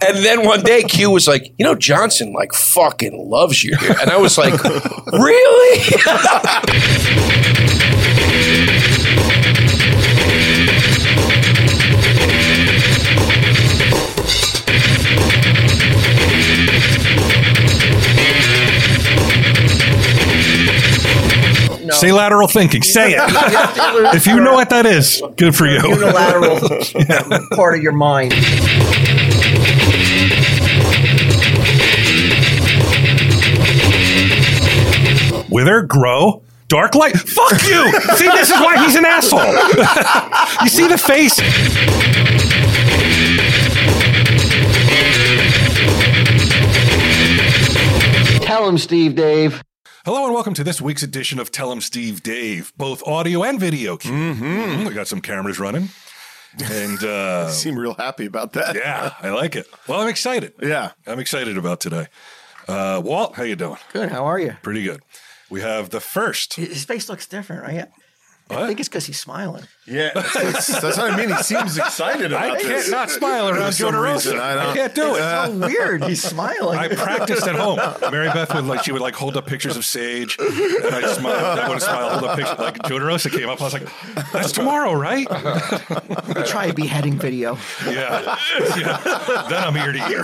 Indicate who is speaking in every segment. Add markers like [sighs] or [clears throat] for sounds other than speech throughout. Speaker 1: And then one day Q was like, you know, Johnson like fucking loves you. here." And I was
Speaker 2: [laughs]
Speaker 1: like, really?
Speaker 3: Say lateral thinking. Say it. if you know what that is, good for you. [laughs]
Speaker 4: unilateral part of your mind.
Speaker 3: Wither, grow, dark light. Fuck you. see, this is why he's an asshole. [laughs] you see the face.
Speaker 5: Tell him, Steve Dave.
Speaker 3: Hello and welcome to this week's edition of Tell 'em Steve Dave, both audio and video. Mm-hmm. We got some cameras running. And uh,
Speaker 2: seem real happy about that.
Speaker 3: yeah, I like it. Well, I'm excited.
Speaker 2: Yeah.
Speaker 3: I'm excited about today. Uh, Walt, how you doing?
Speaker 4: Good. How are you?
Speaker 3: Pretty good. We have the first.
Speaker 4: His face looks different, right? I
Speaker 3: What?
Speaker 4: think it's because he's smiling.
Speaker 2: Yeah. That's, that's- that's what I [laughs] mean. He seems excited about
Speaker 3: I
Speaker 2: this.
Speaker 3: can't not smile around
Speaker 2: some
Speaker 3: Joe DeRosa.
Speaker 2: reason, I
Speaker 3: I,
Speaker 2: know.
Speaker 3: can't do it.
Speaker 4: Oh,
Speaker 3: [laughs]
Speaker 4: So weird. He's smiling.
Speaker 3: I practiced at home. Mary Beth would like she would like hold up pictures of Sage, and I'd smile. I would smile, hold up pictures. Like Joe DeRosa came up, I was like, "That's tomorrow, right?"
Speaker 4: We try a beheading video.
Speaker 3: Yeah, [laughs] yeah. Then I'm ear to ear.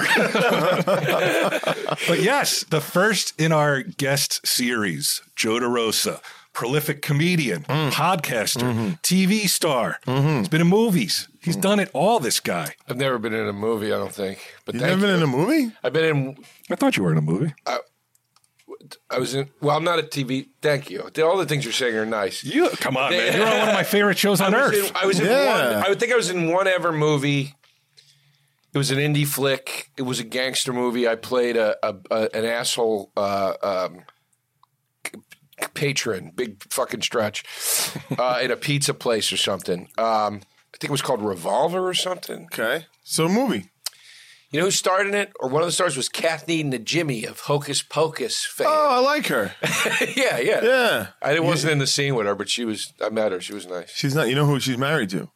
Speaker 3: but yes, the first in our guest series, Joe DeRosa. Prolific comedian, podcaster, TV star. He's been in movies. He's done it all, this guy.
Speaker 1: I've never been in a movie, I don't think. But
Speaker 2: You've
Speaker 1: thank
Speaker 2: never been
Speaker 1: you.
Speaker 2: in a movie?
Speaker 1: I've been in.
Speaker 3: I thought you were in a movie.
Speaker 1: I was in. Well, I'm not a TV. Thank you. All the things you're saying are nice.
Speaker 3: You come on, man. You're on one of my favorite shows on
Speaker 1: I was
Speaker 3: earth.
Speaker 1: in, I was in
Speaker 2: Yeah.
Speaker 1: one. I would think I was in one ever movie. It was an indie flick. It was a gangster movie. I played a, a, a an asshole uh, um, c- c- patron, big fucking
Speaker 2: [laughs]
Speaker 1: stretch, uh, at a pizza place or something. Um, I think it was called Revolver or something.
Speaker 2: Okay. So a movie.
Speaker 1: You know who starred in it? Or one of the stars was Kathy Najimy of Hocus Pocus fame.
Speaker 2: Oh, I like her.
Speaker 1: [laughs] yeah, yeah,
Speaker 2: Yeah.
Speaker 1: I wasn't in the scene with her, but she was. I met her. She was nice.
Speaker 2: [laughs] She's not. You know who she's married to?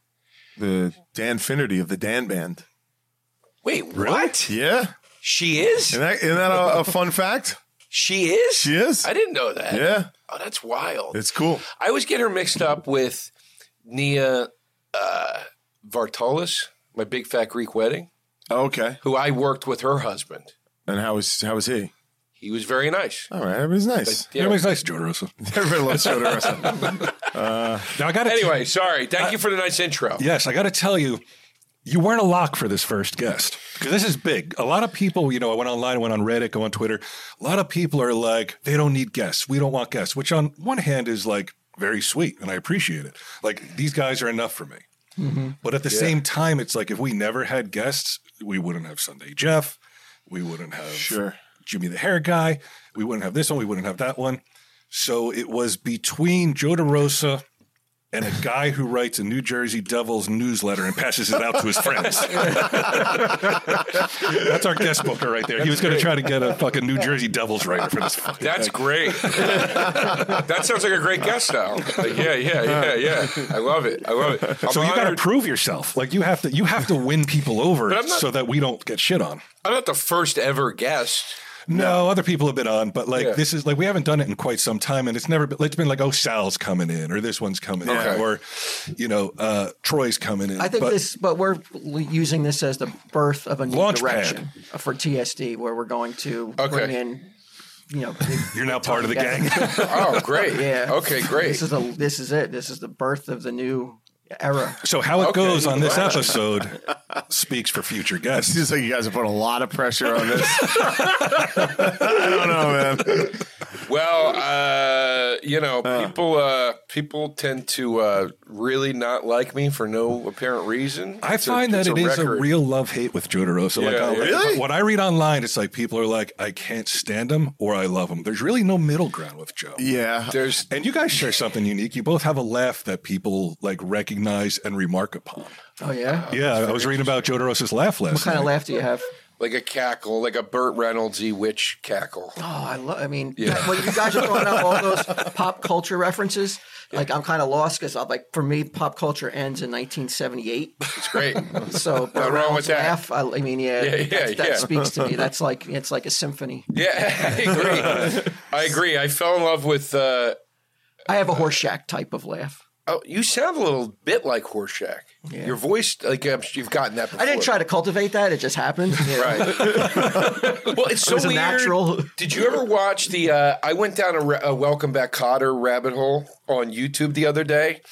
Speaker 2: The Dan Finnerty of the Dan Band.
Speaker 1: Wait, what?
Speaker 2: Yeah.
Speaker 1: She is.
Speaker 2: Isn't that, isn't that a, a fun fact?
Speaker 1: She is.
Speaker 2: She is.
Speaker 1: I didn't know that.
Speaker 2: Yeah.
Speaker 1: Oh, that's wild.
Speaker 2: It's cool.
Speaker 1: I always get her mixed up with Nia uh, Vartolis, my big fat Greek wedding,
Speaker 2: Okay.
Speaker 1: who I worked with her husband.
Speaker 2: And how was how was he?
Speaker 1: He was very nice.
Speaker 2: All right. Everybody's nice.
Speaker 1: Yeah.
Speaker 3: Everybody's nice, Joe DeRosa.
Speaker 2: Everybody loves Soda Russell.
Speaker 3: Now I got to
Speaker 1: Anyway, sorry. Thank you for the nice intro.
Speaker 3: Yes, I got to tell you, you weren't a lock for this first guest because this is big. A lot of people, you know, I went online, I went on Reddit, go on Twitter. A lot of people are like, they don't need guests. We don't want guests, which on one hand is like very sweet and I appreciate it. Like these guys are enough for me. But at the same time, it's like if we never had guests, we wouldn't have Sunday Jeff. We wouldn't have
Speaker 2: [laughs] Sure.
Speaker 3: Jimmy the Hair Guy. We wouldn't have this one. We wouldn't have that one. So it was between Joe DeRosa and a guy who writes a New Jersey Devils newsletter and passes it out to his friends. That's our guest booker right there. he was going to try to get a fucking New Jersey Devils writer for this fucking
Speaker 1: That's
Speaker 3: thing. [laughs]
Speaker 1: great. that sounds like a great guest now. Like, yeah, yeah, yeah, yeah. I love it. I love it. I'm
Speaker 3: So you got to
Speaker 1: honored.
Speaker 3: prove yourself. Like you have to, you have to win people over
Speaker 1: I'm not-
Speaker 3: so that we don't get shit on.
Speaker 1: I'm not the first ever guest.
Speaker 3: No, other people have been on, but like
Speaker 1: Yeah.
Speaker 3: this is like we haven't done it in quite some time, and it's never been. It's been like oh Sal's coming in, or this one's coming
Speaker 1: Okay.
Speaker 3: in, or you know uh, Troy's coming in.
Speaker 4: I think
Speaker 3: but
Speaker 4: this, but we're using this as the birth of a new
Speaker 3: Launch
Speaker 4: direction for TSD, where we're going to bring in, you know, big-
Speaker 3: you're now part of the
Speaker 4: Yeah.
Speaker 3: gang. [laughs]
Speaker 1: Oh, great.
Speaker 4: [laughs] yeah.
Speaker 1: Okay, great.
Speaker 4: This is the this is it. This is the birth of the new era.
Speaker 3: so how it
Speaker 1: Okay.
Speaker 3: goes on this episode speaks for future
Speaker 2: It
Speaker 3: guests.
Speaker 2: seems like you guys have put a lot of pressure on this. I don't know, man.
Speaker 1: Well, uh, you know, people uh, people tend to uh, really not like me for no apparent reason.
Speaker 3: I
Speaker 1: It's a-
Speaker 3: find that
Speaker 1: it's
Speaker 3: it is a
Speaker 1: record.
Speaker 3: real love hate with Joe DeRosa. like,
Speaker 1: Yeah,
Speaker 3: I'll-
Speaker 1: yeah.
Speaker 2: Really?
Speaker 3: What I read online, it's like people are like, I can't stand him or I love him. There's really no middle ground with Joe.
Speaker 2: [laughs] Yeah.
Speaker 1: There's
Speaker 3: And you guys share something unique. You both have a laugh that people like recognize and remark upon.
Speaker 4: Oh yeah.
Speaker 3: Yeah, I was reading about Joe DeRosa's laugh last
Speaker 4: What kind
Speaker 3: night.
Speaker 4: of laugh do you have?
Speaker 1: like a cackle, like a Burt Reynoldsy witch cackle.
Speaker 4: Oh, I love. I mean, yeah. when you guys are throwing out
Speaker 1: [laughs]
Speaker 4: all those pop culture references, like I'm kind of lost because I'm like, for me, pop culture ends in 1978.
Speaker 1: It's great.
Speaker 3: [laughs]
Speaker 1: [laughs]
Speaker 4: So Burt
Speaker 1: wrong
Speaker 4: Reynolds'
Speaker 1: with that.
Speaker 4: laugh, I, I mean, yeah,
Speaker 1: Yeah, yeah,
Speaker 4: that's- that
Speaker 1: yeah.
Speaker 4: speaks
Speaker 1: [laughs]
Speaker 4: to me. That's like it's like a symphony.
Speaker 1: yeah, [laughs] I agree. I agree. I fell in love with. Uh,
Speaker 4: I have a horse shack type of laugh.
Speaker 1: oh, you sound a little bit like Horseshack. Your voice, like um, you've gotten that. Before.
Speaker 4: I didn't try to cultivate that; it just happened.
Speaker 1: [laughs] Right. well, it's so
Speaker 4: It was a
Speaker 1: weird.
Speaker 4: natural.
Speaker 1: Did you ever watch the? Uh, I went down a, ra- a Welcome Back Cotter rabbit hole on YouTube the other day,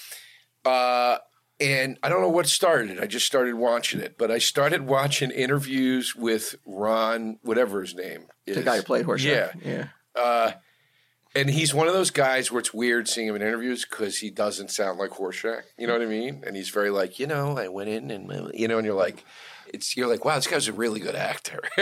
Speaker 1: uh, and I don't know what started it. I just started watching it, but I started watching interviews with Ron, whatever his name is,
Speaker 4: The guy who played horse
Speaker 1: Yeah,
Speaker 4: shack. Yeah.
Speaker 1: and he's one of those guys where it's weird seeing him in interviews because he doesn't sound like Horseshack. You know what I mean? And he's very like, you know, I went in and uh," you know, and you're like, it's you're like, wow, this guy's a really good actor. [laughs]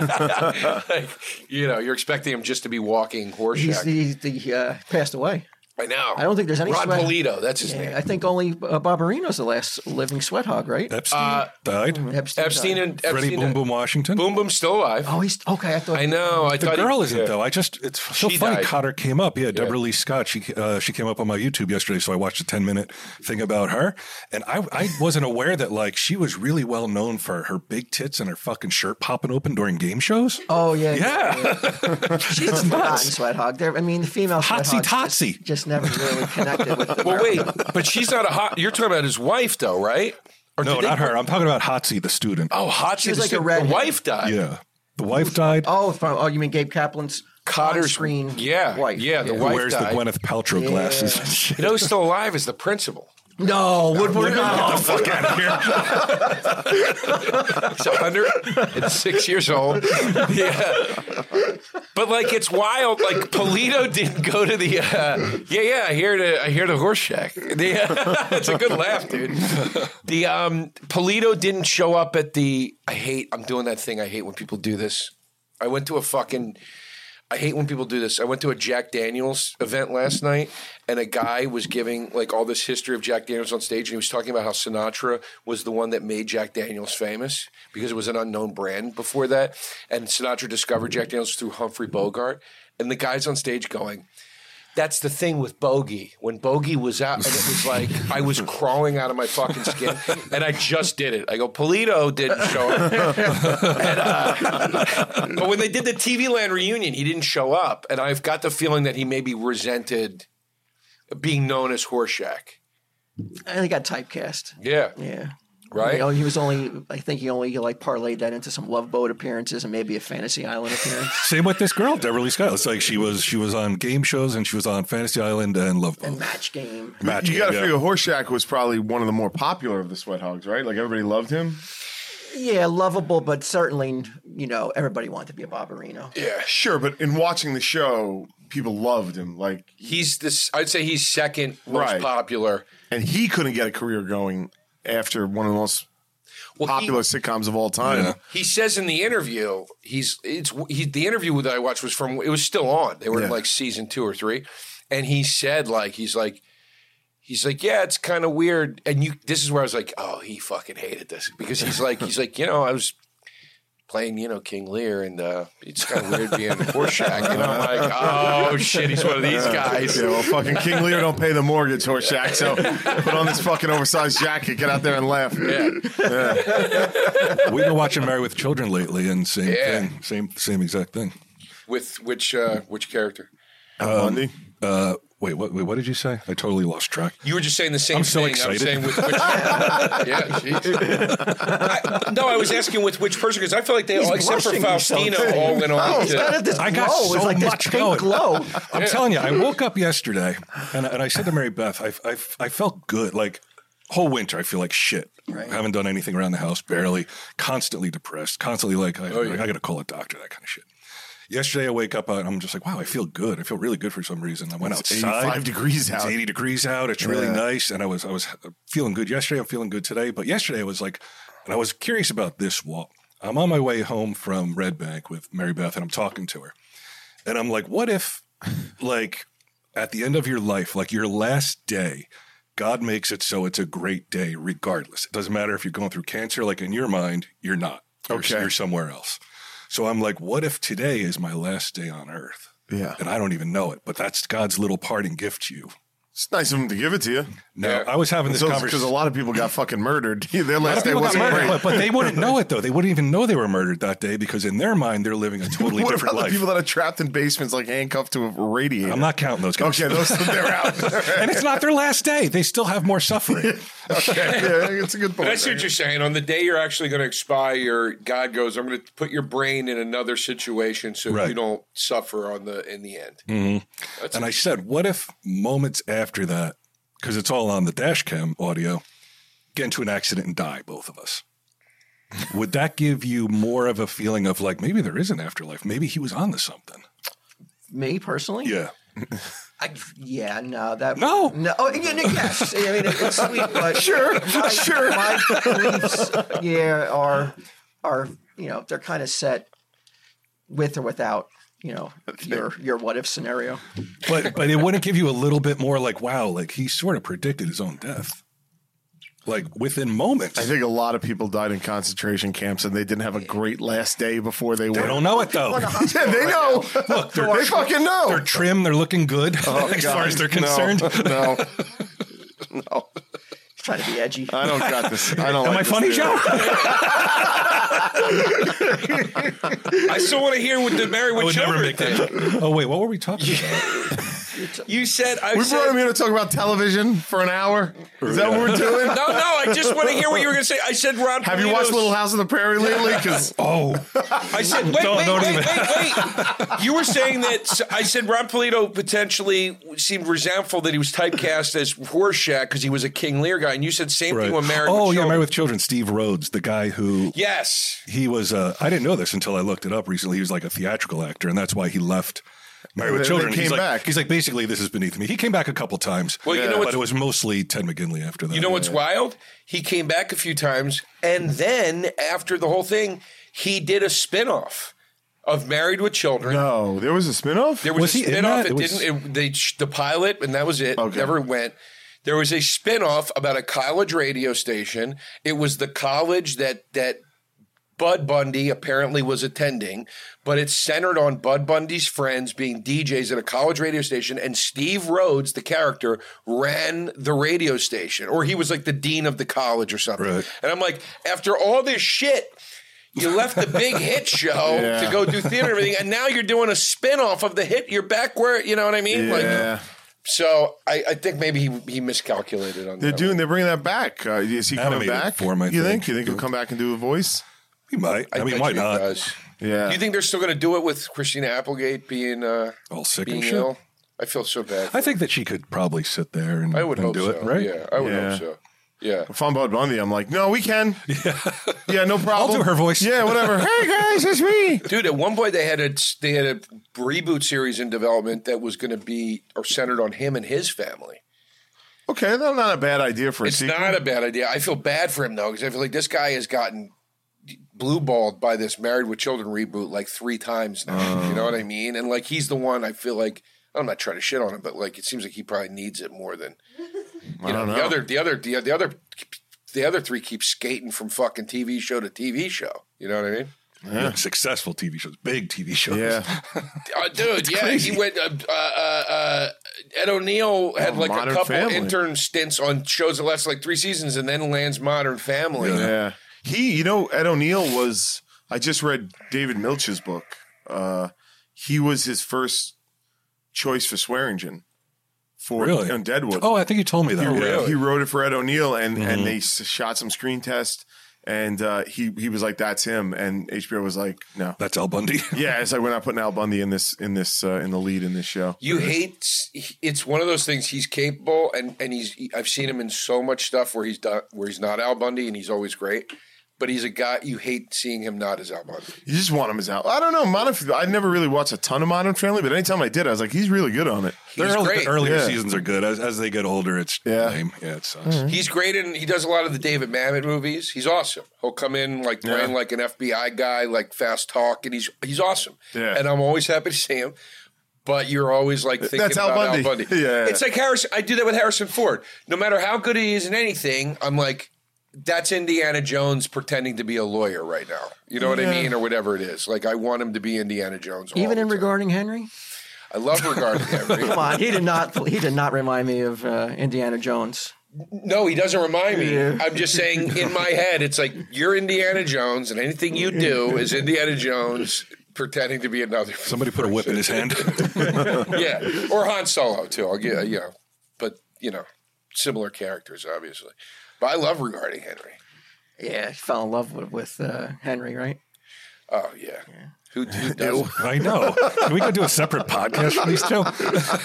Speaker 1: like, you know, you're expecting him just to be walking
Speaker 4: He's
Speaker 1: Horseshack.
Speaker 4: the, the uh, passed away.
Speaker 1: I know.
Speaker 4: I don't think there's any
Speaker 1: Rod
Speaker 4: sweat.
Speaker 1: Polito. That's his
Speaker 4: Yeah,
Speaker 1: name.
Speaker 4: I think only uh, Barbarino's the last living sweat hog, right?
Speaker 3: Epstein died.
Speaker 4: Epstein.
Speaker 1: Uh, Epstein and
Speaker 3: Freddie
Speaker 1: Epstein
Speaker 3: Boom
Speaker 1: and-
Speaker 3: Boom Washington.
Speaker 1: Boom Boom's still alive.
Speaker 4: Oh, he's okay. I thought
Speaker 1: I know. I
Speaker 3: The
Speaker 1: thought he-
Speaker 3: girl isn't
Speaker 1: yeah.
Speaker 3: though. I just it's so
Speaker 1: She
Speaker 3: funny.
Speaker 1: died.
Speaker 3: Cotter came up. Yeah, Deborah Lee Scott. She uh, she came up on my YouTube yesterday, so I watched a ten minute thing about her, and I I wasn't aware that like she was really well known for her big tits and her fucking shirt popping open during game shows.
Speaker 4: Oh yeah, [laughs]
Speaker 3: yeah,
Speaker 4: She's a forgotten sweat hog. They're, I mean, the female sweat
Speaker 3: Totsy
Speaker 4: hogs just-
Speaker 3: Totsy.
Speaker 4: Just, never really connected with. The
Speaker 1: Well, wait,
Speaker 4: American-
Speaker 3: [laughs]
Speaker 1: but she's not a hot. You're talking about his wife, though, right? Or
Speaker 3: no,
Speaker 1: did they-
Speaker 3: not her. I'm talking about Hotzi, the student.
Speaker 1: Oh, hot.
Speaker 4: She was like a
Speaker 1: the
Speaker 4: redhead.
Speaker 1: wife died.
Speaker 3: yeah, the wife died.
Speaker 4: Oh, from, oh, you mean Gabe Kaplan's
Speaker 1: Cotter's-
Speaker 4: screen?
Speaker 1: yeah,
Speaker 4: wife.
Speaker 1: yeah, the
Speaker 3: Who
Speaker 1: wife
Speaker 3: wears
Speaker 1: died.
Speaker 3: the Gwyneth Paltrow glasses? and shit.
Speaker 1: You know, who's still alive is the principal.
Speaker 4: No, Woodward. No.
Speaker 3: Fuck out of here.
Speaker 1: He's
Speaker 3: [laughs]
Speaker 1: 106 years old. Yeah. But like it's wild. Like Polito didn't go to the uh, yeah yeah. I hear the I hear the horse shack. The- [laughs] it's a good laugh, dude. The um Polito didn't show up at the. I hate. I'm doing that thing. I hate when people do this. I went to a fucking. I hate when people do this. I went to a Jack Daniels event last night, and a guy was giving like all this history of Jack Daniels on stage, and he was talking about how Sinatra was the one that made Jack Daniels famous because it was an unknown brand before that, and Sinatra discovered Jack Daniels through Humphrey Bogart, and the guy's on stage going. That's the thing with Bogey. When Bogey was out, and it was like I was crawling out of my fucking skin, and I just did it. I go, Polito didn't show up. uh, [laughs] But when they did the TV Land reunion, he didn't show up, and I've got the feeling that he maybe resented being known as Horseshack.
Speaker 4: And he got typecast.
Speaker 1: Yeah,
Speaker 4: Yeah. You know,
Speaker 1: right.
Speaker 4: he was only. I think he only like parlayed that into some Love Boat appearances and maybe a Fantasy Island
Speaker 3: [laughs]
Speaker 4: appearance.
Speaker 3: Same with this girl, Deborah Lee Scott. It's like she was she was on game shows and she was on Fantasy Island and Love Boat.
Speaker 4: Match game.
Speaker 3: Magic,
Speaker 2: You got to
Speaker 3: yeah.
Speaker 2: figure Horseshack was probably one of the more popular of the Sweat Hogs, right? Like everybody loved him.
Speaker 4: Yeah, lovable, but certainly, you know, everybody wanted to be a Barbarino.
Speaker 2: Yeah, sure. But in watching the show, people loved him. Like,
Speaker 1: He's this. I'd say he's second most
Speaker 2: Right.
Speaker 1: popular.
Speaker 2: and he couldn't get a career going after one of the most
Speaker 1: Well, he-
Speaker 2: popular sitcoms of all time.
Speaker 3: Yeah.
Speaker 1: He says in the interview, he's it's he, the interview that I watched was from it was still on. They were in
Speaker 2: Yeah.
Speaker 1: like season two or three, and he said like he's like he's like yeah, it's kind of weird. And you, this is where I was like, oh, he fucking hated this because he's like he's like you know I was playing you know King Lear and uh, it's kind of weird being Horseshack. And I'm like, oh shit, he's one of these guys.
Speaker 2: [laughs] Yeah, well, fucking King Lear don't pay the mortgage, Horseshack. So
Speaker 3: [laughs]
Speaker 2: put on this fucking oversized jacket, get out there and laugh.
Speaker 1: Yeah.
Speaker 3: We've been watching Married with Children lately, and same
Speaker 1: Yeah.
Speaker 3: thing, same same exact thing.
Speaker 1: With which uh, which character?
Speaker 2: Bundy.
Speaker 3: Uh, wait, what? Wait, what did you say? I totally lost track.
Speaker 1: You were just saying the same
Speaker 3: I'm so
Speaker 1: thing.
Speaker 3: excited.
Speaker 1: I
Speaker 3: [laughs]
Speaker 1: was saying with which. yeah, geez. I, no, I was asking with which person because I feel like they all, Oh, except for
Speaker 4: blushing himself,
Speaker 1: Faustino,
Speaker 4: too.
Speaker 1: all went on.
Speaker 4: [laughs] He's got
Speaker 1: to,
Speaker 4: this
Speaker 3: I got
Speaker 4: glow.
Speaker 3: so
Speaker 4: it's like
Speaker 3: much
Speaker 4: this pink
Speaker 3: going.
Speaker 4: glow.
Speaker 3: I'm telling you, I woke up yesterday, and I- and I said to Mary Beth, I I, I felt good like. Whole winter, I feel like shit. I haven't done anything around the house, barely. Constantly depressed. Constantly like,
Speaker 2: Oh,
Speaker 3: I, I got to call a doctor, that kind of shit. Yesterday, I wake up uh, and I'm just like, wow, I feel good. I feel really good for some reason. I went
Speaker 2: It's
Speaker 3: outside.
Speaker 2: 85 degrees
Speaker 3: It's
Speaker 2: out.
Speaker 3: 80 degrees out. It's really nice. And I was I was feeling good yesterday. I'm feeling good today. But yesterday I was like, and I was curious about this wall. I'm on my way home from Red Bank with Mary Beth, and I'm talking to her, and I'm like, what if, like, at the end of your life, like your last day. God makes it so it's a great day, regardless. It doesn't matter if you're going through cancer, like in your mind, you're not. You're-
Speaker 2: Okay.
Speaker 3: You're somewhere else. So I'm like, what if today is my last day on earth?
Speaker 2: Yeah.
Speaker 3: And I don't even know it, but that's God's little parting gift to you.
Speaker 2: It's nice of him to give it to you.
Speaker 3: No,
Speaker 1: Yeah.
Speaker 3: I was having this
Speaker 2: Because
Speaker 3: conversation.
Speaker 2: a lot of people got fucking murdered. [laughs] Their
Speaker 3: A lot
Speaker 2: last
Speaker 3: of
Speaker 2: day
Speaker 3: people got
Speaker 2: wasn't
Speaker 3: murdered, but,
Speaker 2: great.
Speaker 3: but they wouldn't know it though. They wouldn't even know they were murdered that day because in their mind they're living a totally
Speaker 2: [laughs] What
Speaker 3: different
Speaker 2: about the
Speaker 3: life.
Speaker 2: people that are trapped in basements, like handcuffed to a radiator?
Speaker 3: I'm not counting those guys.
Speaker 2: Okay, those they're out. [laughs]
Speaker 3: and it's not their last day. They still have more suffering.
Speaker 2: okay, yeah, it's a good point.
Speaker 1: But I see what you're saying. On the day you're actually going to expire, God goes, "I'm going to put your brain in another situation so
Speaker 3: Right. Mm-hmm.
Speaker 1: you don't suffer on the in the end."
Speaker 3: and I said, what if moments after that, because it's all on the dash cam audio, get into an accident and die, both of us? Would that give you more of a feeling of like maybe there is an afterlife? Maybe he was on to something.
Speaker 4: Me personally,
Speaker 3: Yeah.
Speaker 4: I, yeah, no, that
Speaker 3: No.
Speaker 4: no. Oh, yeah, no, yes, I mean it's sweet, but sure, my, sure. My beliefs, yeah, are are you know they're kind of set with or without you know your your what if scenario.
Speaker 3: But but it wouldn't give you a little bit more like, wow, like he sort of predicted his own death. Like within moments.
Speaker 2: I think a lot of people died in concentration camps, and they didn't have a great last day before they
Speaker 3: They
Speaker 2: went.
Speaker 3: don't know it though.
Speaker 2: Yeah, [laughs] they know. Look, they fucking know.
Speaker 3: They're trim, they're looking good
Speaker 2: Oh,
Speaker 3: [laughs] as
Speaker 2: God.
Speaker 3: far as they're
Speaker 2: No,
Speaker 3: concerned.
Speaker 2: No,
Speaker 4: Try to be edgy.
Speaker 3: [laughs]
Speaker 2: I don't got this. I don't.
Speaker 3: Am
Speaker 2: like
Speaker 3: I funny,
Speaker 2: this theory.
Speaker 3: Joe?
Speaker 1: I still want to hear what the married
Speaker 3: I
Speaker 1: with
Speaker 3: would never
Speaker 1: children
Speaker 3: make
Speaker 1: thing.
Speaker 3: that. Oh wait, what were we talking about?
Speaker 1: You said I
Speaker 2: We
Speaker 1: said,
Speaker 2: brought him here to talk about television for an hour. Is that what we're
Speaker 3: [laughs]
Speaker 2: doing?
Speaker 1: No, no, I just want to hear what you were going to say. I said Ron.
Speaker 2: Have you
Speaker 1: Polito's-
Speaker 2: watched Little House on the Prairie lately? Because
Speaker 3: [laughs]
Speaker 2: [laughs]
Speaker 3: Oh,
Speaker 1: I said, wait,
Speaker 3: Don't-
Speaker 1: wait,
Speaker 3: don't
Speaker 1: wait,
Speaker 3: even-
Speaker 1: wait, wait. You were saying that so I said Ron Polito potentially seemed resentful that he was typecast as Rorschach because he was a King Lear guy, and you said same
Speaker 3: right.
Speaker 1: thing with Married
Speaker 3: oh
Speaker 1: with
Speaker 3: yeah,
Speaker 1: Children.
Speaker 3: Married with Children. Steve Rhodes, the guy who
Speaker 1: yes,
Speaker 3: he was. Uh, I didn't know this until I looked it up recently. He was like a theatrical actor, and that's why he left. Married
Speaker 2: They-
Speaker 3: with
Speaker 2: they
Speaker 3: Children.
Speaker 2: came
Speaker 3: he's like,
Speaker 2: back.
Speaker 3: He's like basically this is beneath me. He came back a couple times.
Speaker 1: Well, you know
Speaker 3: but
Speaker 1: what's-
Speaker 3: it was mostly Ted McGinley after that.
Speaker 1: you know what's wild? He came back a few times, and then after the whole thing, he did a spinoff of Married with Children.
Speaker 2: no, there was a spinoff.
Speaker 1: There was,
Speaker 3: Was
Speaker 1: a
Speaker 3: he in
Speaker 1: spinoff.
Speaker 3: that?
Speaker 1: It,
Speaker 3: It was-
Speaker 1: didn't. It, they sh- the pilot, and that was it.
Speaker 2: Okay.
Speaker 1: Never went. There was a spinoff about a college radio station. It was the college that that Bud Bundy apparently was attending, but it's centered on Bud Bundy's friends being DJs at a college radio station, and Steve Rhodes, the character, ran the radio station, or he was like the dean of the college or something.
Speaker 3: Right.
Speaker 1: And I'm like, after all this shit, you left the big hit
Speaker 3: [laughs]
Speaker 1: show
Speaker 2: Yeah.
Speaker 1: to go do theater and everything, and now you're doing a spin-off of the hit. You're back where you know what I mean. Like,
Speaker 2: yeah,
Speaker 1: so I, I think maybe he, he miscalculated on
Speaker 2: they're
Speaker 1: that.
Speaker 2: doing. They're bringing that back. Uh, is he coming
Speaker 3: Animated
Speaker 2: back?
Speaker 3: form, I
Speaker 2: you think?
Speaker 3: think.
Speaker 2: You think he'll come back and do a voice?
Speaker 3: He might. I, mean,
Speaker 1: bet
Speaker 3: why
Speaker 1: you he
Speaker 3: not?
Speaker 1: does.
Speaker 2: Yeah.
Speaker 1: Do you think they're still going to do it with Christina Applegate being uh,
Speaker 3: All sick
Speaker 1: being
Speaker 3: and shit.
Speaker 1: ill? I feel so bad.
Speaker 3: Oh, I think that she could probably sit there and,
Speaker 1: I would
Speaker 3: and
Speaker 1: hope
Speaker 3: do
Speaker 1: so.
Speaker 3: it, right?
Speaker 1: Yeah, I would
Speaker 2: Yeah.
Speaker 1: hope so. Yeah.
Speaker 2: If I'm Bud Bundy, I'm like, no,
Speaker 3: [laughs]
Speaker 2: we can. Yeah, no problem.
Speaker 3: do her voice. [laughs]
Speaker 2: Yeah, whatever. hey guys, it's me.
Speaker 1: Dude, at one point they had a they had a reboot series in development that was going to be or centered on him and his family.
Speaker 2: Okay, that's not a bad idea for a
Speaker 1: It's
Speaker 2: sequel.
Speaker 1: not a bad idea. I feel bad for him though because I feel like this guy has gotten blue balled by this Married with Children reboot like three times now. You know what I mean? And like he's the one I feel like I'm not trying to shit on him, but like it seems like he probably needs it more than you know,
Speaker 2: don't
Speaker 1: the
Speaker 2: know.
Speaker 1: other the other the, the other the other three keep skating from fucking TV show to TV show. You know what I mean?
Speaker 3: Yeah, [laughs] Successful TV shows, big TV
Speaker 1: [laughs]
Speaker 3: shows.
Speaker 2: yeah,
Speaker 1: Uh, dude, yeah,
Speaker 3: crazy.
Speaker 1: he went. Uh, uh, uh, Ed O'Neill had like a
Speaker 2: Modern
Speaker 1: couple
Speaker 2: Family.
Speaker 1: intern stints on shows that last like three seasons, and then lands Modern Family.
Speaker 2: yeah. He, you know, Ed O'Neill was. I just read David Milch's book. Uh, he was his first choice for Swearingen for
Speaker 3: Really?
Speaker 2: on Deadwood.
Speaker 3: Oh, I think you told me that. Mm-hmm.
Speaker 2: he,
Speaker 3: Yeah.
Speaker 2: wrote, he wrote it for Ed O'Neill, and and they s- shot some screen test, and uh, he he was like, "That's him," and HBO was like, "No."
Speaker 3: That's Al Bundy. [laughs]
Speaker 2: Yeah, it's like we're not putting Al Bundy in this in this uh, in the lead in this show.
Speaker 1: You hate. It's one of those things. He's capable, and and he's. I've seen him in so much stuff where he's done where he's not Al Bundy, and he's always great. But he's a guy you hate seeing him not as Al Bundy.
Speaker 2: You just want him as Al. I don't know. Modern, I never really watched a ton of Modern Family, but anytime I did, I was like, he's really good on it.
Speaker 3: The
Speaker 1: He's
Speaker 3: early-
Speaker 1: great.
Speaker 3: The earlier
Speaker 2: Yeah.
Speaker 3: seasons are good. As, as they get older, it's
Speaker 2: Yeah.
Speaker 3: lame. Yeah, it sucks.
Speaker 1: He's great in. He does a lot of the David Mamet movies. He's awesome. He'll come in like playing like an FBI guy, like fast talk, and he's he's awesome.
Speaker 2: Yeah.
Speaker 1: And I'm always happy to see him. But you're always like thinking
Speaker 2: That's Al
Speaker 1: about Al
Speaker 2: Bundy.
Speaker 1: Bundy.
Speaker 2: [laughs] Yeah.
Speaker 1: It's like Harrison. I do that with Harrison Ford. No matter how good he is in anything, I'm like, that's Indiana Jones pretending to be a lawyer right now. You know what I mean, or whatever it is. Like I want him to be Indiana Jones. all
Speaker 4: Even
Speaker 1: the
Speaker 4: in
Speaker 1: time.
Speaker 4: regarding Henry,
Speaker 1: I love regarding
Speaker 4: [laughs] come
Speaker 1: Henry.
Speaker 4: on, he did not. He did not remind me of uh, Indiana Jones.
Speaker 1: No, he doesn't remind me.
Speaker 4: Yeah.
Speaker 1: I'm just saying in my head, it's like you're Indiana Jones, and anything you do is Indiana Jones pretending to be another.
Speaker 3: Somebody put a whip in his
Speaker 2: [laughs]
Speaker 3: hand.
Speaker 1: yeah, or Han Solo too. I'll get you know, but you know, similar characters obviously. But I love regarding Henry.
Speaker 4: Yeah, he fell in love with, with uh, Henry, right?
Speaker 1: Oh yeah, who, who does?
Speaker 3: [laughs] I know. Can we go do a separate podcast for these
Speaker 2: [laughs]
Speaker 3: two?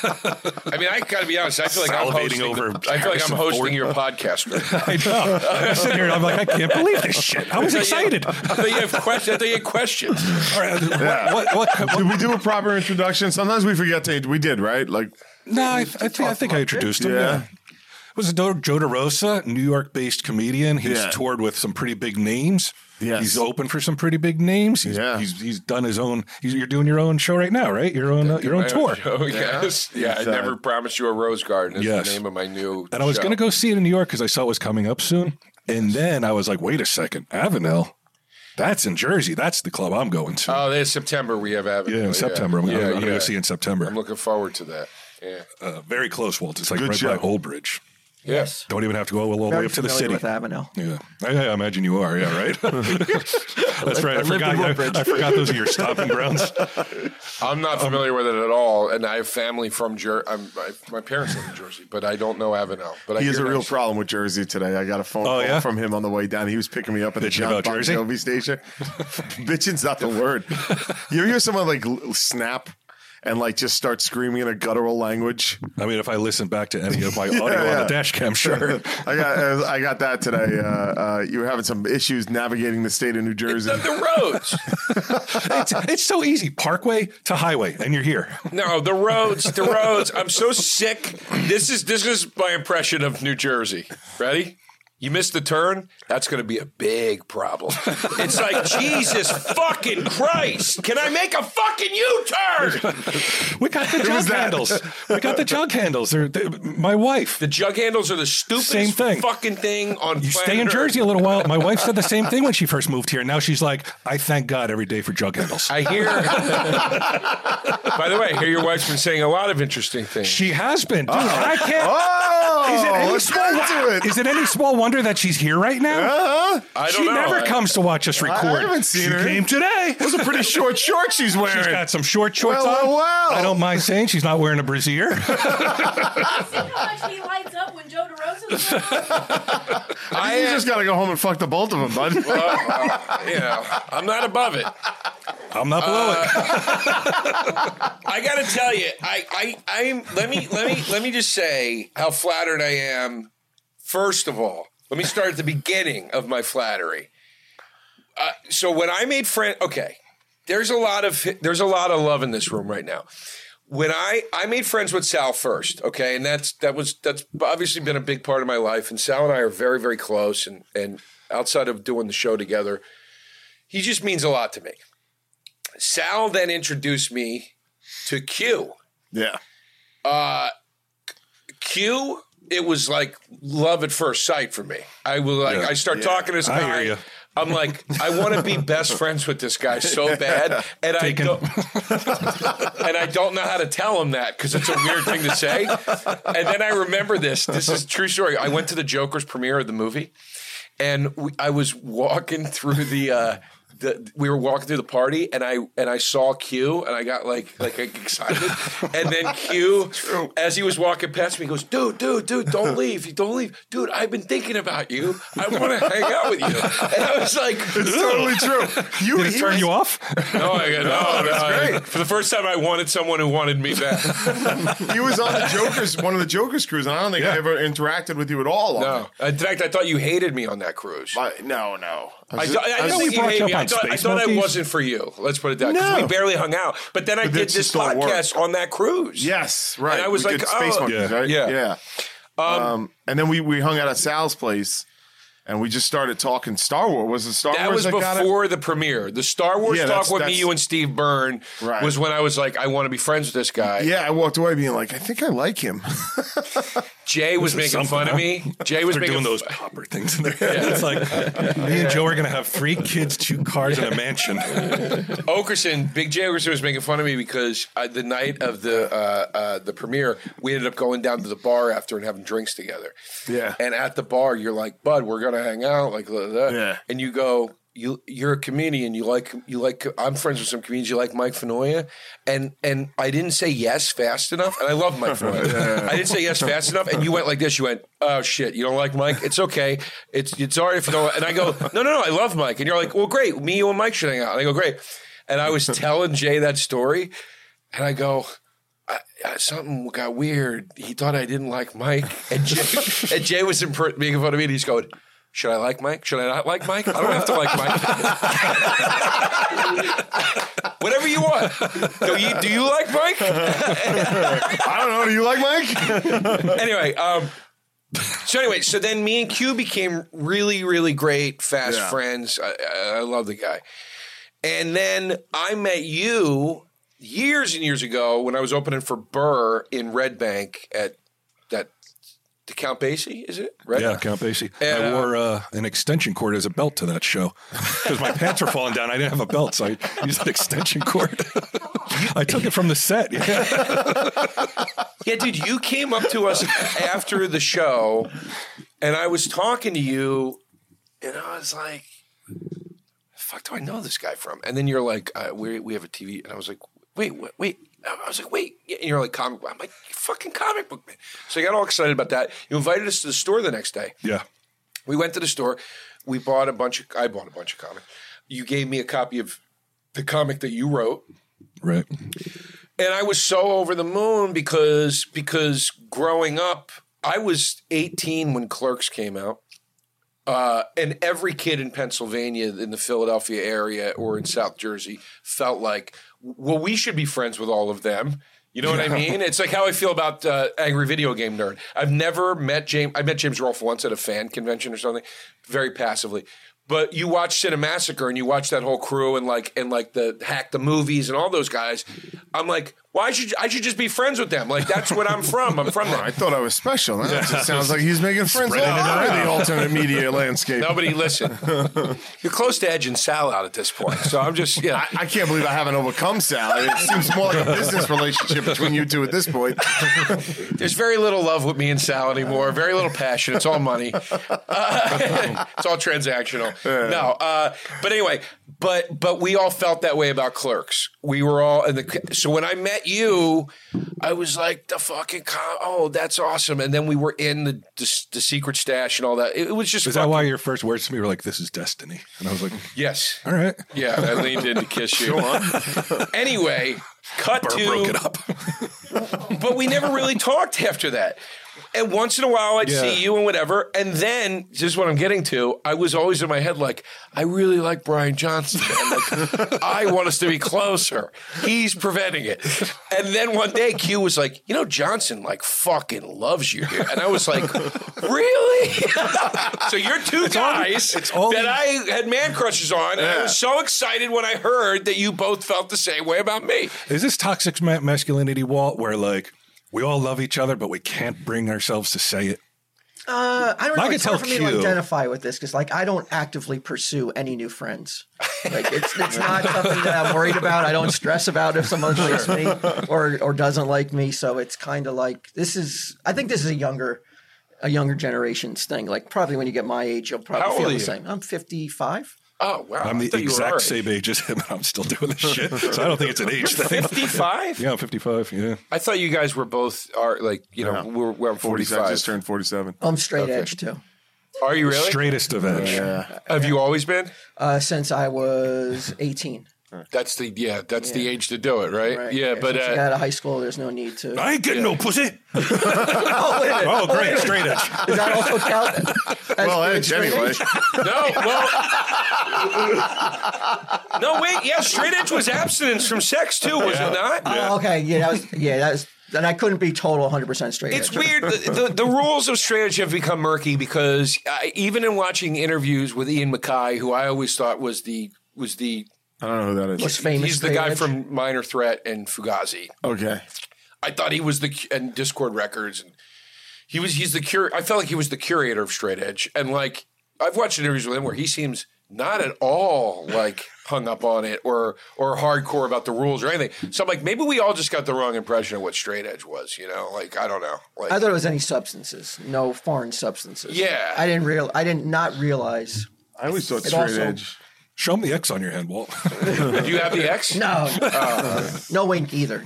Speaker 1: I mean, I gotta be honest. I feel like I'm
Speaker 3: Salivating
Speaker 1: hosting.
Speaker 3: over
Speaker 1: I feel like
Speaker 3: Harrison
Speaker 1: I'm hosting
Speaker 3: Ford.
Speaker 1: your podcast. Right
Speaker 3: [laughs]
Speaker 1: now.
Speaker 3: I know. I'm sitting here and I'm like, I can't believe this shit. I was excited. All
Speaker 1: I thought you have questions. I thought you had questions.
Speaker 3: right, what, what, what,
Speaker 2: Did we do a proper introduction? Sometimes we forget to. We did, right? Like,
Speaker 3: No, I, I, think, I think I introduced him.
Speaker 2: Yeah.
Speaker 3: Yeah. It was Joe Joe DeRosa, New York based comedian. He's
Speaker 2: Yeah.
Speaker 3: toured with some pretty big names.
Speaker 2: Yes.
Speaker 3: He's open for some pretty big names. He's,
Speaker 2: Yeah.
Speaker 3: he's, he's done his own. He's, you're doing your own show right now, right? Your own uh, your
Speaker 1: [laughs]
Speaker 3: own tour.
Speaker 1: Oh, yes. Yeah, I
Speaker 2: It's, uh,
Speaker 1: never promised you a rose garden. Is
Speaker 3: Yes.
Speaker 1: the name of my new.
Speaker 3: And I was
Speaker 1: show.
Speaker 3: going to go see it in New York because I saw it was coming up soon. And then I was like, wait a second, Avenel, that's in Jersey. That's the club I'm going to.
Speaker 1: Oh, there's September. We have Avenue.
Speaker 3: yeah, in September. I'm,
Speaker 1: Yeah,
Speaker 3: going to
Speaker 1: yeah.
Speaker 3: go see it in September.
Speaker 1: I'm looking forward to that. Yeah.
Speaker 3: Uh, very close, Walt. It's like
Speaker 2: Good
Speaker 3: right
Speaker 2: show.
Speaker 3: by Old Bridge.
Speaker 1: Yes.
Speaker 3: Don't even have to go all the way
Speaker 4: Very
Speaker 3: up to the
Speaker 4: familiar
Speaker 3: city.
Speaker 4: with Avenel.
Speaker 3: Yeah, I, I imagine you are. Yeah, right. That's right. I,
Speaker 4: lived
Speaker 3: forgot.
Speaker 4: in
Speaker 3: I,
Speaker 4: Woodbridge.
Speaker 3: I forgot those are your stopping grounds.
Speaker 1: I'm not
Speaker 3: Um,
Speaker 1: familiar with it at all, and I have family from Jersey. My, my parents live in Jersey, but I don't know Avenel. But I
Speaker 2: he has a
Speaker 1: hear
Speaker 2: real
Speaker 1: nice-
Speaker 2: problem with Jersey today. I got a phone
Speaker 3: Oh,
Speaker 2: call
Speaker 3: yeah?
Speaker 2: from him on the way down. He was picking me up at the
Speaker 3: Bitching
Speaker 2: John
Speaker 3: about
Speaker 2: Bon
Speaker 3: Jersey?
Speaker 2: Jovi station. [laughs] Bitching's not the word. You ever hear someone like l- snap and like just start screaming in a guttural language?
Speaker 3: I mean, if I listen back to any of my audio on
Speaker 2: yeah.
Speaker 3: the dash cam, sure.
Speaker 2: I got I got that today. Uh, uh, you were having some issues navigating the state of New Jersey.
Speaker 1: The, the roads.
Speaker 3: it's, it's so easy. Parkway to highway, and you're here.
Speaker 1: No, the roads. The roads. I'm so sick. This is this is my impression of New Jersey. Ready? You missed the turn. That's going to be a big problem. It's like Jesus fucking Christ! Can I make a fucking U-turn?
Speaker 3: We got the jug handles. We got the jug handles. They're, they my wife.
Speaker 1: The jug handles are the stupidest
Speaker 3: Same thing.
Speaker 1: fucking thing on.
Speaker 3: you stay in Jersey a little while. My wife said the same thing when she first moved here. Now she's like, I thank God every day for jug handles.
Speaker 1: I
Speaker 3: [laughs]
Speaker 1: hear. By the way, I hear your wife's been saying a lot of interesting things.
Speaker 3: she has been. Dude, I can't.
Speaker 2: oh,
Speaker 3: Is it, any
Speaker 2: let's
Speaker 3: small
Speaker 2: get
Speaker 3: wo-
Speaker 2: to it. Uh-huh.
Speaker 3: is it any small wonder that she's here right now?
Speaker 2: Huh?
Speaker 1: I don't
Speaker 3: she
Speaker 1: know.
Speaker 3: never
Speaker 1: I-
Speaker 3: comes to watch us record.
Speaker 2: haven't seen
Speaker 3: she
Speaker 2: her.
Speaker 3: came today.
Speaker 2: Those are pretty short shorts she's wearing.
Speaker 3: She's got some short shorts
Speaker 2: Well,
Speaker 3: on.
Speaker 2: well, well.
Speaker 3: I don't mind saying she's not wearing a brassiere. [laughs]
Speaker 6: See how much he lights up when Joe DeRosa's around?
Speaker 1: I
Speaker 2: you
Speaker 1: am-
Speaker 2: just got to go home and fuck the both of them, [laughs] bud.
Speaker 1: you know, I'm not above it.
Speaker 3: I'm not below
Speaker 2: Uh,
Speaker 3: it.
Speaker 1: I gotta tell you, I, I, I'm. Let me, let me, let me just say how flattered I am. First of all, let me start at the beginning of my flattery. Uh, so when I made friend, okay, there's a lot of there's a lot of love in this room right now. When I I made friends with Sal first, okay, and that's that was that's obviously been a big part of my life. And Sal and I are very very close, and and outside of doing the show together, he just means a lot to me. Sal then introduced me to Q.
Speaker 2: yeah.
Speaker 1: Q, it was like love at first sight for me. I was like, I start talking to this
Speaker 3: I
Speaker 1: guy.
Speaker 3: hear ya.
Speaker 1: I'm like, I want to be best friends with this guy so bad, and I
Speaker 3: Taken.
Speaker 1: don't, and I don't know how to tell him that because it's a weird thing to say. And then I remember this. This is true story. I went to the Joker's premiere of the movie, and we, I was walking through the. Uh, the, we were walking through the party, and I and I saw Q, and I got like like excited. And then Q, as he was walking past me, he goes, "Dude, dude, dude, don't leave! You don't leave, dude! I've been thinking about you. I want to hang out with you." And I was like,
Speaker 2: It's totally true. You
Speaker 3: Did it
Speaker 2: he
Speaker 3: turn
Speaker 2: was-
Speaker 3: you off?
Speaker 1: "No, I
Speaker 2: [laughs]
Speaker 1: got no, no." I-
Speaker 2: great.
Speaker 1: For the first time, I wanted someone who wanted me back.
Speaker 2: He was on the Joker's one of the Joker's crews, and I don't think I
Speaker 3: Yeah.
Speaker 2: ever interacted with you at all. on
Speaker 1: No,
Speaker 2: it.
Speaker 1: in fact, I thought you hated me on that cruise.
Speaker 2: I, no, no.
Speaker 1: I,
Speaker 2: was
Speaker 1: thought- I,
Speaker 2: I was
Speaker 1: know
Speaker 3: we
Speaker 1: you
Speaker 3: brought
Speaker 1: hate
Speaker 3: you up
Speaker 1: me. I
Speaker 3: on
Speaker 1: thought, I,
Speaker 3: Space
Speaker 1: thought I
Speaker 3: Monkeys.
Speaker 1: wasn't for you. Let's put it that because we
Speaker 2: No.
Speaker 1: barely hung out. But then I did
Speaker 2: that's
Speaker 1: this
Speaker 2: just don't work.
Speaker 1: podcast on that cruise.
Speaker 2: yes, right.
Speaker 1: And I was
Speaker 2: We
Speaker 1: like,
Speaker 2: did
Speaker 1: oh,
Speaker 2: Monkeys,
Speaker 3: Yeah.
Speaker 2: right?
Speaker 1: yeah.
Speaker 2: yeah. Um, and then we we hung out at Sal's place, and we just started talking Star Wars. Was it Star
Speaker 1: That
Speaker 2: Wars
Speaker 1: was
Speaker 2: got it?
Speaker 1: before the premiere. The Star Wars
Speaker 2: Yeah,
Speaker 1: talk
Speaker 2: that's-
Speaker 1: with me,
Speaker 2: that's-
Speaker 1: you, and Steve Byrne
Speaker 2: Right.
Speaker 1: was when I was like, I want to be friends with this guy.
Speaker 2: Yeah, I walked away being like, I think I like him.
Speaker 1: Jay was
Speaker 3: This is
Speaker 1: making fun
Speaker 3: something,
Speaker 1: of me. Jay was
Speaker 3: They're
Speaker 1: making
Speaker 3: doing those
Speaker 1: fu-
Speaker 3: popper things in their head. It's like me and Joe are going to have three kids, two cars, and a mansion.
Speaker 2: [laughs]
Speaker 1: Okerson, Big Jay Okerson was making fun of me because uh, the night of the uh, uh, the premiere, we ended up going down to the bar after and having drinks together.
Speaker 2: Yeah.
Speaker 1: And at the bar, you're like, "Bud, we're gonna hang out." Like, blah, blah, blah.
Speaker 2: Yeah.
Speaker 1: And you go, "You you're a comedian. You like you like. I'm friends with some comedians. You like Mike Fenoya." And and I didn't say yes fast enough. And I love Mike Fenoya. I didn't say yes fast enough. And you went like this. You went, "Oh shit, you don't like Mike? It's okay. It's it's alright if you don't." And I go, "No, no, no. I love Mike." And you're like, "Well, great. Me, you, and Mike should hang out." And I go, "Great." And I was telling Jay that story, and I go, I, I, uh, something got weird. He thought I didn't like Mike, and [laughs] Jay, and Jay was imper- making fun of me. And he's going, "Should I like Mike? Should I not like Mike? I don't have to like Mike. [laughs] Whatever you want. Do you, do you like Mike?
Speaker 2: [laughs] I don't know. Do you like Mike? [laughs]
Speaker 1: Anyway, um, so anyway, so then me and Q became really, really great, fast
Speaker 2: Yeah.
Speaker 1: friends. I, I, I love the guy. And then I met you years and years ago when I was opening for Burr in Red Bank at that the Count Basie, is it? Right?
Speaker 3: Yeah, Count Basie.
Speaker 1: And,
Speaker 3: I
Speaker 1: uh,
Speaker 3: wore uh, an extension cord as a belt to that show because my pants were falling down. I didn't have a belt, so I used an extension cord. [laughs] I took it from the set. Yeah.
Speaker 1: Yeah, dude, you came up to us after the show, and I was talking to you, and I was like, "The "Fuck, do I know this guy from?" And then you're like, uh, "We we have a TV," and I was like, "Wait, wait, wait." I was like, "Wait," and you're like, "Comic." book." I'm like, "You fucking comic book man." So I got all excited about that. You invited us to the store the next day.
Speaker 3: yeah.
Speaker 1: We went to the store. We bought a bunch of. I bought a bunch of comics. You gave me a copy of the comic that you wrote
Speaker 3: Right.
Speaker 1: and I was so over the moon because because growing up, I was 18 when Clerks came out. Uh, and every kid in Pennsylvania, in the Philadelphia area, or in South Jersey, felt like, well, we should be friends with all of them. You know what I mean? It's like how I feel about uh, angry video game nerd. I've never met James. I met James Rolfe once at a fan convention or something, very passively. But you watch Cinemassacre and you watch that whole crew and like and like the hack the movies and all those guys. I'm like, why should I should just be friends with them? Like that's what I'm from. I'm from
Speaker 2: I
Speaker 1: that.
Speaker 2: thought I was special. That just sounds like he's making friends all over the alternate
Speaker 3: [laughs]
Speaker 2: media landscape.
Speaker 1: Nobody listen. [laughs] You're close to edging Sal out at this point, so I'm just yeah. [laughs]
Speaker 2: I, I can't believe I haven't overcome Sal. It seems more like a business relationship between you two at this [laughs] point.
Speaker 1: There's very little love with me and Sal anymore. Very little passion. It's all [laughs] money. Uh, it's all transactional. No, uh, but anyway, but but we all felt that way about clerks. We were all in the. So when I met you, I was like the fucking. Com- oh, that's awesome. And then we were in the the, the secret stash and all that. It, it was just.
Speaker 3: Is that
Speaker 1: fucking-
Speaker 3: why your first words to me were like, this is destiny? And I was like,
Speaker 1: Yes.
Speaker 3: all right.
Speaker 1: Yeah, I leaned in to kiss you. anyway, cut to
Speaker 3: Broke it up.
Speaker 1: [laughs] but we never really talked after that. And once in a while, I'd
Speaker 3: Yeah.
Speaker 1: see you and whatever. And then, this is what I'm getting to. I was always in my head like, I really like Brian Johnson. And like, [laughs] I want us to be closer. He's preventing it. And then one day, Q was like, you know, Johnson like fucking loves you. dude." And I was like, [laughs] really? [laughs] so you're two guys
Speaker 3: all
Speaker 1: that
Speaker 3: the-
Speaker 1: I had man crushes on. And I
Speaker 2: Yeah.
Speaker 1: was so excited when I heard that you both felt the same way about me.
Speaker 3: Is this toxic ma- masculinity, Walt, where like we all love each other, but we can't bring ourselves to say it?
Speaker 4: Uh, I don't know.
Speaker 3: I could
Speaker 4: it's hard
Speaker 3: tell
Speaker 4: for me to
Speaker 3: Q.
Speaker 4: identify with this because, like, I don't actively pursue any new friends.
Speaker 1: [laughs]
Speaker 4: Like, it's, it's not something that I'm worried about. I don't stress about if someone likes me or or doesn't like me. So it's kind of like this is. I think this is a younger, a younger generation's thing. Like, probably when you get my age, you'll
Speaker 1: How
Speaker 4: probably
Speaker 1: old
Speaker 4: feel
Speaker 1: are
Speaker 4: the
Speaker 1: you?
Speaker 4: same. I'm 55.
Speaker 1: Oh, wow.
Speaker 3: I'm
Speaker 1: I
Speaker 3: the
Speaker 1: thought you were
Speaker 3: exact
Speaker 1: already-
Speaker 3: same age as him, and I'm still doing
Speaker 1: [laughs]
Speaker 3: this shit. So I don't think it's an age thing.
Speaker 1: 55?
Speaker 3: Yeah, I'm 55. Yeah.
Speaker 1: I thought you guys were both are like, you know,
Speaker 2: No.
Speaker 1: we're, we're on
Speaker 2: 47
Speaker 1: 45.
Speaker 2: just turned 47.
Speaker 4: I'm straight edge too.
Speaker 1: Are you really?
Speaker 3: Straightest of edge.
Speaker 2: Yeah.
Speaker 1: Have you always been?
Speaker 4: Uh, since
Speaker 1: [laughs]
Speaker 4: I was 18.
Speaker 1: That's the yeah, that's the age to do it, right?
Speaker 4: Right?
Speaker 1: Yeah, but
Speaker 4: Once you
Speaker 1: uh,
Speaker 4: get out of high school, there's no need to.
Speaker 1: [laughs]
Speaker 3: I ain't getting no pussy.
Speaker 4: Oh, wait a minute.
Speaker 3: Oh, great. Straight edge.
Speaker 4: [laughs]
Speaker 1: [laughs]
Speaker 4: Does that also count? as
Speaker 2: Well,
Speaker 4: being
Speaker 2: Edge,
Speaker 4: straight
Speaker 2: anyway.
Speaker 4: edge?
Speaker 1: no, well [laughs] No, wait, yeah, straight edge was abstinence from sex too, was it not?
Speaker 4: Oh, okay. Yeah, that was. Yeah, that was. And I couldn't be total 100 percent straight.
Speaker 1: It's
Speaker 4: edge.
Speaker 1: weird. The, the, the rules of straight edge have become murky because I, even in watching interviews with Ian Mackay, who I always thought was the was the
Speaker 2: I don't know who that is.
Speaker 4: Was famous.
Speaker 1: he's the
Speaker 4: straight
Speaker 1: guy
Speaker 4: edge.
Speaker 1: from Minor Threat and Fugazi.
Speaker 2: Okay.
Speaker 1: I thought he was the and Discord Records and He was he's the cur. I felt like he was the curator of straight edge, and like I've watched interviews with him where he seems not at all like hung up on it or or hardcore about the rules or anything. So I'm like, maybe we all just got the wrong impression of what straight edge was. You know, like I don't know. Like
Speaker 4: I thought it was any substances, no foreign substances.
Speaker 1: Yeah.
Speaker 4: I didn't real. I did not realize.
Speaker 2: I always thought
Speaker 4: It
Speaker 2: straight
Speaker 4: also-
Speaker 2: edge.
Speaker 3: Show him the X on your hand, Walt.
Speaker 1: do you have the X? [laughs]
Speaker 4: No,
Speaker 1: Oh.
Speaker 4: no wink either.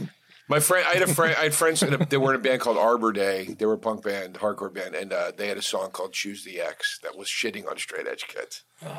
Speaker 1: My friend, I had a friend, I had friends that they were in a band called Arbor Day. They were a punk band, hardcore band, and uh, they had a song called "Choose the X" that was shitting on straight edge kids.
Speaker 3: [sighs]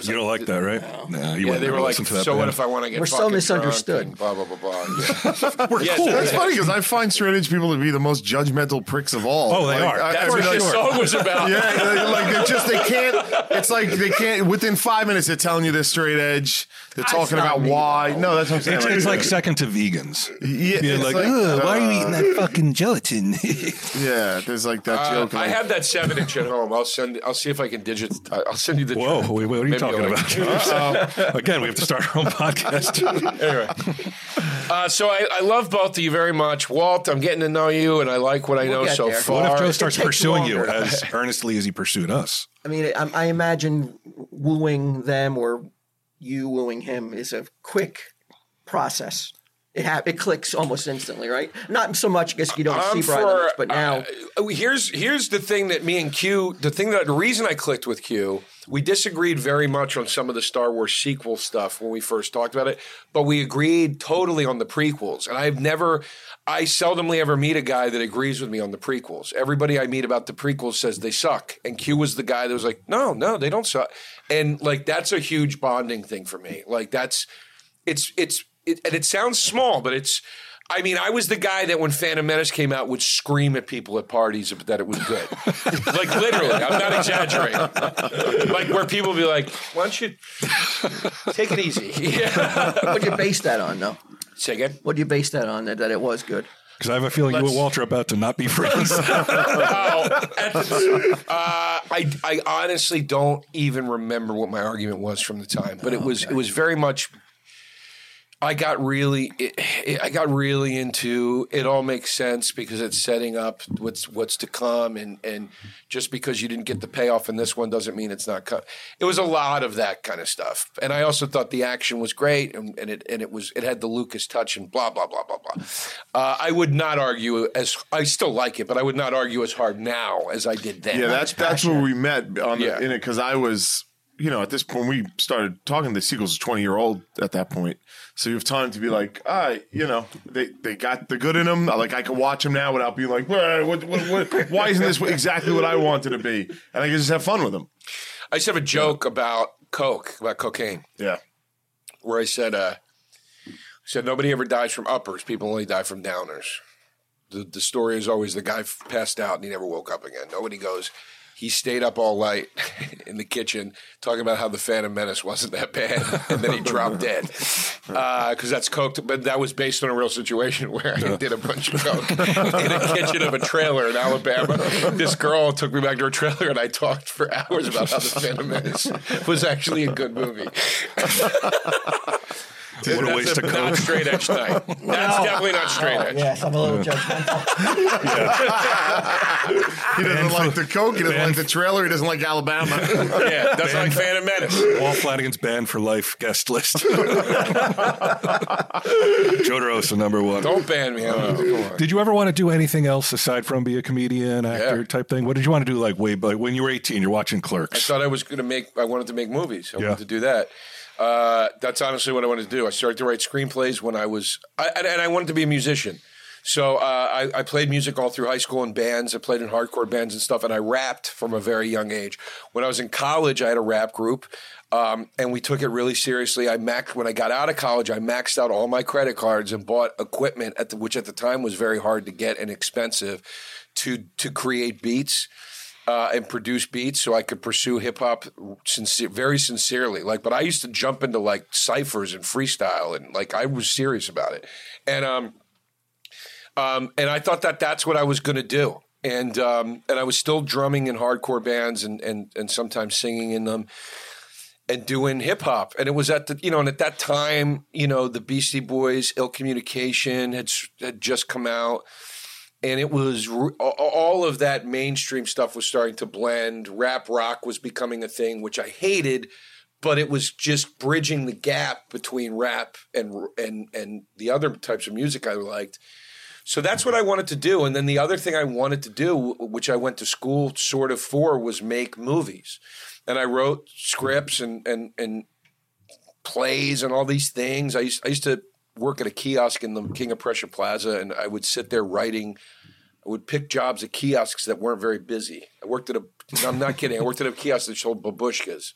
Speaker 3: You don't like that, right? Nah, you
Speaker 1: Yeah,
Speaker 3: wouldn't
Speaker 1: they
Speaker 3: ever
Speaker 1: were like,
Speaker 3: listen to that.
Speaker 1: "So what
Speaker 3: band.
Speaker 1: if I want to get
Speaker 4: We're so
Speaker 1: fucking
Speaker 4: misunderstood.
Speaker 1: drunk and Blah blah blah
Speaker 3: [laughs]
Speaker 1: blah. Yeah.
Speaker 3: We're
Speaker 1: Yeah,
Speaker 3: cool.
Speaker 1: so-
Speaker 2: That's funny because I find straight edge people to be the most judgmental pricks of all.
Speaker 3: Oh, they
Speaker 2: Like,
Speaker 3: are.
Speaker 2: I- I
Speaker 1: That's what
Speaker 2: mean,
Speaker 1: this
Speaker 2: like-
Speaker 1: song was about.
Speaker 3: [laughs]
Speaker 2: Yeah, they- like they just they can't. It's like they can't. Within five minutes, they're telling you they're straight edge. They're talking
Speaker 4: not
Speaker 2: about
Speaker 4: me,
Speaker 2: why.
Speaker 4: though.
Speaker 2: No, that's what I'm saying.
Speaker 3: It's, it's like second
Speaker 1: [laughs]
Speaker 3: to vegans.
Speaker 2: yeah,
Speaker 3: Being
Speaker 2: it's
Speaker 3: like,
Speaker 2: like,
Speaker 3: "Ugh, why are you
Speaker 2: uh,
Speaker 3: eating that
Speaker 1: [laughs]
Speaker 3: fucking gelatin?
Speaker 2: yeah. There's like that
Speaker 1: Uh,
Speaker 2: joke.
Speaker 1: I
Speaker 2: like,
Speaker 1: have that seven inch at home. I'll send. I'll see if I can digit. uh, I'll send you the.
Speaker 3: Whoa, wait, what are you
Speaker 1: Maybe
Speaker 3: talking
Speaker 1: I'll-
Speaker 4: Um,
Speaker 3: about? [laughs] Again, we have to start our own
Speaker 4: [laughs]
Speaker 3: podcast.
Speaker 1: anyway. Uh, so I, I love both of you very much, Walt. I'm getting to know you, and I like what I know
Speaker 4: get
Speaker 1: so
Speaker 4: there.
Speaker 1: far.
Speaker 3: what if Joe
Speaker 4: It
Speaker 3: starts
Speaker 4: takes
Speaker 3: pursuing you
Speaker 4: longer. [laughs]
Speaker 3: as earnestly as he pursued us?
Speaker 4: I mean, I, I imagine wooing them or you wooing him is a quick process. It hap- it clicks almost instantly, right? Not so much because you don't
Speaker 1: I'm
Speaker 4: see bright lights,
Speaker 1: for-
Speaker 4: but now
Speaker 1: Uh, here's here's the thing that me and Q, the thing that the reason I clicked with Q, we disagreed very much on some of the Star Wars sequel stuff when we first talked about it, but we agreed totally on the prequels. And I've never, I seldomly ever meet a guy that agrees with me on the prequels. Everybody I meet about the prequels says they suck, and Q was the guy that was like, no, no, they don't suck. And like that's a huge bonding thing for me. Like that's it's it's it, and it sounds small, but it's. I mean, I was the guy that when Phantom Menace came out would scream at people at parties that it was good. like literally, I'm not exaggerating. Like where people would be like, "Why don't you take it easy?" [laughs] Yeah.
Speaker 4: what do you base that on, though?
Speaker 1: Say again.
Speaker 4: What do you base that on? That, that it was good.
Speaker 3: Because I have a feeling you and Walter are about to not
Speaker 1: [laughs]
Speaker 3: be friends.
Speaker 1: Oh, at the- uh, I I honestly don't even remember what my argument was from the time, but it was it was very much. I got really, it, it, I got really into. It all makes sense because it's setting up what's what's to come, and and just because you didn't get the payoff in this one doesn't mean it's not. Co- it was a lot of that kind of stuff, and I also thought the action was great, and, and it and it was it had the Lucas touch, and blah blah blah blah blah. Uh, I would not argue as I still like it, but I would not argue as hard now as I did then.
Speaker 2: yeah, that's that's where we met on the,
Speaker 1: Yeah.
Speaker 2: in it because I was you know at this point we started talking the sequel's a twenty year old at that point, so you have time to be like ah you know they they got the good in them like I can watch them now without being like "Wah, what, what, what, why isn't this exactly what I wanted to be and I can just have fun with them
Speaker 1: I used to have a joke about coke, about cocaine.
Speaker 2: yeah
Speaker 1: where I said, uh, I said nobody ever dies from uppers. People only die from downers. The, the story is always the guy f- passed out and he never woke up again. Nobody goes, he stayed up all night [laughs] in the kitchen talking about how the Phantom Menace wasn't that bad, and then he dropped dead because that's coked. But that was based on a real situation [laughs] where I did a bunch of coke in a kitchen of a trailer in Alabama. This girl took me back to her trailer, and I talked for hours about how the Phantom Menace was actually a good movie.
Speaker 3: what a
Speaker 1: That's
Speaker 3: waste
Speaker 1: a
Speaker 3: of
Speaker 1: not
Speaker 3: coke.
Speaker 1: straight edge night. [laughs] That's definitely not straight edge.
Speaker 4: Yes, I'm a little judgmental.
Speaker 2: he doesn't like the coke he doesn't
Speaker 3: man.
Speaker 2: like the trailer he doesn't like Alabama [laughs]
Speaker 1: Yeah, that's like Phantom Menace.
Speaker 3: Walt Flanagan's banned for life
Speaker 1: [laughs]
Speaker 3: guest list. Jodorosa number one.
Speaker 1: Don't ban me. I don't know. Oh, Come on.
Speaker 3: Did you ever want to do anything else aside from be a comedian, actor
Speaker 1: Yeah.
Speaker 3: type thing? What did you want to do? Like way, like when you were eighteen, you're watching
Speaker 1: I
Speaker 3: Clerks.
Speaker 1: thought I was going to make. I wanted to make movies. I
Speaker 3: Yeah.
Speaker 1: wanted to do that. Uh, that's honestly what I wanted to do. I started to write screenplays when I was, I, and, and I wanted to be a musician. So uh, I, I played music all through high school in bands. I played in hardcore bands and stuff, and I rapped from a very young age. When I was in college, I had a rap group, um, and we took it really seriously. I maxed when I got out of college. I maxed out all my credit cards and bought equipment at the, which at the time was very hard to get and expensive to to create beats uh, and produce beats so I could pursue hip hop sincere, very sincerely. Like, but I used to jump into like ciphers and freestyle, and like I was serious about it. And um, um, and I thought that that's what I was going to do. And um, and I was still drumming in hardcore bands and and and sometimes singing in them and doing hip hop. And it was at the, you know, and at that time, you know, the Beastie Boys, Ill Communication had, s- had just come out. and it was r- a- all of that mainstream stuff was starting to blend. Rap rock was becoming a thing, which I hated, but it was just bridging the gap between rap and r- and and the other types of music I liked. So that's what I wanted to do. And then the other thing I wanted to do, which I went to school sort of for, was make movies. And I wrote scripts and and and plays and all these things. I used, I used to work at a kiosk in the King of Prussia Plaza, and I would sit there writing. I would pick jobs at kiosks that weren't very busy. I worked at a. no, I'm not kidding. I worked at a kiosk that sold babushkas.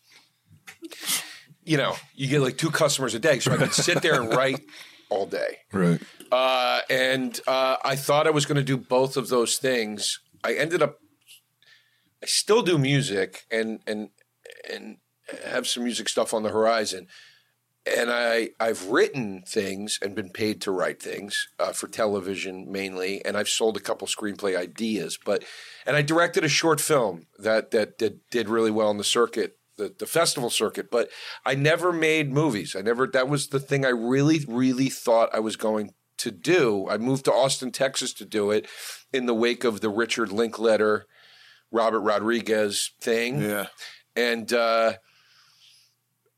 Speaker 1: You know, you get like two customers a day, so I could sit there and write all day.
Speaker 3: Right.
Speaker 1: Uh, and uh, I thought I was going to do both of those things. I ended up. I still do music and and and have some music stuff on the horizon. And I I've written things and been paid to write things uh, for television mainly, and I've sold a couple screenplay ideas. But and I directed a short film that that did, did really well on the circuit, the, the festival circuit. But I never made movies. I never that was the thing I really really thought I was going to do. I moved to Austin, Texas to do it in the wake of the Richard Linkletter, Robert Rodriguez thing
Speaker 2: Yeah.
Speaker 1: and uh,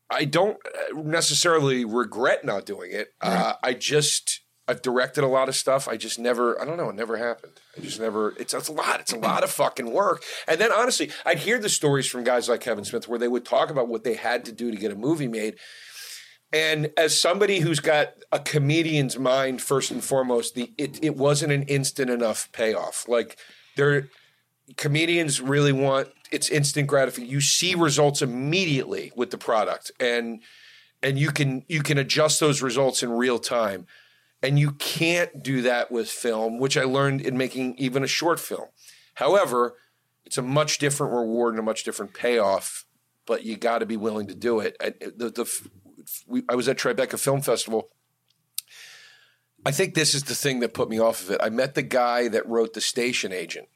Speaker 1: I don't necessarily regret not doing it. Uh, I just I've directed a lot of stuff. I just never I don't know. It never happened. I just never. It's, it's a lot. It's a lot of fucking work. And then honestly, I'd hear the stories from guys like Kevin Smith where they would talk about what they had to do to get a movie made. And as somebody who's got a comedian's mind first and foremost, the it, it wasn't an instant enough payoff. Like there comedians really want it's instant gratification. You see results immediately with the product, and and you can you can adjust those results in real time. And you can't do that with film, which I learned in making even a short film. However, it's a much different reward and a much different payoff, but you got to be willing to do it. I, the, the, f- we, I was at Tribeca Film Festival I think this is the thing that put me off of it. I met the guy that wrote the station agent.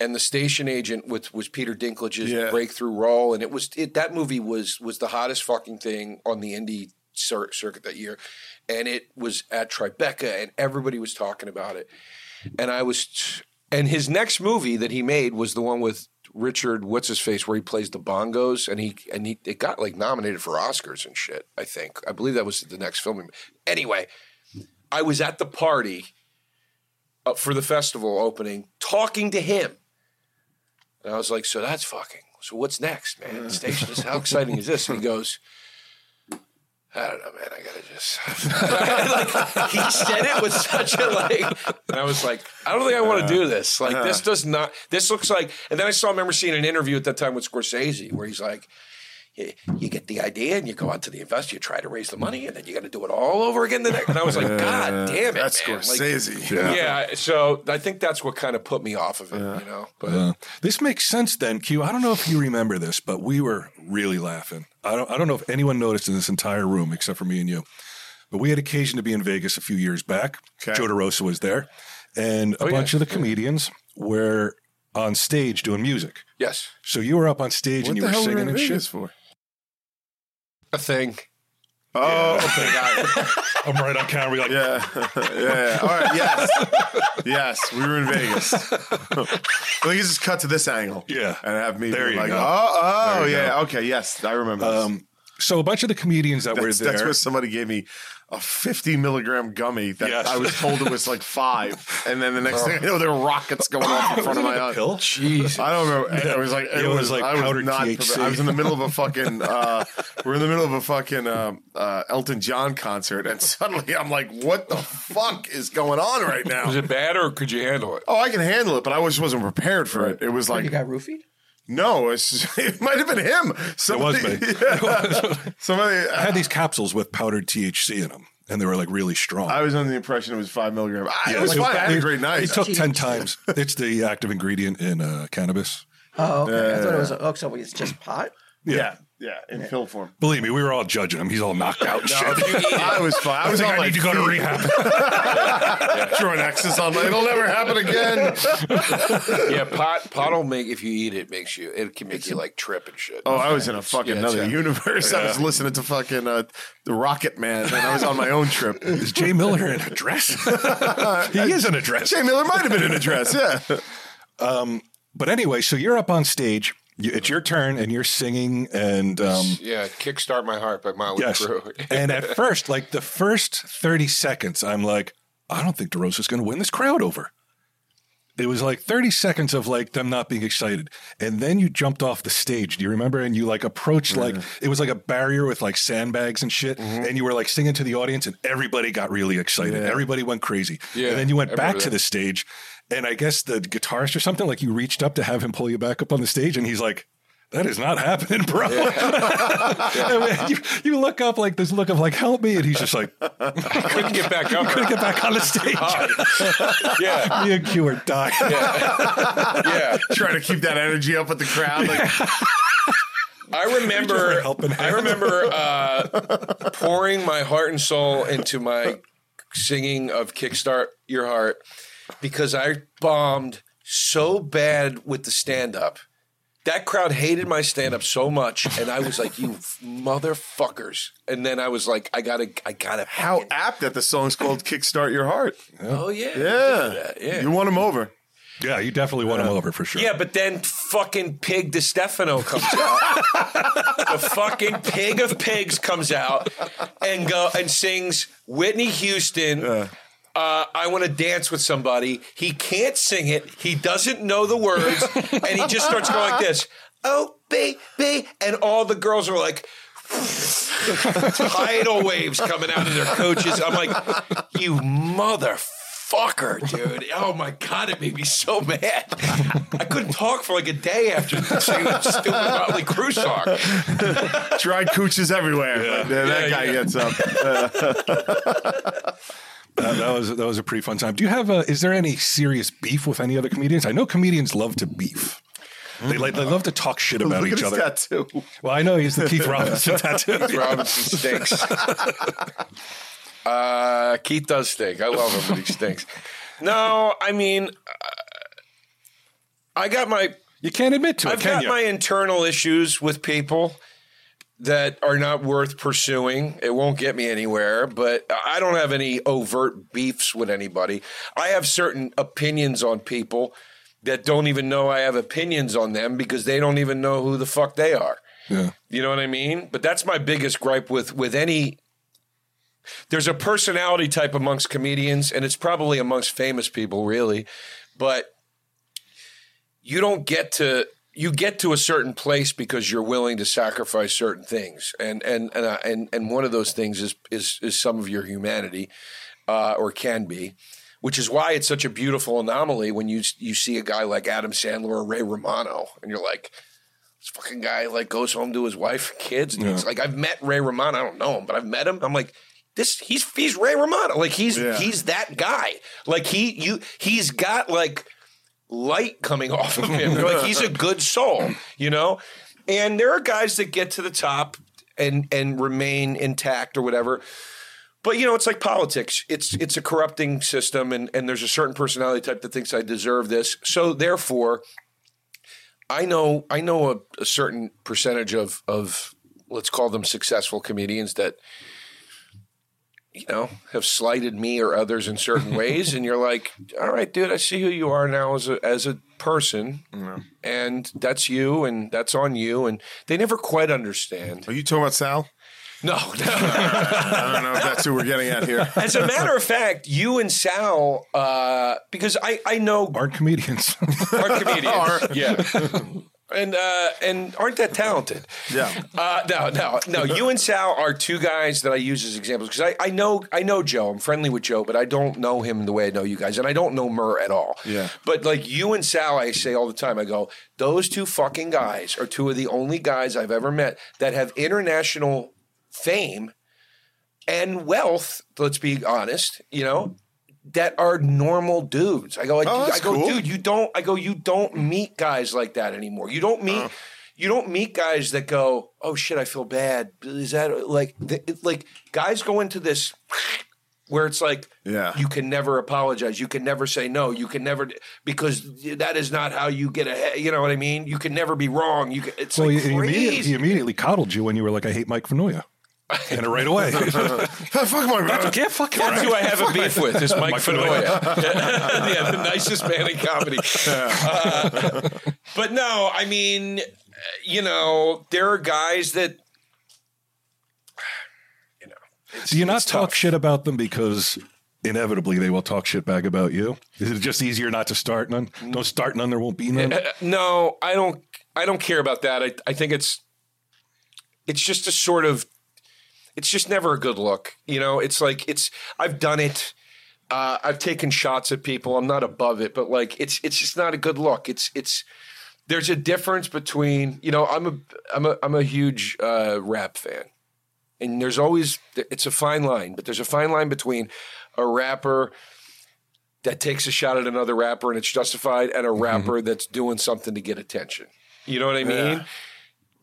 Speaker 1: And the station agent with was Peter Dinklage's
Speaker 2: Yeah.
Speaker 1: breakthrough role, and it was it, that movie was was the hottest fucking thing on the indie cir- circuit that year, and it was at Tribeca, and everybody was talking about it, and I was, t- and his next movie that he made was the one with Richard what's his face where he plays the bongos, and he and he it got like nominated for Oscars and shit. I think I believe that was the next film. he ma- Anyway, I was at the party uh, for the festival opening talking to him. And I was like, so that's fucking. So what's next, man? Station, this- how exciting is this? And he goes, I don't know, man. I gotta just. [laughs] like, he said it with such a like, and I was like, I don't think I want to do this.
Speaker 2: Uh-huh.
Speaker 1: Like, this does not. This looks like. And then I saw. I remember seeing an interview at that time with Scorsese, where he's like, you, you get the idea and you go out to the investor, you try to raise the money, and then you got to do it all over again the next. And I was like, God damn it,
Speaker 2: That's
Speaker 1: man. Like,
Speaker 2: Scorsese.
Speaker 1: yeah. so I think that's what kind of put me off of it, you know. But
Speaker 3: Uh, this makes sense then, Q. I don't know if you remember this, but we were really laughing. I don't, I don't know if anyone noticed in this entire room except for me and you. But we had occasion to be in Vegas a few years back.
Speaker 2: Okay. Oh,
Speaker 3: Joe DeRosa was there, and a
Speaker 1: yeah.
Speaker 3: bunch of the comedians were on stage doing music.
Speaker 1: yes,
Speaker 3: So you were up on stage
Speaker 2: What
Speaker 3: and you
Speaker 2: the
Speaker 3: were
Speaker 2: hell were
Speaker 3: singing
Speaker 2: in
Speaker 3: and
Speaker 2: Vegas
Speaker 3: shit.
Speaker 2: for?
Speaker 1: a thing.
Speaker 2: Oh, okay, got it.
Speaker 3: I'm right on camera. Like,
Speaker 2: Yeah. yeah. All right. Yes. yes. We were in [laughs] Vegas. Let me just cut to this angle.
Speaker 3: Yeah.
Speaker 2: And have me
Speaker 3: There
Speaker 2: be
Speaker 3: you
Speaker 2: like,
Speaker 3: go.
Speaker 2: oh, oh,
Speaker 3: There you
Speaker 2: yeah. Okay. Yes. I remember. this.
Speaker 3: Um, so a bunch of the comedians that
Speaker 2: that's,
Speaker 3: were there.
Speaker 2: that's where somebody gave me a 50 milligram gummy that
Speaker 3: Yes.
Speaker 2: I was told it was like five. And then the next thing I know, there were rockets going off in front of my eyes.
Speaker 3: pill?
Speaker 1: Jeez,
Speaker 2: I
Speaker 3: [laughs]
Speaker 2: don't remember. It was like it, was, like I was
Speaker 3: powdered
Speaker 2: not.
Speaker 3: THC.
Speaker 2: prepared. I was in the
Speaker 3: [laughs]
Speaker 2: middle of a fucking. Uh, we're in the middle of a fucking um, uh, Elton John concert, and suddenly I'm like, "What the fuck is going on right
Speaker 3: [laughs]
Speaker 2: now?"
Speaker 1: was it bad or could you handle it?
Speaker 2: Oh, I can handle it, but I was wasn't prepared for it. It was
Speaker 4: Oh, You
Speaker 2: like
Speaker 4: got roofied?
Speaker 2: no, it's, [laughs] it might have been him. Somebody,
Speaker 3: me. [laughs]
Speaker 2: Yeah. somebody.
Speaker 3: I
Speaker 2: I,
Speaker 3: had these capsules with powdered THC in them, and they were like really strong.
Speaker 2: I was under the impression it was five milligrams. I, it was
Speaker 3: It-
Speaker 2: fine. I had
Speaker 3: it-
Speaker 2: a great night.
Speaker 3: It took 10 times. It's the active ingredient in uh, cannabis.
Speaker 4: Oh, okay. I thought it was. Oh, so it's just pot.
Speaker 3: Yeah.
Speaker 2: yeah, in pill form.
Speaker 3: Believe me, we were all judging him. He's all knocked out. and shit. [laughs]
Speaker 2: I was fine. I was on
Speaker 3: I
Speaker 2: my
Speaker 3: need to go to rehab.
Speaker 2: [laughs] Jordan Axis on my. It'll never happen again.
Speaker 1: [laughs]
Speaker 3: [laughs]
Speaker 1: yeah, pot pot'll make if you eat it makes you it can make you like trip and shit.
Speaker 2: Oh, I was in a fucking
Speaker 1: Yeah,
Speaker 2: another [laughs]
Speaker 1: it's-
Speaker 2: universe. I was listening to fucking uh, the Rocket Man, and I was on my own [laughs] trip.
Speaker 3: Is Jay Miller in a
Speaker 2: [laughs]
Speaker 3: dress? he is in a dress.
Speaker 2: Jay Miller might have been in a dress. Yeah,
Speaker 3: But anyway, so you're up on stage. You, it's your turn, and you're singing. And um,
Speaker 1: yeah, kickstart my heart by Motley
Speaker 3: yes.
Speaker 1: Crue.
Speaker 3: and at first, like the first 30 seconds, I'm like, I don't think DeRosa's going to win this crowd over. It was like 30 seconds of like them not being excited. And then you jumped off the stage. Do you remember? And you like approached like it was like a barrier with like sandbags and shit.
Speaker 1: Mm-hmm.
Speaker 3: And you were like singing to the audience and everybody got really excited. Everybody went crazy.
Speaker 1: Yeah,
Speaker 3: and then you went
Speaker 1: I
Speaker 3: back
Speaker 1: remember
Speaker 3: to
Speaker 1: that.
Speaker 3: the stage. And I guess the guitarist or something, like you reached up to have him pull you back up on the stage, and he's like, that is not happening, bro. [laughs] And when you, you look up like this look of like help me, and he's just like
Speaker 1: I couldn't get back up. [laughs]
Speaker 3: couldn't get back on the stage.
Speaker 1: yeah,
Speaker 3: Me and Q are dying.
Speaker 1: yeah.
Speaker 2: [laughs] trying to keep that energy up with the crowd. Like,
Speaker 1: I remember.
Speaker 3: helping
Speaker 1: I remember uh, pouring my heart and soul into my singing of "Kickstart Your Heart" because I bombed so bad with the stand-up. That crowd hated my stand-up so much, and I was like, "You motherfuckers!" And then I was like, "I gotta, I gotta."
Speaker 2: how apt that the song's called "Kickstart Your Heart."
Speaker 1: Oh yeah,
Speaker 2: Yeah,
Speaker 1: yeah.
Speaker 2: you won him over.
Speaker 3: Yeah, you definitely won him over for sure.
Speaker 1: Yeah, but then fucking pig DeStefano comes out. the fucking pig of pigs comes out and go and sings Whitney Houston. Uh, I want to dance with somebody. He can't sing it. He doesn't know the words, and he just starts going like this. Oh baby, and all the girls are like. tidal waves coming out of their coaches. I'm like, you motherfucker, dude. Oh my God, it made me so mad. I couldn't talk for like a day after singing that stupid Motley Crue song.
Speaker 2: Dry cooches everywhere. Like, yeah, that
Speaker 1: Yeah,
Speaker 2: guy
Speaker 1: yeah.
Speaker 2: gets up. [laughs]
Speaker 3: Uh, that was that was a pretty fun time. Do you have a? Is there any serious beef with any other comedians? I know comedians love to beef. They like they love to talk shit about
Speaker 2: Look at
Speaker 3: each
Speaker 2: his
Speaker 3: other.
Speaker 2: tattoo.
Speaker 3: Well, I know he's the Keith
Speaker 2: [laughs]
Speaker 3: Robinson tattoo.
Speaker 1: Robinson stinks. Uh, Keith does stink. I love him, but he stinks. No, I mean, uh, I got my
Speaker 3: You can't admit to it,
Speaker 1: I've
Speaker 3: can
Speaker 1: got
Speaker 3: you?
Speaker 1: my internal issues with people that are not worth pursuing. It won't get me anywhere, but I don't have any overt beefs with anybody. I have certain opinions on people that don't even know I have opinions on them because they don't even know who the fuck they are.
Speaker 3: yeah.
Speaker 1: You know what I mean? But that's my biggest gripe with with any there's a personality type amongst comedians and it's probably amongst famous people really, but you don't get to you get to a certain place because you're willing to sacrifice certain things. And and and I and, and one of those things is is is some of your humanity uh, or can be. Which is why it's such a beautiful anomaly when you you see a guy like Adam Sandler or Ray Romano, and you're like, this fucking guy like goes home to his wife and kids and it's like I've met Ray Romano. I don't know him, but I've met him. I'm like this he's he's Ray Romano. Like he's
Speaker 2: Yeah.
Speaker 1: he's that guy. Like he you he's got like light coming [laughs] off of him. like he's a good soul, you know? And there are guys that get to the top and and remain intact or whatever. But you know, it's like politics. It's it's a corrupting system and and there's a certain personality type that thinks I deserve this. So therefore, I know I know a, a certain percentage of of let's call them successful comedians that you know have slighted me or others in certain ways, and you're like, all right, dude, I see who you are now as a as a person, and that's you, and that's on you, and they never quite understand.
Speaker 2: Are you talking about Sal?
Speaker 1: No, [laughs] no.
Speaker 2: I don't know if that's who we're getting at [laughs] here.
Speaker 1: as a matter of fact, you and Sal, uh, because I I know
Speaker 3: Aren't comedians? [laughs]
Speaker 1: are comedians, yeah. And uh, and aren't that talented?
Speaker 2: Yeah.
Speaker 1: Uh, no, no, no. You and Sal are two guys that I use as examples because I, I know I know Joe. I'm friendly with Joe, but I don't know him the way I know you guys, and I don't know Murr at all.
Speaker 2: Yeah.
Speaker 1: But like you and Sal, I say all the time. I go, those two fucking guys are two of the only guys I've ever met that have international fame and wealth. Let's be honest, you know, that are normal dudes. I go, I,
Speaker 2: Oh, that's
Speaker 1: I go,
Speaker 2: cool. Uh-huh.
Speaker 1: dude, you don't. I go, you don't meet guys like that anymore. You don't meet. you don't meet guys that go, "Oh shit, I feel bad." Is that like th- it- like guys go into this where it's like,
Speaker 2: Yeah.
Speaker 1: you can never apologize, you can never say no, you can never because that is not how you get ahead. You know what I mean? You can never be wrong. You can, it's
Speaker 3: Well,
Speaker 1: like
Speaker 3: he, he immediately, he
Speaker 1: crazy.
Speaker 3: immediately coddled you when you were like, I hate Mike Vanoya. And right away.
Speaker 2: Ah, fuck my
Speaker 3: yeah, fuck him.
Speaker 1: That's who I have a beef [laughs] with is Mike Fenoya. [laughs] yeah, the nicest man in comedy. Uh, but no, I mean, uh, you know, there are guys that
Speaker 3: Do you not
Speaker 1: it's
Speaker 3: talk
Speaker 1: tough.
Speaker 3: shit about them because inevitably they will talk shit back about you? Is it just easier not to start none? Don't start none, there won't be none.
Speaker 1: Uh, no, I don't. I don't care about that. I, I think it's it's just a sort of it's just never a good look. You know, it's like it's I've done it. Uh, I've taken shots at people. I'm not above it, but like it's it's just not a good look. It's it's there's a difference between you know I'm a I'm a I'm a huge uh, rap fan, and there's always it's a fine line, but there's a fine line between a rapper that takes a shot at another rapper and it's justified and a rapper that's doing something to get attention. You know what I mean?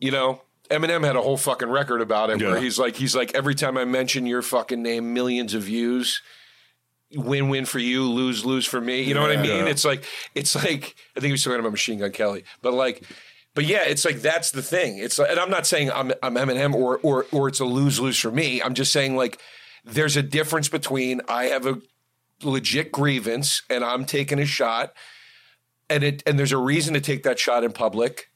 Speaker 1: You know, Eminem had a whole fucking record about it
Speaker 3: Yeah.
Speaker 1: where he's like he's like every time I mention your fucking name millions of views win win for you, lose lose for me. You know what I mean? It's like it's like I think he was talking about Machine Gun Kelly, but like, but yeah, it's like that's the thing. It's like, and I'm not saying I'm I'm Eminem or or or it's a lose lose for me. I'm just saying like there's a difference between I have a legit grievance and I'm taking a shot, and it and there's a reason to take that shot in public,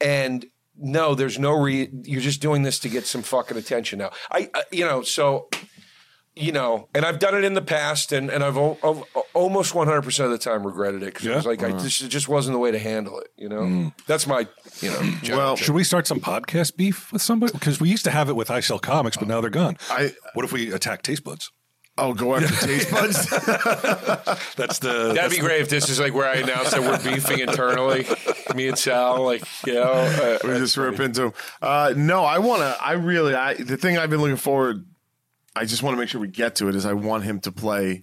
Speaker 1: and. No, there's no re. You're just doing this to get some fucking attention now. I, I you know, so you know, and I've done it in the past, and and I've al- al- almost one hundred percent of the time regretted it because it was
Speaker 3: Yeah.
Speaker 1: like I just, it just wasn't the way to handle it. You know, that's my you know.
Speaker 2: Well,
Speaker 3: Should we start some podcast beef with somebody? Because we used to have it with I Sell Comics, but now they're gone.
Speaker 2: I-
Speaker 3: what if we attack Taste Buds?
Speaker 2: I'll go [laughs] after taste buds.
Speaker 3: That's
Speaker 2: [laughs]
Speaker 3: the.
Speaker 1: That'd be great if this is like where I announce that we're beefing internally, me and Sal. Like, you know, uh,
Speaker 2: we just rip into 'em. Uh, no, I want to. I really. I the thing I've been looking forward. I just want to make sure we get to it. Is I want him to play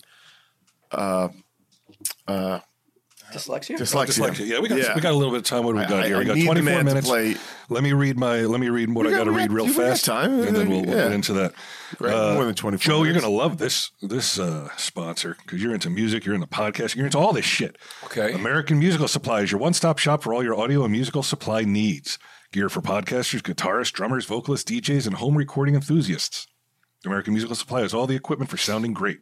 Speaker 4: Dyslexia.
Speaker 3: Just
Speaker 2: dyslexia.
Speaker 3: like- yeah, we got we got a little bit of time. What do we got
Speaker 2: I-
Speaker 3: here? We
Speaker 2: I
Speaker 3: got
Speaker 2: need the
Speaker 3: 24
Speaker 2: man to
Speaker 3: minutes.
Speaker 2: play-
Speaker 3: Let me read my. Let me read what I
Speaker 2: got-
Speaker 3: got to
Speaker 2: we
Speaker 3: read
Speaker 2: got-
Speaker 3: real
Speaker 2: we got
Speaker 3: fast.
Speaker 2: time.
Speaker 3: and then we'll, we'll get
Speaker 2: Yeah.
Speaker 3: into that.
Speaker 2: Right, more than 24
Speaker 3: uh, Joe, you're
Speaker 2: minutes.
Speaker 3: gonna love this this uh, sponsor because you're into music, you're into podcasting, you're into all this shit.
Speaker 1: Okay.
Speaker 3: American Musical Supply is your one stop shop for all your audio and musical supply needs. Gear for podcasters, guitarists, drummers, vocalists, DJs, and home recording enthusiasts. American Musical Supply has all the equipment for sounding great.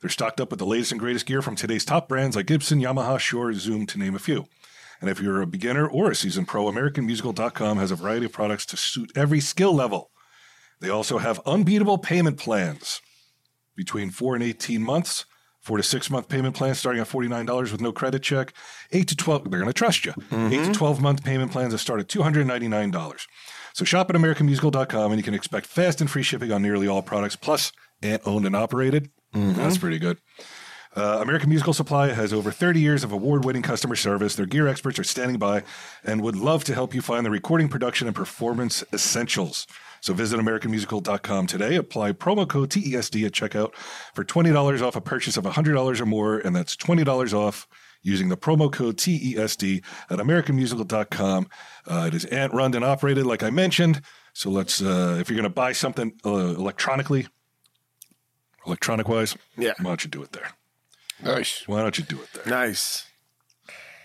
Speaker 3: They're stocked up with the latest and greatest gear from today's top brands like Gibson, Yamaha, Shure, Zoom, to name a few. And if you're a beginner or a seasoned pro, AmericanMusical.com has a variety of products to suit every skill level. They also have unbeatable payment plans between four and 18 months, four to six month payment plans starting at $49 with no credit check, eight to 12, they're going to trust you. Eight to 12 month payment plans that start at $299. So shop at AmericanMusical.com and you can expect fast and free shipping on nearly all products, plus and owned and operated. That's pretty good. Uh, American Musical Supply has over 30 years of award winning customer service. Their gear experts are standing by and would love to help you find the recording, production, and performance essentials. So visit AmericanMusical.com today. Apply promo code TESD at checkout for $20 off a purchase of $100 or more. And that's $20 off using the promo code TESD at AmericanMusical.com. Uh, it is ant run and operated, like I mentioned. So let's, uh, if you're going to buy something uh, electronically, electronic wise,
Speaker 2: Yeah.
Speaker 3: why don't you do it there?
Speaker 1: nice.
Speaker 3: Why don't you do it there?
Speaker 2: Nice.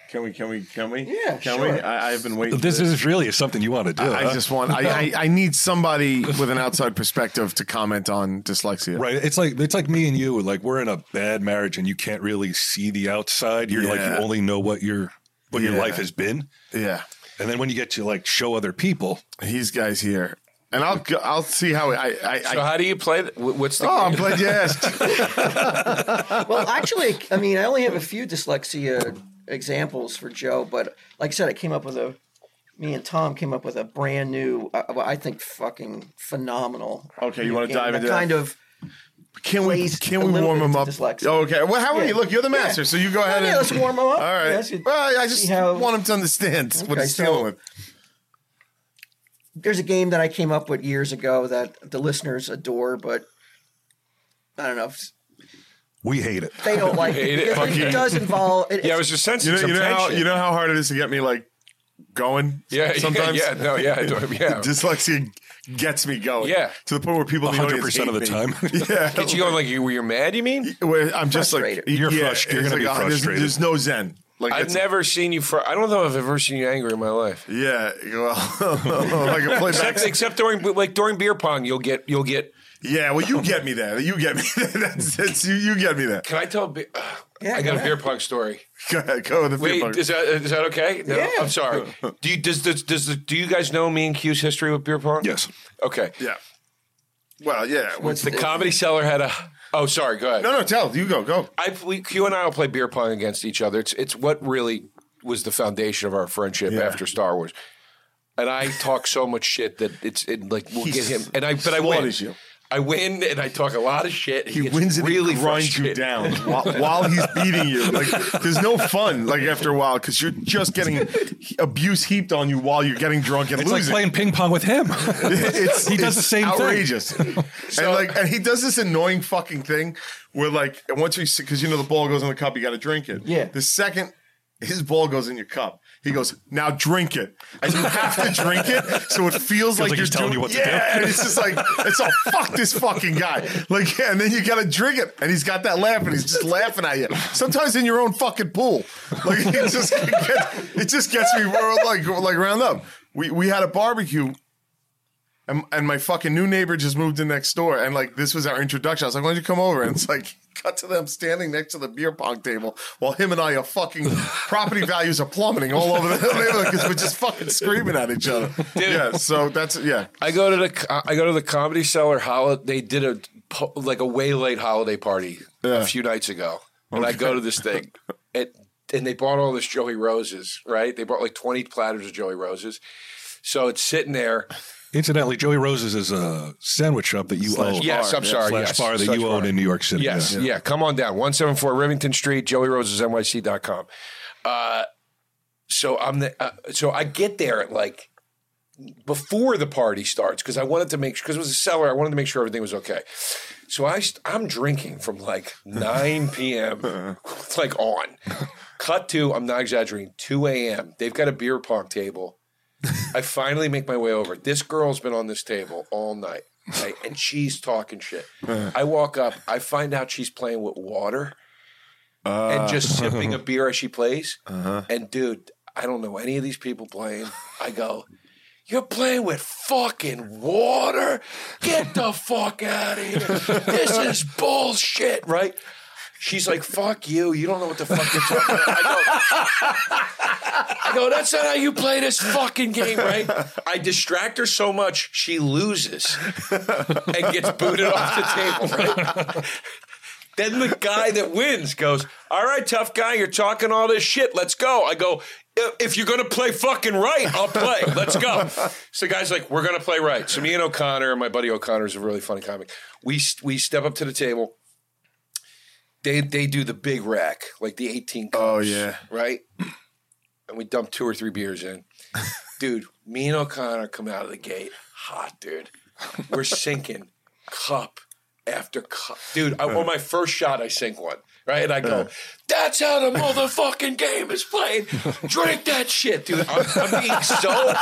Speaker 2: Can we? Can we? Can we?
Speaker 4: Yeah,
Speaker 2: Can we?
Speaker 4: sure.
Speaker 2: I, I've been waiting.
Speaker 3: This
Speaker 2: for
Speaker 3: is really something you want to do.
Speaker 2: I
Speaker 3: huh?
Speaker 2: just want. I, I. I need somebody
Speaker 3: [laughs]
Speaker 2: with an outside perspective to comment on dyslexia.
Speaker 3: right. It's like it's like me and you. Like we're in a bad marriage, and you can't really see the outside. You're like
Speaker 2: Yeah.
Speaker 3: you only know what your what your
Speaker 2: Yeah.
Speaker 3: life has been,
Speaker 2: Yeah.
Speaker 3: and then when you get to like show other people,
Speaker 2: These guys here, and I'll. go- I'll see how I. I. I
Speaker 1: So how do you play? th- wh- What's the?
Speaker 2: oh, I'm glad
Speaker 3: [laughs]
Speaker 2: you asked.
Speaker 4: well, actually, I mean, I only have a few dyslexia examples for Joe, but like I said, I came up with a. Me and Tom came up with a brand new, uh, well, I think, fucking phenomenal.
Speaker 2: Okay, you wanna
Speaker 4: and
Speaker 2: dive
Speaker 4: a
Speaker 2: into that?
Speaker 4: kind of
Speaker 2: Can we?
Speaker 4: Please,
Speaker 2: Can
Speaker 4: a
Speaker 2: we
Speaker 4: little
Speaker 2: warm
Speaker 4: bit
Speaker 2: him
Speaker 4: to
Speaker 2: up?
Speaker 4: dyslexia.
Speaker 2: Oh, okay. Well, how are
Speaker 4: Yeah.
Speaker 2: you? Look, you're the master, so you go ahead.
Speaker 4: yeah,
Speaker 2: and,
Speaker 4: let's warm him up.
Speaker 2: [laughs] All right.
Speaker 4: Yes, you-
Speaker 2: well, I just
Speaker 4: see how-
Speaker 2: want him to understand what
Speaker 4: Okay,
Speaker 2: he's
Speaker 4: so-
Speaker 2: dealing with.
Speaker 4: there's a game that I came up with years ago that the listeners adore, but I don't know. If
Speaker 3: we hate it.
Speaker 4: they
Speaker 2: [laughs]
Speaker 4: don't like
Speaker 1: hate it.
Speaker 4: It,
Speaker 1: Fuck
Speaker 4: it
Speaker 1: you.
Speaker 4: does involve. It,
Speaker 1: Yeah, I
Speaker 4: it's-
Speaker 1: was just sensing
Speaker 2: You know,
Speaker 1: some
Speaker 2: you know how
Speaker 1: tension.
Speaker 2: you know how hard it is to get me like going.
Speaker 4: [laughs]
Speaker 1: Yeah, [laughs] yeah,
Speaker 2: sometimes.
Speaker 1: yeah, no, yeah, I do-
Speaker 2: [laughs]
Speaker 1: yeah.
Speaker 2: Dyslexia gets me going.
Speaker 1: Yeah.
Speaker 2: to the point where people in the
Speaker 3: 100% of the
Speaker 2: audience
Speaker 3: time.
Speaker 2: hate me. [laughs]
Speaker 4: [laughs]
Speaker 2: Yeah,
Speaker 1: Get you going like you, you're mad? You
Speaker 2: [laughs]
Speaker 1: mean?
Speaker 2: where I'm just like
Speaker 4: Frustrated.
Speaker 3: You're frust- you're
Speaker 2: it's
Speaker 3: gonna be
Speaker 2: ah, there's-
Speaker 3: frustrated.
Speaker 2: There's, no zen. Like
Speaker 1: I've
Speaker 2: it's-
Speaker 1: never seen you. Fr- I don't know if I've ever seen you angry in my life.
Speaker 2: Yeah, well, [laughs] like a playback.
Speaker 1: Except, except during like during beer pong, you'll get you'll get.
Speaker 2: Yeah, well, you get me there. You get me [laughs] there. That's, that's you. You get me there.
Speaker 1: Can I tell? a Be- [sighs]
Speaker 4: Yeah,
Speaker 1: I got
Speaker 4: go
Speaker 1: a beer pong story.
Speaker 2: [laughs] Go ahead, go with the
Speaker 1: Wait,
Speaker 2: beer pong.
Speaker 1: is that is that okay? No,
Speaker 4: Yeah.
Speaker 1: I'm sorry.
Speaker 2: [laughs]
Speaker 1: Do you does, does does the- do you guys know me and Q's history with beer pong?
Speaker 3: Yes.
Speaker 1: Okay.
Speaker 2: Yeah. Well, yeah.
Speaker 4: What's
Speaker 1: The comedy seller had a. Oh, sorry. Go ahead.
Speaker 2: no, no. Tell you go. Go.
Speaker 1: I we, Q and I will play beer pong against each other. It's it's what really was the foundation of our friendship after Star Wars. And I talk so much shit that it's it like we'll
Speaker 2: He
Speaker 1: get him. And I but I win.
Speaker 2: slaughters you.
Speaker 1: I win and I talk a lot of shit.
Speaker 2: He
Speaker 1: gets
Speaker 2: wins it.
Speaker 1: really
Speaker 2: Really grinds you
Speaker 1: frustrated.
Speaker 2: down [laughs] while, while he's beating you. Like there's no fun. Like after a while, because you're just getting abuse heaped on you while you're getting drunk and
Speaker 3: It's like
Speaker 2: losing.
Speaker 3: playing ping pong with him. [laughs]
Speaker 2: it's,
Speaker 3: He does
Speaker 2: it's
Speaker 3: the same thing. [laughs]
Speaker 2: outrageous. and like, and he does this annoying fucking thing where like, and once you because you know the ball goes in the cup, you got to drink it.
Speaker 4: Yeah.
Speaker 2: The second his ball goes in your cup, he goes, "Now drink it," and you have to drink it, so it feels, like,
Speaker 3: like
Speaker 2: you're
Speaker 3: he's telling
Speaker 2: doing-
Speaker 3: you what to
Speaker 2: yeah,
Speaker 3: do.
Speaker 2: and it's just like, it's all fuck this fucking guy. Like, yeah, and then you got to drink it, and he's got that laugh, and he's just laughing at you. Sometimes in your own fucking pool, like it just [laughs] it gets, it just gets me we're like like round up. We we had a barbecue and, and my fucking new neighbor just moved in next door. And like, this was our introduction. I was like, why don't you come over? And it's like, [laughs] cut to them standing next to the beer pong table while him and I
Speaker 4: [laughs]
Speaker 2: are fucking property values are plummeting all over the [laughs] neighborhood because we're just fucking screaming at each other. Yeah. So that's, yeah.
Speaker 1: I go to the co- I go to the comedy cellar. Hol- they did a po- like a way late holiday party
Speaker 2: Yeah.
Speaker 1: a few nights ago, and I go to this
Speaker 2: [laughs]
Speaker 1: thing, and and they bought all this Joey Roses, right? They bought like twenty platters of Joey Roses. So it's sitting there.
Speaker 3: Incidentally, Joey Rose's is a sandwich shop that you own.
Speaker 1: Yes, I'm sorry.
Speaker 3: Slash
Speaker 1: yes,
Speaker 3: bar that
Speaker 1: slash
Speaker 3: you own
Speaker 1: bar.
Speaker 3: in New York City.
Speaker 1: Yes,
Speaker 3: Yeah.
Speaker 1: yeah. Come on down, one seven four Rivington Street, Joey Roses NYC.com. Uh, so I'm the uh, so I get there at like before the party starts because I wanted to make because it was a cellar. I wanted to make sure everything was okay. So I st- I'm drinking from like
Speaker 3: [laughs]
Speaker 1: 9 p.m. it's like on. Cut to I'm not exaggerating 2 a.m. They've got a beer pong table. I finally make my way over. This girl's been on this table all night, right? and she's talking shit. I walk up. I find out she's playing with water and just sipping a beer as she plays. And dude, I don't know any of these people playing. I go, you're playing with fucking water. Get the fuck out of here. This is bullshit, right? She's like, fuck you. You don't know what the fuck you're talking about. I go, I go, that's not how you play this fucking game, right? I distract her so much, she loses and gets booted off the table,
Speaker 2: [laughs]
Speaker 1: right? Then the guy that wins goes, All right, tough guy, you're talking all this shit. Let's go. I go, "If- If you're going to play fucking right, I'll play. Let's go. So the guy's like, We're going to play right. So me and O'Connor, and my buddy O'Connor is a really funny comic. We, we step up to the table. They, they do the big rack, like the 18 cups,
Speaker 2: Oh, yeah.
Speaker 1: right? And we dump two or three beers
Speaker 2: [laughs]
Speaker 1: in. Dude, me and O'Connor come out of the gate hot, dude. We're sinking cup after cup. Dude, I, on my first shot, I sink one, right? And I go, that's how the motherfucking game is played. Drink that shit, dude. I'm, I'm being so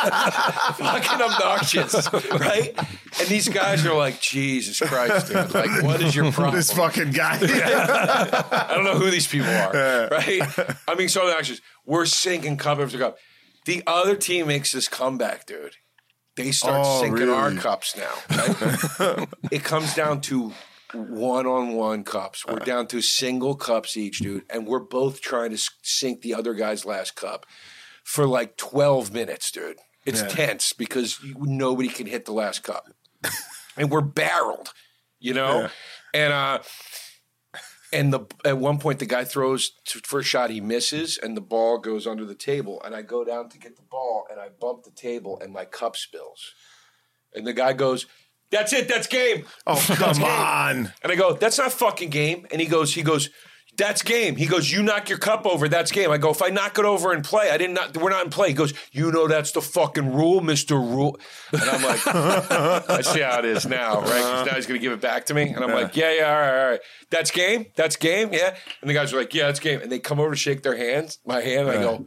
Speaker 1: fucking obnoxious, right? And these guys are like, Jesus Christ, dude. Like, what is your
Speaker 4: Oh.
Speaker 1: problem?
Speaker 2: This
Speaker 4: [laughs]
Speaker 2: fucking guy.
Speaker 1: I don't know who these people are, [laughs] right? I mean, so obnoxious. We're sinking cup after cup. The other team makes this comeback, dude. They start
Speaker 2: Oh,
Speaker 1: sinking our
Speaker 2: really?
Speaker 1: cups
Speaker 2: [laughs]
Speaker 1: now. right? it comes down to one-on-one cups.
Speaker 2: Uh.
Speaker 1: We're down to single cups each, dude, and we're both trying to s- sink the other guy's last cup for like twelve minutes, dude. It's tense because you, nobody can hit the last cup, and we're barreled, you know. And uh, and the at one point the guy throws t- first shot he misses and the ball goes under the table and I go down to get the ball and I bump the table and my cup spills. And the guy goes, "That's it, that's game."
Speaker 2: [laughs] Oh, come on.
Speaker 1: And I go, "That's not fucking game." And he goes, he goes, "That's game." He goes, "You knock your cup over, that's game." I go, "If I knock it over and play, I didn't not we're not in play." He goes, "You know that's the fucking rule, Mister Rule." And I'm like, [laughs] "I see how it is now, right?" 'Cause now he's gonna give it back to me, and I'm like, Uh-huh. "Yeah, yeah, all right, all right, that's game, that's game, yeah." And the guys are like, "Yeah, that's game," and they come over to shake their hands, my hand, and I go.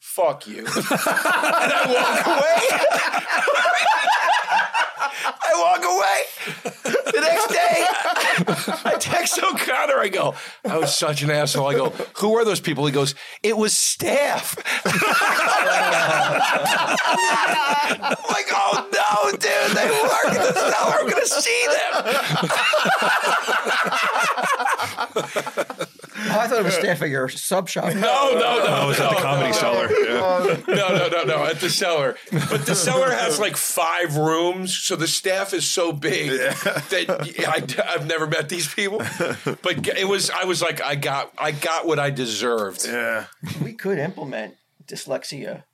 Speaker 1: fuck [laughs] you. and I walk away. [laughs] I walk away. The next day, I text O'Connor. I go, I was such an asshole. I go, who are those people? He goes, it was staff. I'm like, oh no, dude, they work in the cellar. I'm going to see them.
Speaker 4: Oh, I thought it was staffing your sub shop.
Speaker 1: No, no, no.
Speaker 3: I was at Oh,
Speaker 1: [laughs]
Speaker 3: the
Speaker 1: no,
Speaker 3: comedy
Speaker 1: no,
Speaker 3: cellar. Yeah.
Speaker 1: no, no, no, no. At the cellar, but the cellar has like five rooms, so the staff is so big that I, have never met these people. But it was, I was like, I got, I got what I deserved.
Speaker 2: Yeah.
Speaker 4: We could implement dyslexia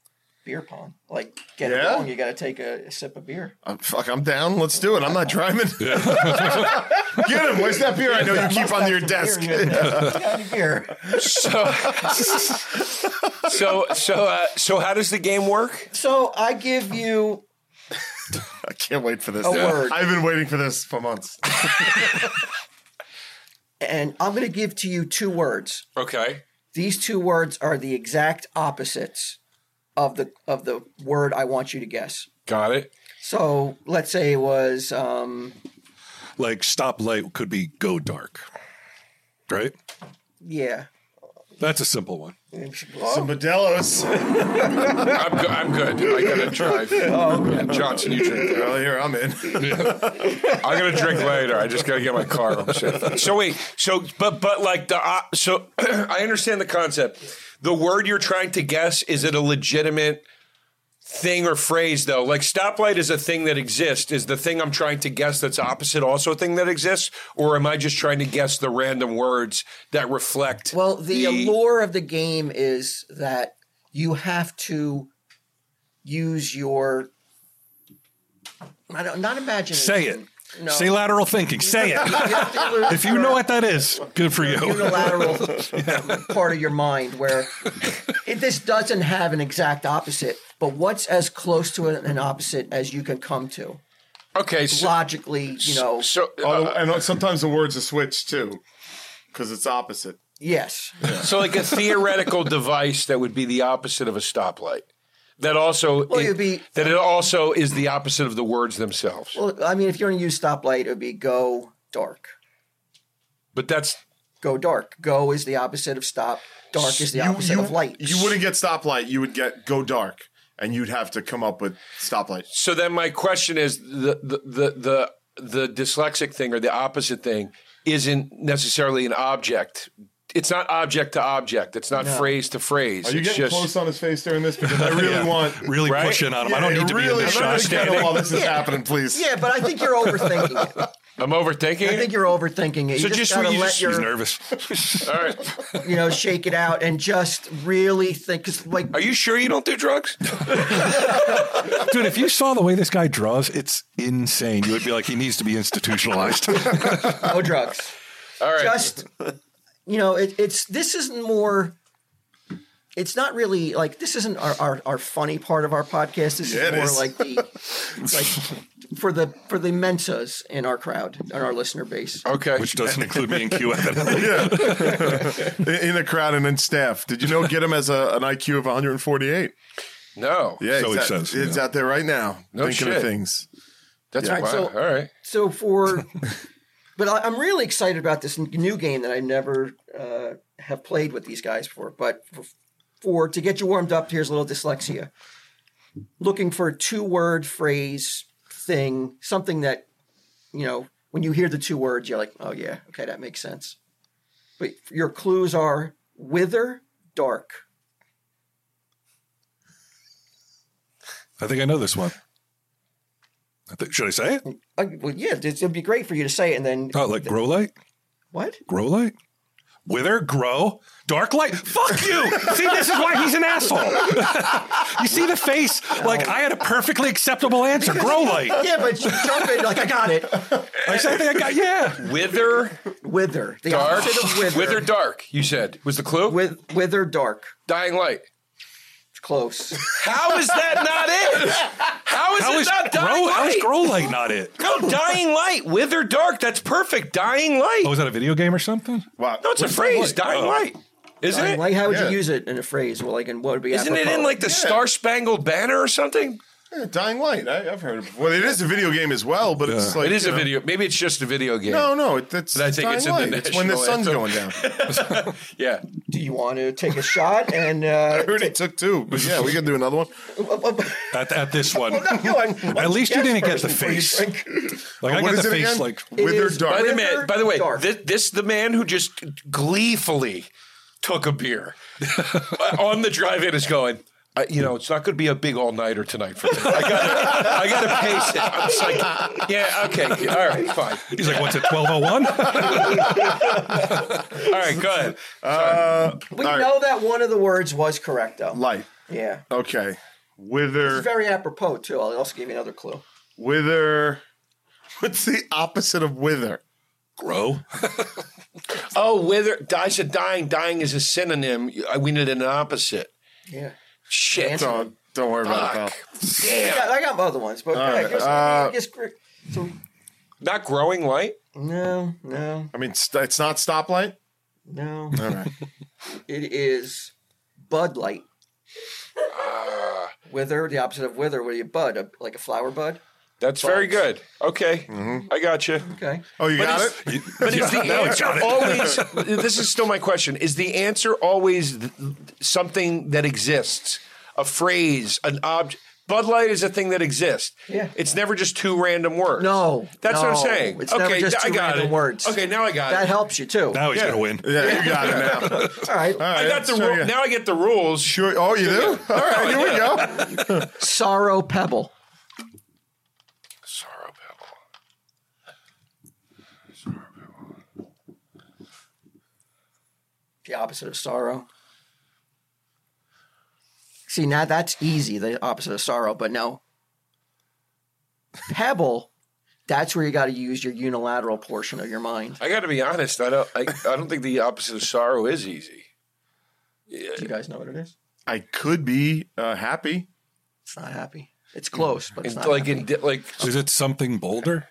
Speaker 4: beer pong. Like, get it
Speaker 2: Yeah?
Speaker 4: wrong, you got to take a sip of beer.
Speaker 2: I'm, fuck, I'm down. Let's do it. I'm not driving. [laughs] Get him. Where's that beer I know
Speaker 4: [laughs]
Speaker 2: you keep on your desk?
Speaker 4: Beer, you got any beer.
Speaker 1: So, so, so, uh, so, how does the game work?
Speaker 4: So I give you
Speaker 2: [laughs] I can't wait for this.
Speaker 4: A word.
Speaker 2: I've been waiting for this for months.
Speaker 4: and I'm going to give to you two words.
Speaker 1: Okay.
Speaker 4: These two words are the exact opposites of the of the word I want you to guess.
Speaker 1: Got it.
Speaker 4: So let's say it was um,
Speaker 3: Like stoplight could be go dark, right?
Speaker 4: yeah.
Speaker 3: That's a simple one.
Speaker 2: Some
Speaker 4: [laughs]
Speaker 2: Modelo's.
Speaker 1: I'm, go- I'm good. I gotta drive. Oh. Johnson, you drink.
Speaker 2: well, here I'm in.
Speaker 1: I'm gonna drink later. I just gotta get my car. home safe. So wait, so but but like the uh, so [clears throat] I understand the concept. The word you're trying to guess is it a legitimate thing or phrase though? Like stoplight is a thing that exists. Is the thing I'm trying to guess that's opposite also a thing that exists, or am I just trying to guess the random words that reflect?
Speaker 4: Well, the allure of the game is that you have to use your I don't not imagine
Speaker 3: Say it.
Speaker 4: No.
Speaker 3: Say lateral thinking. Say
Speaker 4: [laughs]
Speaker 3: it. [laughs] If you know what that is, good for you.
Speaker 4: unilateral part of your mind where it, this doesn't have an exact opposite, but what's as close to an, an opposite as you can come to
Speaker 1: okay, so,
Speaker 4: logically, you know.
Speaker 1: so uh,
Speaker 2: Although- and sometimes the words are switched too, because it's opposite.
Speaker 4: Yes,
Speaker 1: uh, so like a
Speaker 4: [laughs]
Speaker 1: theoretical device that would be the opposite of a stoplight. That also
Speaker 4: Well, it'd be-
Speaker 1: that it also is the opposite of the words themselves.
Speaker 4: well, I mean, if you're going to use stoplight, it would be go dark.
Speaker 1: But that's
Speaker 4: Go dark. Go is the opposite of stop. Dark is the opposite
Speaker 2: you,
Speaker 4: of light.
Speaker 2: You wouldn't get stoplight. You would get go dark, and you'd have to come up with stoplight.
Speaker 1: so. Then my question is the the the the, the dyslexic thing or the opposite thing isn't necessarily an object. It's not object to object. It's not phrase to phrase.
Speaker 2: Are you
Speaker 1: it's
Speaker 2: getting
Speaker 1: just,
Speaker 2: close on his face during this?
Speaker 3: [laughs]
Speaker 2: Because I really want.
Speaker 3: Really
Speaker 1: Right?
Speaker 3: pushing on him. I don't need to be in
Speaker 2: really
Speaker 3: this
Speaker 2: I'm
Speaker 3: shot.
Speaker 2: understanding while this is happening,
Speaker 4: [laughs]
Speaker 2: please.
Speaker 4: yeah, but I think you're overthinking
Speaker 2: [laughs]
Speaker 4: it.
Speaker 1: I'm overthinking.
Speaker 4: I think you're overthinking it.
Speaker 1: So
Speaker 4: you just,
Speaker 1: just
Speaker 4: gotta
Speaker 1: when you
Speaker 4: let
Speaker 1: just-
Speaker 3: He's
Speaker 4: your
Speaker 3: nervous.
Speaker 1: it. All
Speaker 4: [laughs]
Speaker 1: right.
Speaker 4: you know shake it out and just really think. Cause like
Speaker 1: Are you sure you don't do
Speaker 4: [laughs]
Speaker 1: drugs?
Speaker 3: Dude, if you saw the way this guy draws, it's insane. You would be like, he needs to be institutionalized. [laughs]
Speaker 4: no drugs.
Speaker 1: All right.
Speaker 4: just you know it, it's this isn't more it's not really like this isn't our, our, our funny part of our podcast this is
Speaker 2: Yeah, it
Speaker 4: more
Speaker 2: is.
Speaker 4: like the like for the for the mensas in our crowd and our listener base
Speaker 1: okay.
Speaker 3: which doesn't include me in Q evidently.
Speaker 2: In, [laughs] in the crowd and in staff. Did you know get him as a, an IQ of 148?
Speaker 1: No.
Speaker 2: Yeah,
Speaker 3: So
Speaker 2: it's
Speaker 3: it
Speaker 2: out,
Speaker 3: says,
Speaker 2: it's
Speaker 3: yeah.
Speaker 2: out there right now.
Speaker 1: No
Speaker 2: thinking
Speaker 1: shit.
Speaker 2: of things.
Speaker 1: That's
Speaker 2: Yeah.
Speaker 1: wow.
Speaker 4: So-
Speaker 1: All right. [laughs]
Speaker 4: so for but I, i'm really excited about this n- new game that i never uh, have played with these guys before but for, for to get you warmed up here's a little dyslexia looking for a two word phrase thing something that you know when you hear the two words you're like oh yeah okay that makes sense but your clues are wither dark
Speaker 3: I think I know this one. I think, should I say it?
Speaker 4: Uh, well yeah it would be great for you to say it and then
Speaker 3: Oh, like grow light?
Speaker 4: what
Speaker 3: Grow light? Wither, grow, dark light. Fuck you! see, this is why he's an asshole. [laughs] you see the face? Like, I had a perfectly acceptable answer. Grow light.
Speaker 4: yeah but you jump in like i got
Speaker 1: [laughs]
Speaker 4: it
Speaker 3: I said, I think I got,
Speaker 2: [laughs]
Speaker 3: yeah.
Speaker 1: Wither
Speaker 4: wither the
Speaker 1: dark.
Speaker 4: opposite of wither
Speaker 1: Wither dark. You said was the clue.
Speaker 4: With wither dark.
Speaker 1: Dying light.
Speaker 4: It's close.
Speaker 1: How is that not it? How is
Speaker 3: How
Speaker 1: it
Speaker 3: is,
Speaker 1: not
Speaker 3: grow,
Speaker 1: dying light?
Speaker 3: how is grow light not it?
Speaker 1: No, dying light, wither dark. That's perfect. Dying light.
Speaker 3: Oh, is that a video game or something?
Speaker 2: Wow.
Speaker 1: no, it's a phrase. Dying light. Isn't
Speaker 4: I'm
Speaker 1: it?
Speaker 4: Like, how would
Speaker 2: Yeah.
Speaker 4: you use it in a phrase? Well, like, and what would be?
Speaker 1: Isn't it
Speaker 4: apropos?
Speaker 1: in like the Star Spangled Banner or something?
Speaker 2: Yeah, Dying Light. I, I've heard of it. Well, it is a video game as well, but it's like
Speaker 1: It is a
Speaker 2: you know-
Speaker 1: video. Maybe it's just a video game.
Speaker 2: No, no, it, that's.
Speaker 1: But I think
Speaker 2: Dying
Speaker 1: it's in the
Speaker 2: Light. It's when the
Speaker 1: national
Speaker 2: sun's
Speaker 1: anthem.
Speaker 2: going down.
Speaker 1: [laughs] Yeah.
Speaker 4: Do you want to take a shot and?
Speaker 2: I
Speaker 4: Uh,
Speaker 2: already took two, but yeah, we can do another one.
Speaker 3: at, at
Speaker 2: [laughs]
Speaker 3: this
Speaker 2: Oh,
Speaker 3: one.
Speaker 2: At
Speaker 3: At least you didn't get the face. Like I
Speaker 2: What
Speaker 3: got
Speaker 2: is
Speaker 3: the
Speaker 2: it
Speaker 3: face.
Speaker 2: again?
Speaker 3: Like
Speaker 2: Withered
Speaker 4: is-
Speaker 1: By
Speaker 2: Dark.
Speaker 1: the
Speaker 4: River
Speaker 1: man. By the way,
Speaker 4: Dark.
Speaker 1: this, this the man who just gleefully took a beer [laughs] on the drive-in is going. I, you know, it's not going to be a big all-nighter tonight for me. I got to, I got to pace it. I'm just like, yeah, okay, all right, fine,
Speaker 3: he's like, what's it? Twelve oh
Speaker 2: [laughs]
Speaker 3: one. [laughs]
Speaker 1: all right, go ahead.
Speaker 2: Uh,
Speaker 4: we
Speaker 2: all right.
Speaker 4: know that one of the words was correct though.
Speaker 2: Light.
Speaker 4: Yeah.
Speaker 2: Okay. Wither.
Speaker 4: It's very apropos too. I'll also give you another clue.
Speaker 2: Wither. What's the opposite of wither?
Speaker 3: Grow.
Speaker 1: [laughs] Oh, wither. I said dying. Dying is a synonym. I- We need an opposite.
Speaker 4: Yeah.
Speaker 1: Shit.
Speaker 4: Answer.
Speaker 2: Don't, don't worry about it. pal.
Speaker 1: Damn.
Speaker 4: Yeah, I got other ones, but yeah,
Speaker 2: right,
Speaker 4: I guess,
Speaker 2: uh,
Speaker 4: I guess cor- so,
Speaker 1: Not growing light.
Speaker 4: no, no,
Speaker 2: I mean, st- it's not stoplight.
Speaker 4: no.
Speaker 1: [laughs]
Speaker 2: All right.
Speaker 4: It is bud light. Wither, the opposite of wither. What are you, bud? A, like a flower bud?
Speaker 1: That's very good. Okay, I got you.
Speaker 4: Okay.
Speaker 2: Oh, [laughs] you got
Speaker 1: it's-
Speaker 2: it.
Speaker 1: But is the
Speaker 3: now I
Speaker 1: answer
Speaker 3: got it.
Speaker 1: always? this is still my question. Is the answer always th- something that exists? A phrase, an object. Bud Light is a thing that exists.
Speaker 4: Yeah.
Speaker 1: It's never just two random words.
Speaker 4: No,
Speaker 1: That's what I'm
Speaker 4: no.
Speaker 1: saying.
Speaker 4: It's
Speaker 1: okay,
Speaker 4: never just
Speaker 1: I
Speaker 4: two
Speaker 1: got
Speaker 4: random
Speaker 1: it.
Speaker 4: words.
Speaker 1: Okay, now I got
Speaker 4: That
Speaker 1: it.
Speaker 4: helps you too.
Speaker 3: Now he's gonna win.
Speaker 2: Yeah, you got it now. All
Speaker 4: All right.
Speaker 2: right,
Speaker 1: [laughs] I got the
Speaker 2: let's try
Speaker 1: ru-
Speaker 2: again.
Speaker 1: now I get the rules.
Speaker 2: Sure. Oh, you do? All right, here we
Speaker 1: [laughs]
Speaker 2: go.
Speaker 4: Sorrow pebble.
Speaker 1: Sorrow pebble.
Speaker 4: The opposite of sorrow. See, now that's easy, the opposite of sorrow, but no. Pebble, that's where you got to use your unilateral portion of your mind.
Speaker 1: I got to be honest. I don't. I, I don't think the opposite of sorrow is easy.
Speaker 4: Do you guys know what it is?
Speaker 2: I could be uh,
Speaker 1: [laughs]
Speaker 2: happy.
Speaker 4: It's not happy. It's close, but it's
Speaker 1: It's
Speaker 4: not
Speaker 1: like
Speaker 4: happy.
Speaker 1: in di- like [laughs]
Speaker 3: Is it something bolder?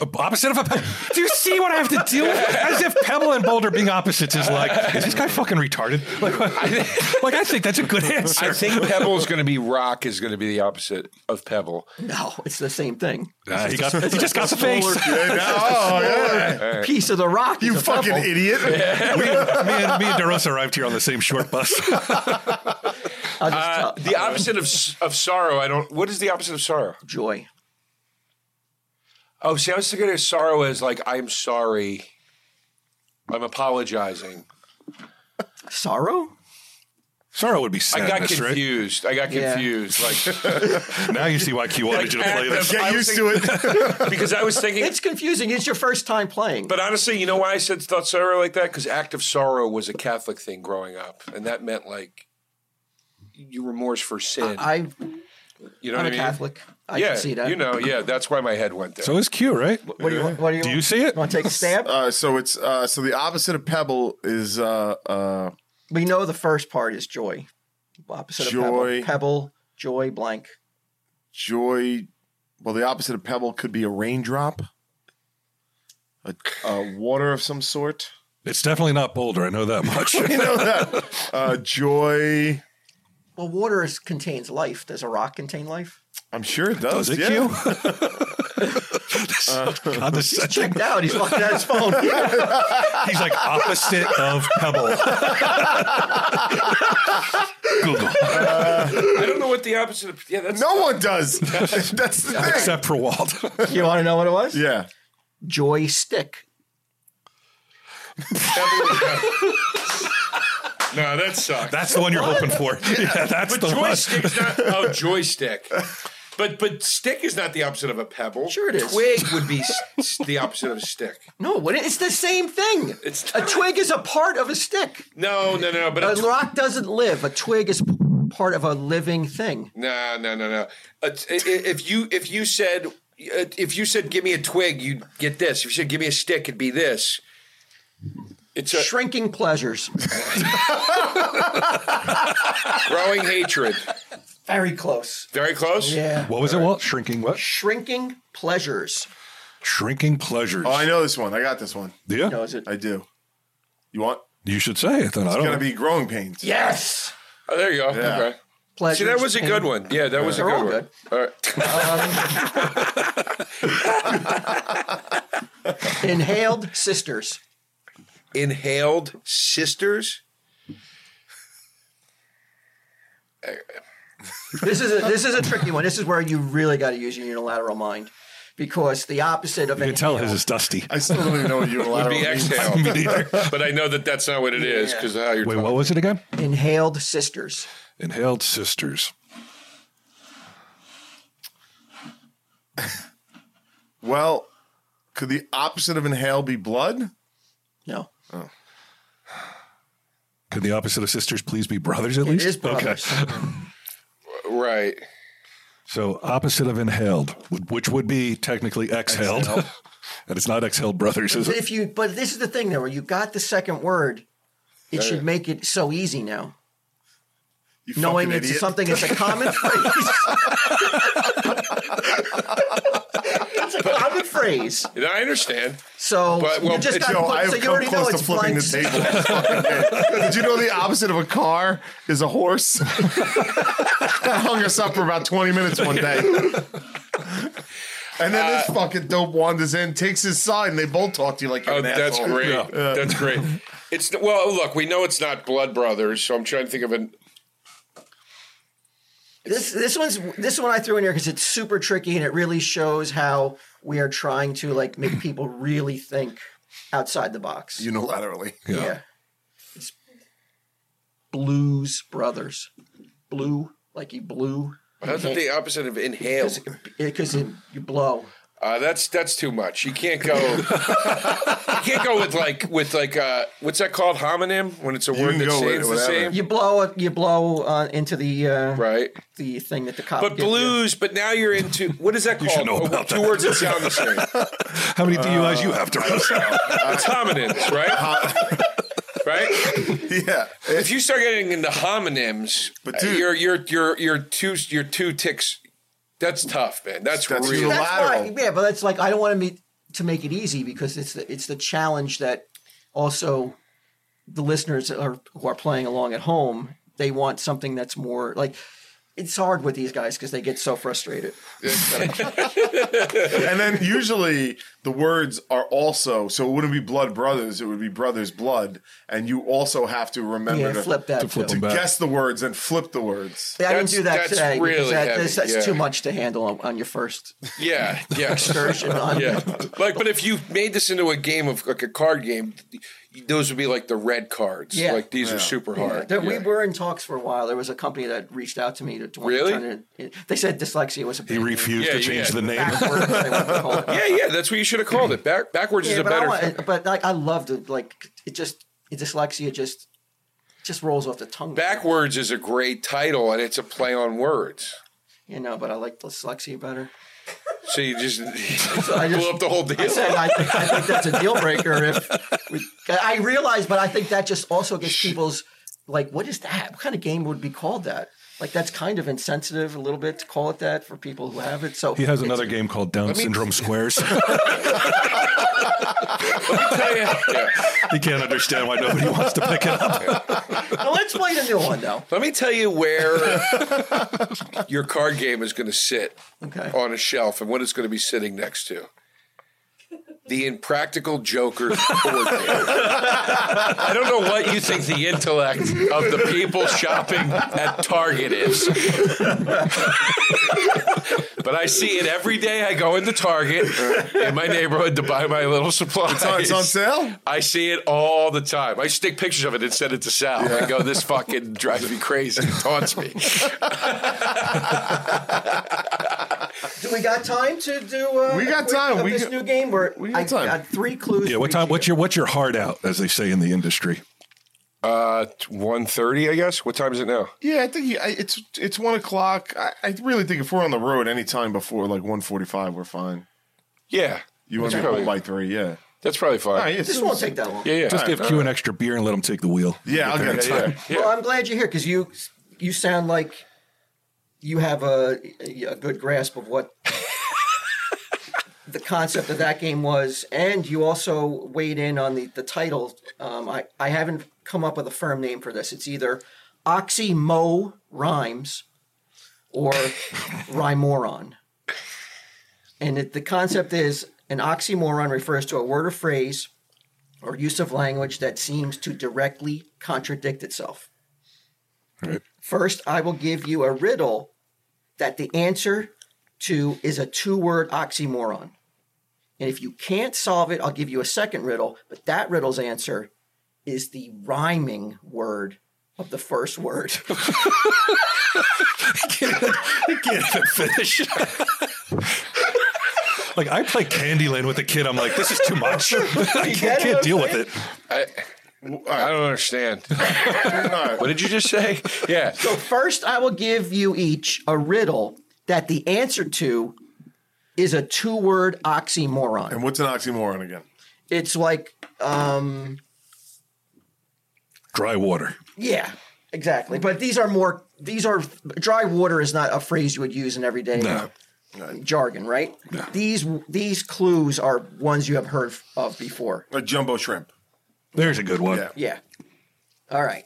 Speaker 3: A- Opposite of a pebble. Do you see what I have to deal
Speaker 2: [laughs]
Speaker 3: with? As if pebble and boulder being opposites is like, is this guy fucking retarded? Like, like I think that's a good answer.
Speaker 1: I think pebble is going to be rock is going to be the opposite of pebble.
Speaker 4: No, it's the same thing.
Speaker 3: Nah, he,
Speaker 2: [laughs]
Speaker 3: got, he just got the face.
Speaker 2: Yeah, now- oh, yeah.
Speaker 4: Piece of the rock.
Speaker 2: You
Speaker 4: is a
Speaker 2: fucking
Speaker 4: pebble.
Speaker 3: [laughs]
Speaker 2: idiot.
Speaker 3: me, and, me, and, me and DeRosa arrived here on the same short bus.
Speaker 4: I'll just
Speaker 1: Uh,
Speaker 4: tell-
Speaker 1: the opposite of s- of sorrow. I don't. What is the opposite of sorrow?
Speaker 4: joy.
Speaker 1: Oh, see, I was thinking of sorrow as like I'm sorry, I'm apologizing.
Speaker 4: Sorrow?
Speaker 3: Sorrow would be
Speaker 1: I got
Speaker 3: sadness, right?
Speaker 1: confused. I got
Speaker 4: Yeah.
Speaker 1: confused. [laughs]
Speaker 3: Now you see why Q wanted you to play this.
Speaker 2: Get
Speaker 1: I was
Speaker 2: used to it.
Speaker 1: Like because I was thinking.
Speaker 4: It's confusing. It's your first time playing.
Speaker 1: but honestly, you know why I said thought sorrow like that? Because act of sorrow was a Catholic thing growing up, and that meant like you remorse for sin.
Speaker 4: I,
Speaker 1: you know
Speaker 4: I'm
Speaker 1: what
Speaker 4: a
Speaker 1: I mean?
Speaker 4: Catholic. I
Speaker 1: yeah,
Speaker 4: can see that.
Speaker 1: you know, yeah. That's why my head went there.
Speaker 3: So is Q, right?
Speaker 4: What do you want? What do you,
Speaker 3: Do you see it?
Speaker 4: Want to
Speaker 1: [laughs]
Speaker 4: take a stab?
Speaker 2: Uh, so it's uh, so the opposite of pebble is uh, uh,
Speaker 4: we know the first part is joy. Opposite
Speaker 2: Joy.
Speaker 4: of pebble. Pebble, joy, blank.
Speaker 2: joy. Well, the opposite of pebble could be a raindrop, a, a water of some sort. [laughs]
Speaker 3: It's definitely not Boulder. I know
Speaker 1: [laughs]
Speaker 3: that much.
Speaker 2: You know that uh, joy.
Speaker 4: Well, water is, contains life. Does a rock contain [laughs] life?
Speaker 2: I'm sure it does.
Speaker 3: Does it,
Speaker 2: yeah.
Speaker 1: [laughs]
Speaker 3: Q? [laughs] Condescending.
Speaker 4: Checked out. He's looking at his [laughs] phone.
Speaker 3: He's like opposite of pebble. Google,
Speaker 1: I don't know what the opposite of yeah. That's
Speaker 2: No one does. [laughs] That's the thing.
Speaker 3: except for Walt.
Speaker 4: you want to know what it was?
Speaker 2: yeah.
Speaker 4: Joy stick.
Speaker 1: no, that sucks.
Speaker 3: That's the one you're hoping for. Yeah, that's the one.
Speaker 1: Joystick's
Speaker 4: [laughs]
Speaker 1: not oh joystick. But but stick is not the opposite of a pebble.
Speaker 4: Sure it is.
Speaker 1: Twig would be s- s- the opposite of a stick.
Speaker 4: No, what- it's the same thing.
Speaker 1: It's
Speaker 4: a twig is a part of a stick.
Speaker 1: No, no, no, no. But
Speaker 4: A
Speaker 1: a tw-
Speaker 4: rock doesn't live. A twig is part of a living thing.
Speaker 1: no, no, no, no. A t- i- i- if you if you said uh, if you said give me a twig, you'd get this. If you said give me a stick, it'd be this. It's a
Speaker 4: Shrinking pleasures.
Speaker 1: growing hatred.
Speaker 4: Very close.
Speaker 1: Very close.
Speaker 4: Yeah.
Speaker 3: What was it, Walt? Shrinking what?
Speaker 4: Shrinking pleasures.
Speaker 3: Shrinking pleasures.
Speaker 2: Oh, I know this one. I got this one.
Speaker 3: Yeah.
Speaker 4: No, is it?
Speaker 2: I do. You want?
Speaker 3: You should say it. Then I
Speaker 2: It's
Speaker 3: don't.
Speaker 2: gonna be growing pains.
Speaker 4: Yes.
Speaker 1: Oh, there you go.
Speaker 2: Yeah.
Speaker 1: Okay.
Speaker 4: Pleasure.
Speaker 1: See, that was a good one. Yeah, that was a
Speaker 4: They're
Speaker 1: good
Speaker 4: all
Speaker 1: one.
Speaker 4: good.
Speaker 1: All right.
Speaker 4: Inhaled sisters.
Speaker 1: Inhaled sisters.
Speaker 4: This is a this is a tricky one. This is where you really got to use your unilateral mind, because the opposite of
Speaker 3: you can tell
Speaker 4: inhaled-
Speaker 3: his is dusty.
Speaker 2: I still don't
Speaker 3: [laughs]
Speaker 2: even know what
Speaker 1: Would
Speaker 2: unilateral
Speaker 1: be
Speaker 2: means. [laughs]
Speaker 1: exhaled, but I know that that's not what it is
Speaker 4: Yeah.
Speaker 1: because how you're
Speaker 3: Wait,
Speaker 1: talking.
Speaker 3: what was it again?
Speaker 4: inhaled sisters.
Speaker 3: Inhaled sisters.
Speaker 2: Well, could the opposite of inhale be blood?
Speaker 4: No,
Speaker 3: Could the opposite of sisters please be brothers at
Speaker 4: it
Speaker 3: least?
Speaker 4: is brothers.
Speaker 1: Right.
Speaker 3: So opposite of inhaled, wh- which would be technically exhaled, [laughs] and it's not exhaled brothers,
Speaker 1: [laughs]
Speaker 3: is it?
Speaker 4: If you, but this is the thing though, where you got the second word, it should make it so easy now.
Speaker 2: You
Speaker 4: Knowing
Speaker 2: fucking
Speaker 4: it's
Speaker 2: idiot.
Speaker 4: something that's a
Speaker 2: [laughs]
Speaker 4: common phrase. it's a common phrase.
Speaker 1: And I understand.
Speaker 4: So
Speaker 1: But, well,
Speaker 4: you just
Speaker 1: it's-
Speaker 4: got
Speaker 2: [laughs] Yo, I
Speaker 4: put,
Speaker 2: have
Speaker 4: so you
Speaker 2: come
Speaker 4: already know
Speaker 2: close to
Speaker 4: it's
Speaker 2: flipping
Speaker 4: blank.
Speaker 2: the table. This fucking
Speaker 4: [laughs]
Speaker 2: day. Did you know the opposite of a car is a horse? [laughs] I hung us up for about 20 minutes one day. And then
Speaker 1: Uh,
Speaker 2: this fucking dope wanders in, takes his side, and they both talk to you like you're
Speaker 1: Oh,
Speaker 2: an
Speaker 1: that's
Speaker 2: asshole.
Speaker 1: great. That's great. It's well, look, we know it's not blood brothers, so I'm trying to think of an.
Speaker 4: This this one's this one I threw in here because it's super tricky and it really shows how we are trying to like make
Speaker 1: [clears throat]
Speaker 4: people really think outside the box.
Speaker 2: Unilaterally.
Speaker 4: yeah. It's Blues Brothers. Blue, like you blew.
Speaker 1: That's the opposite of inhale.
Speaker 4: Because you blow.
Speaker 1: Uh, that's that's too much. You can't go. you can't go with like with like uh, what's that called homonym when it's a word
Speaker 2: can
Speaker 1: that
Speaker 2: go with
Speaker 1: sounds the
Speaker 2: whatever.
Speaker 1: same,
Speaker 4: You blow it. You blow uh, into the uh,
Speaker 1: right?
Speaker 4: the thing that the cop.
Speaker 1: But
Speaker 4: gives you.
Speaker 1: blues. But now you're into what is that called?
Speaker 3: should know
Speaker 1: Oh,
Speaker 3: about
Speaker 1: two
Speaker 3: that.
Speaker 1: words that sound the same.
Speaker 3: How many
Speaker 1: Uh,
Speaker 3: DUIs you have to run?
Speaker 1: It's homonyms, right? right.
Speaker 2: [laughs] Yeah.
Speaker 1: If you start getting into homonyms,
Speaker 2: But
Speaker 1: uh,
Speaker 2: dude-
Speaker 1: you're you're you're you're two you're two ticks. That's tough, man. That's,
Speaker 2: That's
Speaker 1: real.
Speaker 2: unilateral.
Speaker 4: That's why, yeah, but that's like I don't want to meet to make it easy because it's the it's the challenge that also the listeners are who are playing along at home they want something that's more like it's hard with these guys because they get so frustrated.
Speaker 2: And then usually the words are also, so it wouldn't be blood brothers, it would be brothers blood. And you also have to remember
Speaker 4: Yeah,
Speaker 2: to
Speaker 4: flip that.
Speaker 3: to flip
Speaker 4: too.
Speaker 3: them back.
Speaker 2: guess the words and flip
Speaker 1: [laughs]
Speaker 2: the words.
Speaker 4: Yeah, I
Speaker 1: That's-
Speaker 4: didn't do that
Speaker 1: that's
Speaker 4: today. because
Speaker 1: really
Speaker 4: that-
Speaker 1: heavy,
Speaker 4: that's, that's
Speaker 1: yeah.
Speaker 4: too much to handle on, on your first
Speaker 1: Yeah, yeah, [laughs]
Speaker 4: version. On,
Speaker 1: yeah. Like, but if you made this into a game of like a card game, those would be like the red cards.
Speaker 4: Yeah.
Speaker 1: Like these are super
Speaker 4: Yeah,
Speaker 1: hard.
Speaker 4: there- We
Speaker 1: Yeah.
Speaker 4: were in talks for a while. There was a company that reached out to me to, to
Speaker 1: Really?
Speaker 4: trying to- they said dyslexia was a
Speaker 3: He refused
Speaker 1: Yeah,
Speaker 3: to change
Speaker 1: yeah.
Speaker 3: the name.
Speaker 4: backward.
Speaker 1: [laughs] yeah, yeah. That's what you should have called it. Back, backwards is
Speaker 4: Yeah,
Speaker 1: a
Speaker 4: but I
Speaker 1: better.
Speaker 4: want, but like I loved it. Like it just it, dyslexia just just rolls off the tongue.
Speaker 1: backwards is a great title, and it's a play on words.
Speaker 4: you know. But I like dyslexia better.
Speaker 1: [laughs] So you
Speaker 4: [laughs]
Speaker 1: just, [laughs]
Speaker 4: I just-
Speaker 1: blew up the whole
Speaker 4: I
Speaker 1: deal.
Speaker 4: said I think, I think that's a deal breaker. If we, I realize, but I think that just also gets people's like, what is that? What kind of game would be called that? Like that's kind of insensitive a little bit to call it that for people who have it. So
Speaker 3: He has another game called
Speaker 1: [laughs]
Speaker 3: Down Syndrome Squares.
Speaker 1: [laughs] Yeah.
Speaker 3: he can't understand why
Speaker 1: [laughs]
Speaker 3: nobody wants to pick it up.
Speaker 4: Now, Uh, let's play the new one
Speaker 2: [laughs]
Speaker 4: though.
Speaker 1: Let me tell you where your card game is going to sit
Speaker 4: Okay.
Speaker 1: on a shelf and what it's going to be sitting next to. The Impractical Joker board game. I don't know what you think the intellect of the people shopping at Target is. but I see it every day I go into Target in my neighborhood to buy my little supplies.
Speaker 2: Oh, it's on sale?
Speaker 1: I see it all the time. I just take pictures of it and send it to Sal. I go, this fucking drives me crazy. It taunts me.
Speaker 4: Do we got time to do? Uh,
Speaker 2: We got
Speaker 4: a quick
Speaker 2: time.
Speaker 4: of
Speaker 2: We
Speaker 4: this
Speaker 2: got-
Speaker 4: new game. Where
Speaker 2: we
Speaker 4: I
Speaker 2: got time.
Speaker 4: got three clues.
Speaker 3: Yeah, what
Speaker 4: for
Speaker 3: time?
Speaker 4: each
Speaker 3: What's your what's your heart out, as they say in the industry?
Speaker 1: Uh, 1.30, I guess. What time is it now?
Speaker 2: Yeah, I think he, I, it's it's one o'clock. I, I really think if we're on the road any time before like one forty five, we're fine.
Speaker 1: Yeah.
Speaker 2: You want to be
Speaker 1: probably-
Speaker 2: home by three? Yeah.
Speaker 1: That's probably fine.
Speaker 2: All right, it's-
Speaker 4: This won't take that long.
Speaker 1: Ah, Yeah, yeah.
Speaker 3: Just give Q an extra beer and let him take the wheel.
Speaker 2: Yeah, I'll get it. Yeah,
Speaker 1: Yeah.
Speaker 4: Well, I'm glad you're here because you you sound like you have a a good grasp of what the concept of that game was, and you also weighed in on the the title. Um, I I haven't come up with a firm name for this. It's either Oxy Mo Rhymes or Rhymoron. And it, the concept is an oxymoron refers to a word or phrase or use of language that seems to directly contradict itself. First, I will give you a riddle that the answer to is a two word oxymoron. And if you can't solve it, I'll give you a second riddle, but that riddle's answer is the rhyming word of the first word.
Speaker 3: [laughs] Get it finish. [laughs] like I play Candyland with a kid. I'm like, this is too much. [laughs] I can't, can't deal with it.
Speaker 1: I, I don't understand. What did you just say? [laughs] Yeah.
Speaker 4: So first, I will give you each a riddle that the answer to is a two-word oxymoron.
Speaker 2: And what's an oxymoron again?
Speaker 4: It's like, um,
Speaker 3: Dry water.
Speaker 4: yeah, exactly. But these are more. These are dry water is not a phrase you would use in everyday
Speaker 3: No.
Speaker 4: jargon, right? These these clues are ones you have heard of before.
Speaker 2: A jumbo shrimp.
Speaker 3: There's a good one.
Speaker 2: Yeah.
Speaker 4: Yeah. All right.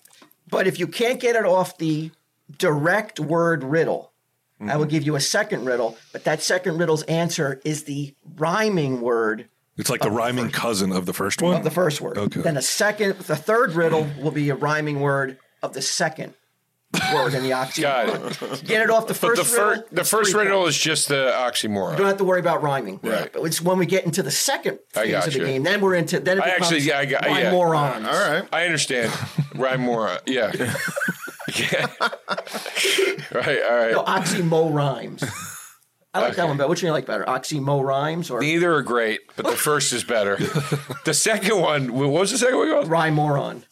Speaker 4: But if you can't get it off the direct word riddle, I
Speaker 3: Mm-hmm.
Speaker 4: will give you a second riddle, but that second riddle's answer is the rhyming word
Speaker 3: It's like the rhyming cousin of the first one.
Speaker 4: of the first word.
Speaker 3: Okay.
Speaker 4: Then a second, the third riddle will be a rhyming word of the second word in the
Speaker 1: Got
Speaker 4: oxymoron.
Speaker 1: it.
Speaker 4: Get it off the
Speaker 1: But
Speaker 4: first
Speaker 1: the,
Speaker 4: riddle.
Speaker 1: fir- the
Speaker 4: it's
Speaker 1: first
Speaker 4: three
Speaker 1: riddle
Speaker 4: points.
Speaker 1: is just the
Speaker 4: You don't
Speaker 1: oxymoron.
Speaker 4: have to worry about rhyming.
Speaker 1: Right.
Speaker 4: But it's when we get into the second
Speaker 1: I
Speaker 4: phase of the
Speaker 1: gotcha.
Speaker 4: game. Then we're into then it
Speaker 1: I
Speaker 4: becomes
Speaker 1: actually- yeah, I got-
Speaker 4: why
Speaker 1: yeah.
Speaker 4: morons.
Speaker 2: All right.
Speaker 1: I understand. Right, more. Yeah. [laughs] yeah. [laughs] right. All right.
Speaker 4: No,
Speaker 1: [laughs]
Speaker 4: oxymo rhymes. I like that one better. Which one you like better? Oxymo rhymes or
Speaker 1: Neither are great, but the first is [laughs] better. the second one, what was the second one called?
Speaker 4: rhymoron?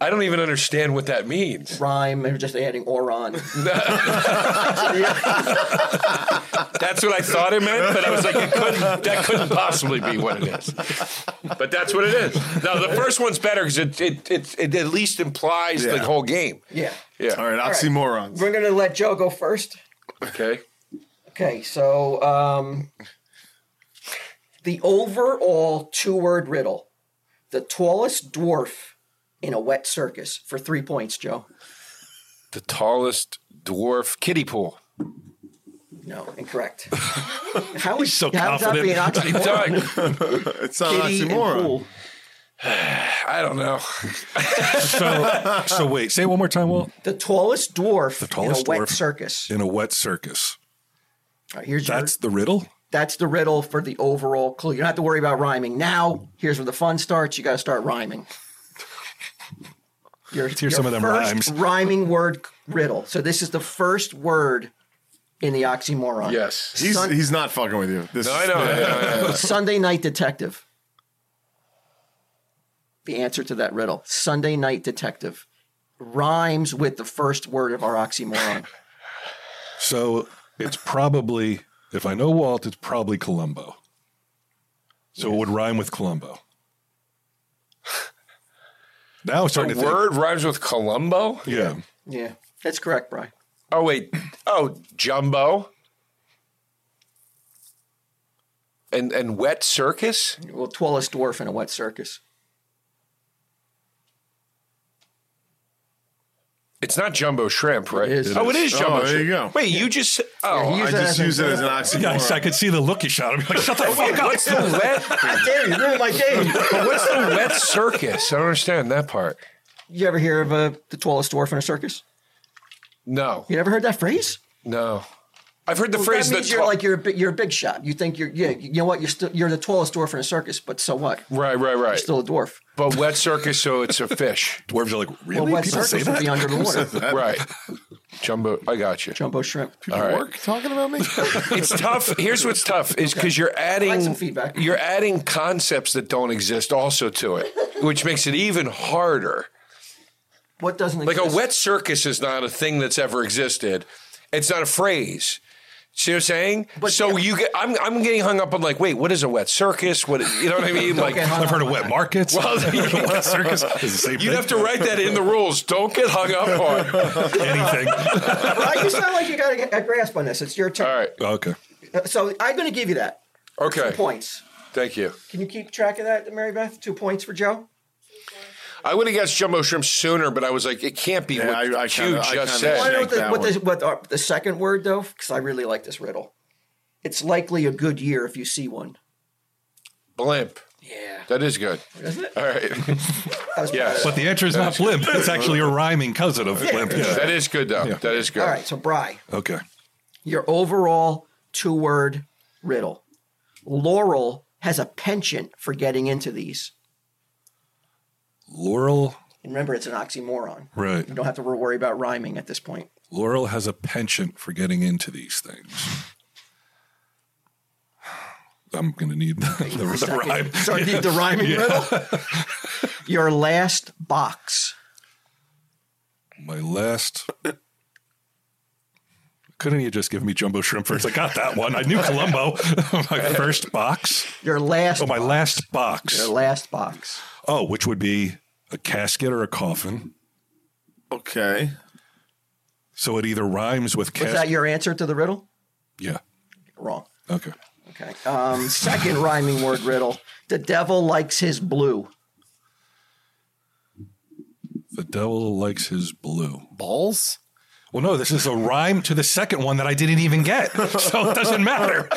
Speaker 1: I don't even understand what that means.
Speaker 4: Rhyme and just adding oron.
Speaker 1: [laughs] That's what I thought it meant, but I was like, it couldn't, that couldn't possibly be what it is. But that's what it is. Now, the first one's better because it, it, it, it at least implies the
Speaker 2: Yeah.
Speaker 1: whole game.
Speaker 4: yeah.
Speaker 1: Yeah.
Speaker 2: All right, oxymorons.
Speaker 4: We're gonna let Joe go first.
Speaker 1: Okay.
Speaker 4: Okay, so um, the overall two-word riddle: the tallest dwarf in a wet circus for three points. Joe,
Speaker 1: The tallest dwarf kiddie pool.
Speaker 4: no, incorrect. How is
Speaker 3: so
Speaker 4: how does that be an
Speaker 1: It's
Speaker 4: oxymoron?
Speaker 1: all right.
Speaker 2: It's not
Speaker 4: Kitty
Speaker 2: an
Speaker 4: and
Speaker 2: oxymoron.
Speaker 4: pool.
Speaker 1: I don't know.
Speaker 3: So, so wait, say it one more time, Walt.
Speaker 4: The tallest dwarf
Speaker 3: tallest
Speaker 4: in a
Speaker 3: dwarf.
Speaker 4: wet circus.
Speaker 3: In a wet circus.
Speaker 4: All right, here's your-
Speaker 3: That's the riddle.
Speaker 4: that's the riddle for the overall clue. You don't have to worry about rhyming. Now, here's where the fun starts. You got to
Speaker 3: [laughs]
Speaker 4: start rhyming. Your, Let's
Speaker 3: hear some of them
Speaker 4: first
Speaker 3: rhymes.
Speaker 4: rhyming word riddle. So this is the first word in the oxymoron.
Speaker 1: Yes.
Speaker 2: He's,
Speaker 4: Son-
Speaker 2: he's not fucking with you. This
Speaker 1: I know. I know, I know.
Speaker 4: Sunday Night Detective. The answer to that riddle. Sunday Night Detective rhymes with the first word of our oxymoron.
Speaker 3: So it's probably, if I know Walt, it's probably Columbo. So it would rhyme with Columbo. Now I'm starting
Speaker 1: The
Speaker 3: to think.
Speaker 1: word rhymes with Columbo.
Speaker 3: Yeah.
Speaker 4: yeah, that's correct, Brian.
Speaker 1: Oh wait. Oh, jumbo. And and wet circus.
Speaker 4: Well, tallest dwarf in a wet circus.
Speaker 1: It's not jumbo shrimp, right?
Speaker 4: It is.
Speaker 1: Oh, it is
Speaker 2: Oh,
Speaker 1: jumbo.
Speaker 2: there
Speaker 1: shrimp.
Speaker 2: you go.
Speaker 1: Wait, you just said- oh.
Speaker 4: he
Speaker 2: I
Speaker 4: used that as
Speaker 2: just
Speaker 4: an
Speaker 2: use it as an
Speaker 3: Yeah, [laughs] I, I
Speaker 2: oxymoron.
Speaker 3: could see the look you shot him. Like, shut the
Speaker 1: Wait,
Speaker 3: fuck up.
Speaker 1: what's the wet?
Speaker 4: I dare you, ruin my game.
Speaker 1: What's the wet circus? I don't understand that part.
Speaker 4: You ever hear of uh, the tallest dwarf in a circus?
Speaker 1: No,
Speaker 4: You never heard that phrase?
Speaker 1: no. I've heard the
Speaker 4: That
Speaker 1: phrase
Speaker 4: means
Speaker 1: that
Speaker 4: you're like you're a big, you're a big shot. You think you're yeah. You know what? You're still you're the tallest dwarf in a circus, but so what?
Speaker 1: right, right, right.
Speaker 4: Still a dwarf.
Speaker 1: But wet circus, so it's a
Speaker 4: [laughs]
Speaker 1: fish,
Speaker 3: Dwarves are like,
Speaker 4: A
Speaker 3: really?
Speaker 4: wet
Speaker 3: People say
Speaker 4: circus would
Speaker 3: that?
Speaker 4: be under the water.
Speaker 1: right? Jumbo. I got you.
Speaker 4: Jumbo shrimp.
Speaker 1: All right.
Speaker 2: Work talking about me?
Speaker 1: It's tough. Here's what's tough is because you're adding
Speaker 4: some feedback.
Speaker 1: You're adding concepts that don't exist also to it, which makes it even harder.
Speaker 4: What doesn't
Speaker 1: Like a
Speaker 4: exist?
Speaker 1: wet circus is not a thing that's ever existed. It's not a phrase. See what I'm saying? so you get, I'm, I'm getting hung up on like, wait, what is a wet circus? What you know what I mean? Like
Speaker 4: get hung
Speaker 3: I've heard of wet markets.
Speaker 1: Well,
Speaker 3: [laughs] wet circus is the same
Speaker 1: you'd
Speaker 3: thing.
Speaker 1: have to write that in the rules. Don't get hung up on. it.
Speaker 3: anything. [laughs]
Speaker 4: Right? You sound like you got a, a grasp on this. It's your turn. Uh,
Speaker 1: All right.
Speaker 3: okay.
Speaker 4: So I'm going to give you that.
Speaker 1: Okay.
Speaker 4: Two points.
Speaker 1: Thank you.
Speaker 4: Can you keep track of that, Mary Beth? Two points for Joe.
Speaker 1: I would have guessed jumbo shrimp sooner, but I was like, it can't be
Speaker 2: Yeah,
Speaker 1: what
Speaker 2: I- I
Speaker 1: Q
Speaker 2: kinda- I
Speaker 1: just
Speaker 2: kinda
Speaker 1: said.
Speaker 4: I
Speaker 2: Take
Speaker 4: know what the,
Speaker 2: that
Speaker 4: what, the,
Speaker 2: one.
Speaker 4: what the, the second word though, because I really like this riddle. It's likely a good year if you see one.
Speaker 1: Blimp.
Speaker 4: Yeah,
Speaker 1: That is good.
Speaker 4: isn't it?
Speaker 1: All right. [laughs]
Speaker 4: That was
Speaker 1: yes.
Speaker 3: But the answer is not blimp. It's actually a rhyming cousin of blimp. Yeah.
Speaker 1: That is good, though. That is good.
Speaker 4: All right, so Bry,
Speaker 3: Okay.
Speaker 4: your overall two-word riddle. Laurel has a penchant for getting into these.
Speaker 3: Laurel.
Speaker 4: And remember, it's an oxymoron.
Speaker 3: Right.
Speaker 4: You don't have to worry about rhyming at this point.
Speaker 3: Laurel has a penchant for getting into these things. I'm going to need the, the, the rhyme.
Speaker 4: So I need the rhyming riddle.
Speaker 3: [laughs]
Speaker 4: Your last box.
Speaker 3: My last. Couldn't you just give me jumbo shrimp first? I got that one. I knew Columbo. [laughs] my first box.
Speaker 4: Your last.
Speaker 3: Oh, my last box.
Speaker 4: Your last box.
Speaker 3: Oh, which would be a casket or a coffin.
Speaker 2: Okay.
Speaker 3: So it either rhymes with
Speaker 4: Was that
Speaker 3: casket.
Speaker 4: your answer to the riddle?
Speaker 3: Yeah.
Speaker 4: Wrong.
Speaker 3: Okay.
Speaker 4: Okay. Um, second rhyming word riddle. The devil likes his blue.
Speaker 3: The devil likes his blue.
Speaker 2: Balls?
Speaker 3: Well, no, this is a rhyme to the second one that I didn't even get. So it
Speaker 1: [laughs]
Speaker 3: doesn't matter.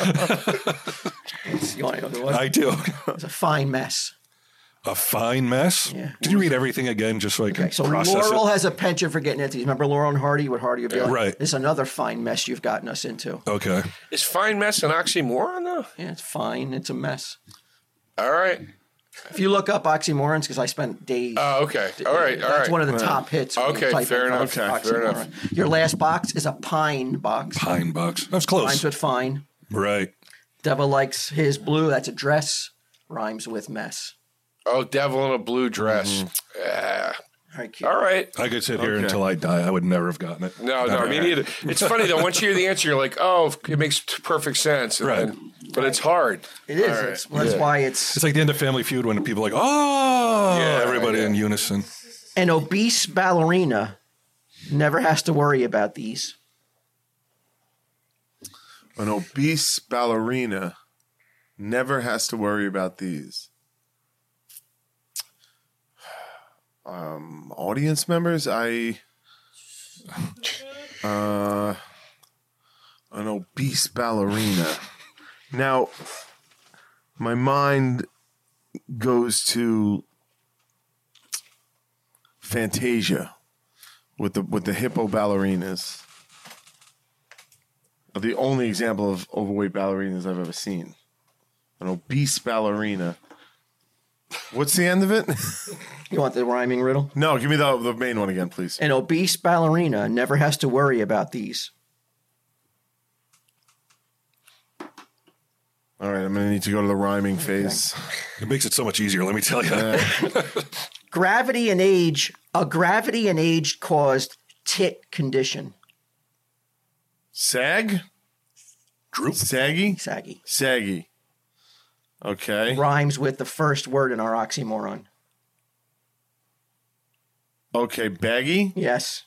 Speaker 4: You want to know the one?
Speaker 3: I do.
Speaker 4: It's a fine mess.
Speaker 3: A fine mess.
Speaker 4: Yeah.
Speaker 3: Did you read everything again just so I can
Speaker 4: Okay, so
Speaker 3: process
Speaker 4: Laurel
Speaker 3: it?
Speaker 4: has a penchant for getting into these. Remember Laurel and Hardy? What Hardy would be like?
Speaker 3: Right.
Speaker 4: This is another fine mess you've gotten us into.
Speaker 3: Okay.
Speaker 1: Is fine mess an oxymoron, though?
Speaker 4: Yeah, it's fine. It's a mess.
Speaker 1: All right.
Speaker 4: If you look up oxymorons, because I spent days.
Speaker 1: Oh, okay. All right. All
Speaker 4: That's
Speaker 1: right.
Speaker 4: one of the top hits. when you
Speaker 1: Okay,
Speaker 4: type
Speaker 1: fair
Speaker 4: in
Speaker 1: enough.
Speaker 4: oxy-
Speaker 1: Okay, fair enough.
Speaker 4: oxymoron. Your last box is a pine box.
Speaker 3: Pine box. That's close.
Speaker 4: Rhymes with fine.
Speaker 3: right.
Speaker 4: Devil likes his blue. That's a dress. Rhymes with mess.
Speaker 1: oh, devil in a blue dress.
Speaker 3: Mm-hmm.
Speaker 1: Yeah.
Speaker 4: All right, Q.
Speaker 1: All right.
Speaker 3: I could sit here until I die. I would never have gotten it.
Speaker 1: No, no, me neither. It's funny though. Once you hear the answer, you're like, "Oh, it makes t- perfect sense." and
Speaker 3: Right.
Speaker 1: then- but it's hard.
Speaker 4: It is. It's, that's why it's
Speaker 3: It's like the end of Family Feud when people are like, oh,
Speaker 1: Yeah,
Speaker 3: everybody
Speaker 1: yeah.
Speaker 3: in unison.
Speaker 4: an obese ballerina never has to worry about these.
Speaker 2: An obese ballerina never has to worry about these. Um, audience members, I. Uh, an obese ballerina. Now, my mind goes to Fantasia with the with the hippo ballerinas. Are the only example of overweight ballerinas I've ever seen. An obese ballerina. What's the end of it? [laughs]
Speaker 4: You want the rhyming riddle?
Speaker 2: no, give me the, the main one again, please.
Speaker 4: An obese ballerina never has to worry about these.
Speaker 2: All right, I'm going to need to go to the rhyming phase.
Speaker 3: It makes it so much easier, let me tell you.
Speaker 4: Gravity and age, a gravity and age caused tit condition.
Speaker 2: Sag?
Speaker 3: Droop.
Speaker 2: Saggy?
Speaker 4: Saggy.
Speaker 2: Saggy. Okay.
Speaker 4: Rhymes with the first word in our oxymoron.
Speaker 2: Okay, baggy?
Speaker 4: Yes.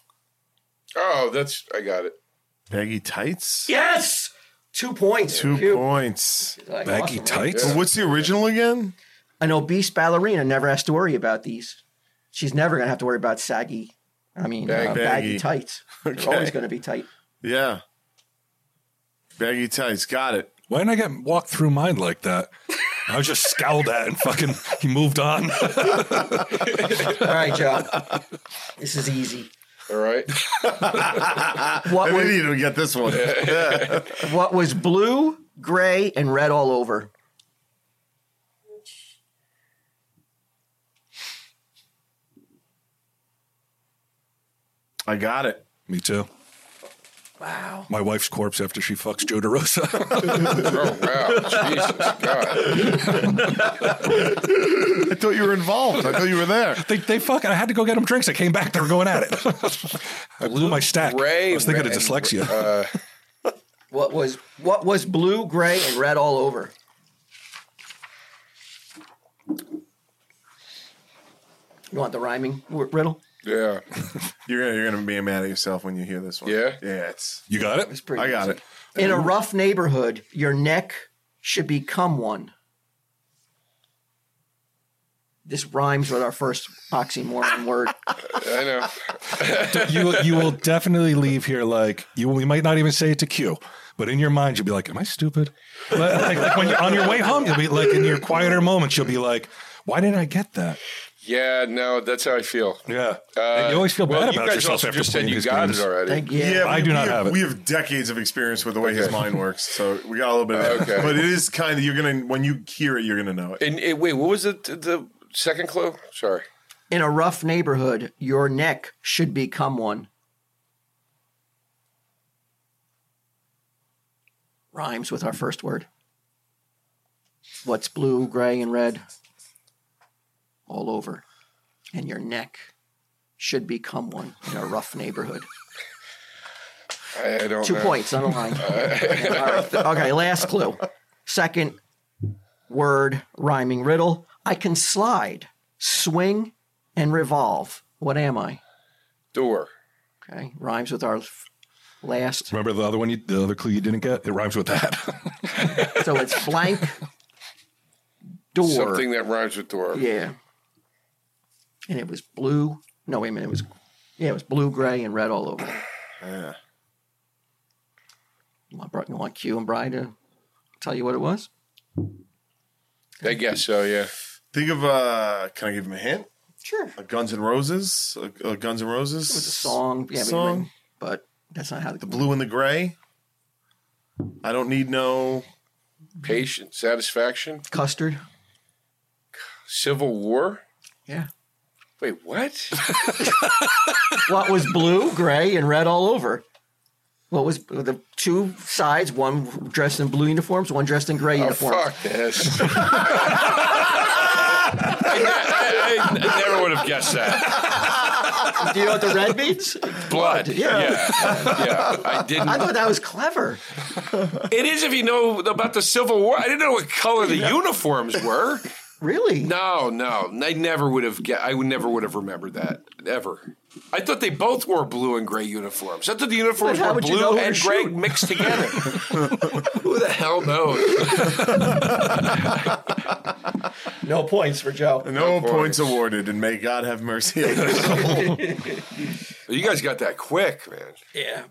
Speaker 1: Oh, that's I got it.
Speaker 2: Baggy tights?
Speaker 4: Yes! Two points.
Speaker 2: Two
Speaker 4: Phew.
Speaker 2: points.
Speaker 4: Like,
Speaker 3: Baggy
Speaker 4: awesome.
Speaker 3: tights.
Speaker 2: But what's the original again?
Speaker 4: An obese ballerina never has to worry about these. She's never going to have to worry about saggy. I mean, uh,
Speaker 1: Baggy.
Speaker 4: baggy tights. They're
Speaker 2: Okay.
Speaker 4: always going to be tight.
Speaker 2: Yeah. Baggy tights. Got it.
Speaker 3: Why didn't I get walked through mine like that? I was just scowled at and fucking [laughs] he moved on.
Speaker 4: All right, Joe. This is easy.
Speaker 1: All right.
Speaker 4: What
Speaker 2: I didn't
Speaker 4: was,
Speaker 2: even get this one.
Speaker 4: what was blue, gray, and red all over?
Speaker 2: I got it.
Speaker 3: me too.
Speaker 4: Wow.
Speaker 3: My wife's corpse after she fucks Joe DeRosa. [laughs]
Speaker 1: Oh wow. Jesus God.
Speaker 2: I thought you were involved. I thought you were there.
Speaker 3: they they fucking I had to go get them drinks. I came back, they were going at it. [laughs] I blew my stack.
Speaker 1: Ray
Speaker 3: I was thinking of
Speaker 1: and-
Speaker 3: dyslexia.
Speaker 1: Uh,
Speaker 4: What was what was blue, gray, and red all over? You want the rhyming w- riddle?
Speaker 1: Yeah.
Speaker 2: [laughs] You're gonna you're gonna be mad at yourself when you hear this one.
Speaker 1: Yeah?
Speaker 2: Yeah, it's
Speaker 4: [laughs]
Speaker 3: you got it?
Speaker 4: It's pretty
Speaker 2: I got
Speaker 4: easy.
Speaker 2: it.
Speaker 4: In a rough neighborhood, your neck should become one. This rhymes with our first oxymoron word.
Speaker 1: I know.
Speaker 3: you will- you will definitely leave here like you. will- You might not even say it to Q, but in your mind you'll be like, "Am I stupid?" Like, like- like when you're on your way home, you'll be like in your quieter moments, you'll be like, "Why didn't I get that?"
Speaker 1: Yeah, no, that's how I feel. Uh,
Speaker 3: Yeah, and you always feel
Speaker 1: Well,
Speaker 3: bad
Speaker 1: you
Speaker 3: about
Speaker 1: guys
Speaker 3: yourself
Speaker 1: also
Speaker 3: after
Speaker 1: just
Speaker 3: playing
Speaker 1: said you
Speaker 3: these
Speaker 1: got
Speaker 3: games.
Speaker 1: it already.
Speaker 4: Thank you.
Speaker 2: Yeah,
Speaker 3: I
Speaker 2: we-
Speaker 3: do not
Speaker 2: we
Speaker 3: have it.
Speaker 2: We have decades of experience with the way his mind works, so we got a
Speaker 4: [laughs]
Speaker 2: little bit of that.
Speaker 1: Okay.
Speaker 2: But it is kind of you're gonna when you hear it, you're gonna know it.
Speaker 1: And eh, wait, what was the the second clue? Sorry.
Speaker 4: In a rough neighborhood, your neck should become one. Rhymes with our first word. What's blue, gray, and red? All over. And your neck should become one in a rough neighborhood.
Speaker 1: I, I don't.
Speaker 4: Two
Speaker 1: know.
Speaker 4: points on a line. [laughs] All right. Okay, last clue. Second word rhyming riddle. I can slide, swing, and revolve. What am I?
Speaker 1: Door.
Speaker 4: Okay, rhymes with our f- last.
Speaker 3: Remember the other one, you, the other clue you didn't get? It rhymes with that. [laughs]
Speaker 4: So it's blank door.
Speaker 1: Something that rhymes with door.
Speaker 4: Yeah. And it was blue. No, wait a minute. It was yeah, it was blue, gray, and red all over. You want, Bri- you want Q and Bry to tell you what it was?
Speaker 1: I guess so. Yeah.
Speaker 2: Think of uh, can I give him a hint?
Speaker 4: Sure.
Speaker 2: A Guns N' Roses, a, a Guns N' Roses
Speaker 4: It was a song. Yeah, we
Speaker 2: Song.
Speaker 4: wouldn't- but that's not how the
Speaker 2: Blue and the Gray. I don't need no.
Speaker 1: Patient satisfaction.
Speaker 4: custard.
Speaker 1: Civil war.
Speaker 4: Yeah.
Speaker 1: Wait, what?
Speaker 4: What was blue, gray, and red all over? What was the two sides? One dressed in blue uniforms, one dressed in gray uniforms.
Speaker 1: Oh, Fuck
Speaker 4: [laughs]
Speaker 1: this. I, I- I never would have guessed that.
Speaker 4: Do you know what the red means?
Speaker 1: Blood.
Speaker 4: Yeah.
Speaker 1: Yeah. yeah. I didn't.
Speaker 4: I thought that was clever.
Speaker 1: It is if you know about the Civil War. I didn't know what color the uniforms were.
Speaker 4: Really?
Speaker 1: No, no, I never would have. Get, I would never would have remembered that ever. I thought they both wore blue and gray uniforms. I thought the uniforms
Speaker 4: But how
Speaker 1: were
Speaker 4: would you know
Speaker 1: blue
Speaker 4: who
Speaker 1: and
Speaker 4: to
Speaker 1: gray
Speaker 4: shoot?
Speaker 1: mixed
Speaker 4: [laughs]
Speaker 1: together. Who the hell knows?
Speaker 4: No points for Joe.
Speaker 2: No
Speaker 1: points.
Speaker 2: points awarded, and may God have mercy. on
Speaker 4: [laughs]
Speaker 2: us.
Speaker 1: You guys got that quick, man.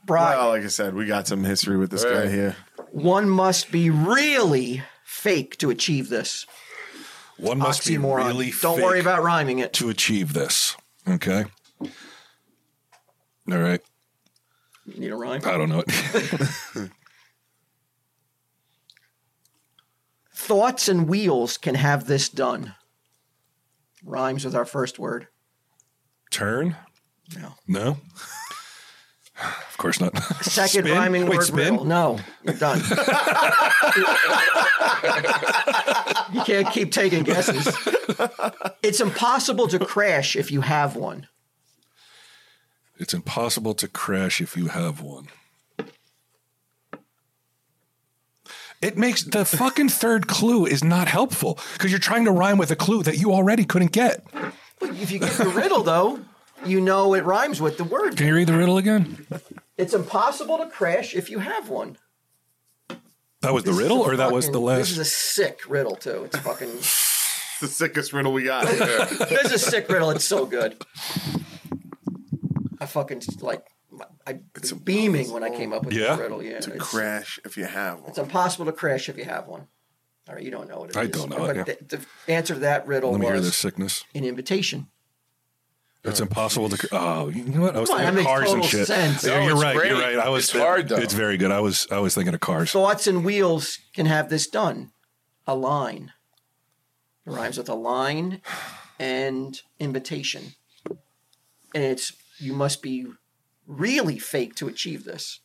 Speaker 4: Brian,
Speaker 2: well, like I said, we got some history with this guy
Speaker 1: Right.
Speaker 2: here.
Speaker 4: one must be really fake to achieve this.
Speaker 3: one must
Speaker 4: Oxymoron.
Speaker 3: be really
Speaker 4: Don't
Speaker 3: fake
Speaker 4: worry about rhyming it.
Speaker 3: to achieve this. Okay. All right.
Speaker 4: Need a rhyme?
Speaker 3: I don't know. [laughs]
Speaker 4: Thoughts and wheels can have this done. Rhymes with our first word.
Speaker 3: Turn?
Speaker 4: No.
Speaker 3: No. [sighs] of course not. [laughs]
Speaker 4: Second
Speaker 3: Spin?
Speaker 4: rhyming
Speaker 3: Wait,
Speaker 4: word
Speaker 3: spin?
Speaker 4: riddle. No,
Speaker 3: [laughs]
Speaker 4: you're done. you can't keep taking guesses. It's impossible to crash if you have one.
Speaker 3: It's impossible to crash if you have one. It makes the fucking third clue is not helpful because you're trying to rhyme with a clue that you already couldn't get.
Speaker 4: If you get the riddle, though, you know it rhymes with the word.
Speaker 3: Can you read the riddle again?
Speaker 4: It's impossible to crash if you have one.
Speaker 3: That was the riddle, or that was
Speaker 4: Fucking-
Speaker 3: the
Speaker 4: This is
Speaker 3: last?
Speaker 4: a sick riddle too. It's fucking.
Speaker 2: It's the sickest riddle we got.
Speaker 4: this is a sick riddle. It's so good. I fucking like. I was beaming when I came up with
Speaker 3: Yeah?
Speaker 4: this riddle. Yeah. it's,
Speaker 2: Crash if you have one.
Speaker 4: it's impossible to crash if you have one. All right, you don't know what it is.
Speaker 3: I don't know
Speaker 4: But
Speaker 3: it, yeah.
Speaker 4: the, the answer to that riddle
Speaker 3: Let me hear
Speaker 4: was
Speaker 3: this sickness.
Speaker 4: an invitation.
Speaker 3: It's impossible to. cr- Oh, you know what? I was
Speaker 4: Come on, that
Speaker 3: thinking
Speaker 4: makes
Speaker 3: of cars and
Speaker 4: total
Speaker 3: shit.
Speaker 4: sense.
Speaker 3: Yeah,
Speaker 1: No,
Speaker 3: you're
Speaker 1: it's
Speaker 3: right. You're
Speaker 1: great.
Speaker 3: right. I was.
Speaker 1: It's hard, though.
Speaker 3: It's very good. I was. I was thinking of cars.
Speaker 4: Thoughts and wheels can have this done. A line. It rhymes with a line and invitation. And it's you must be really fake to achieve this.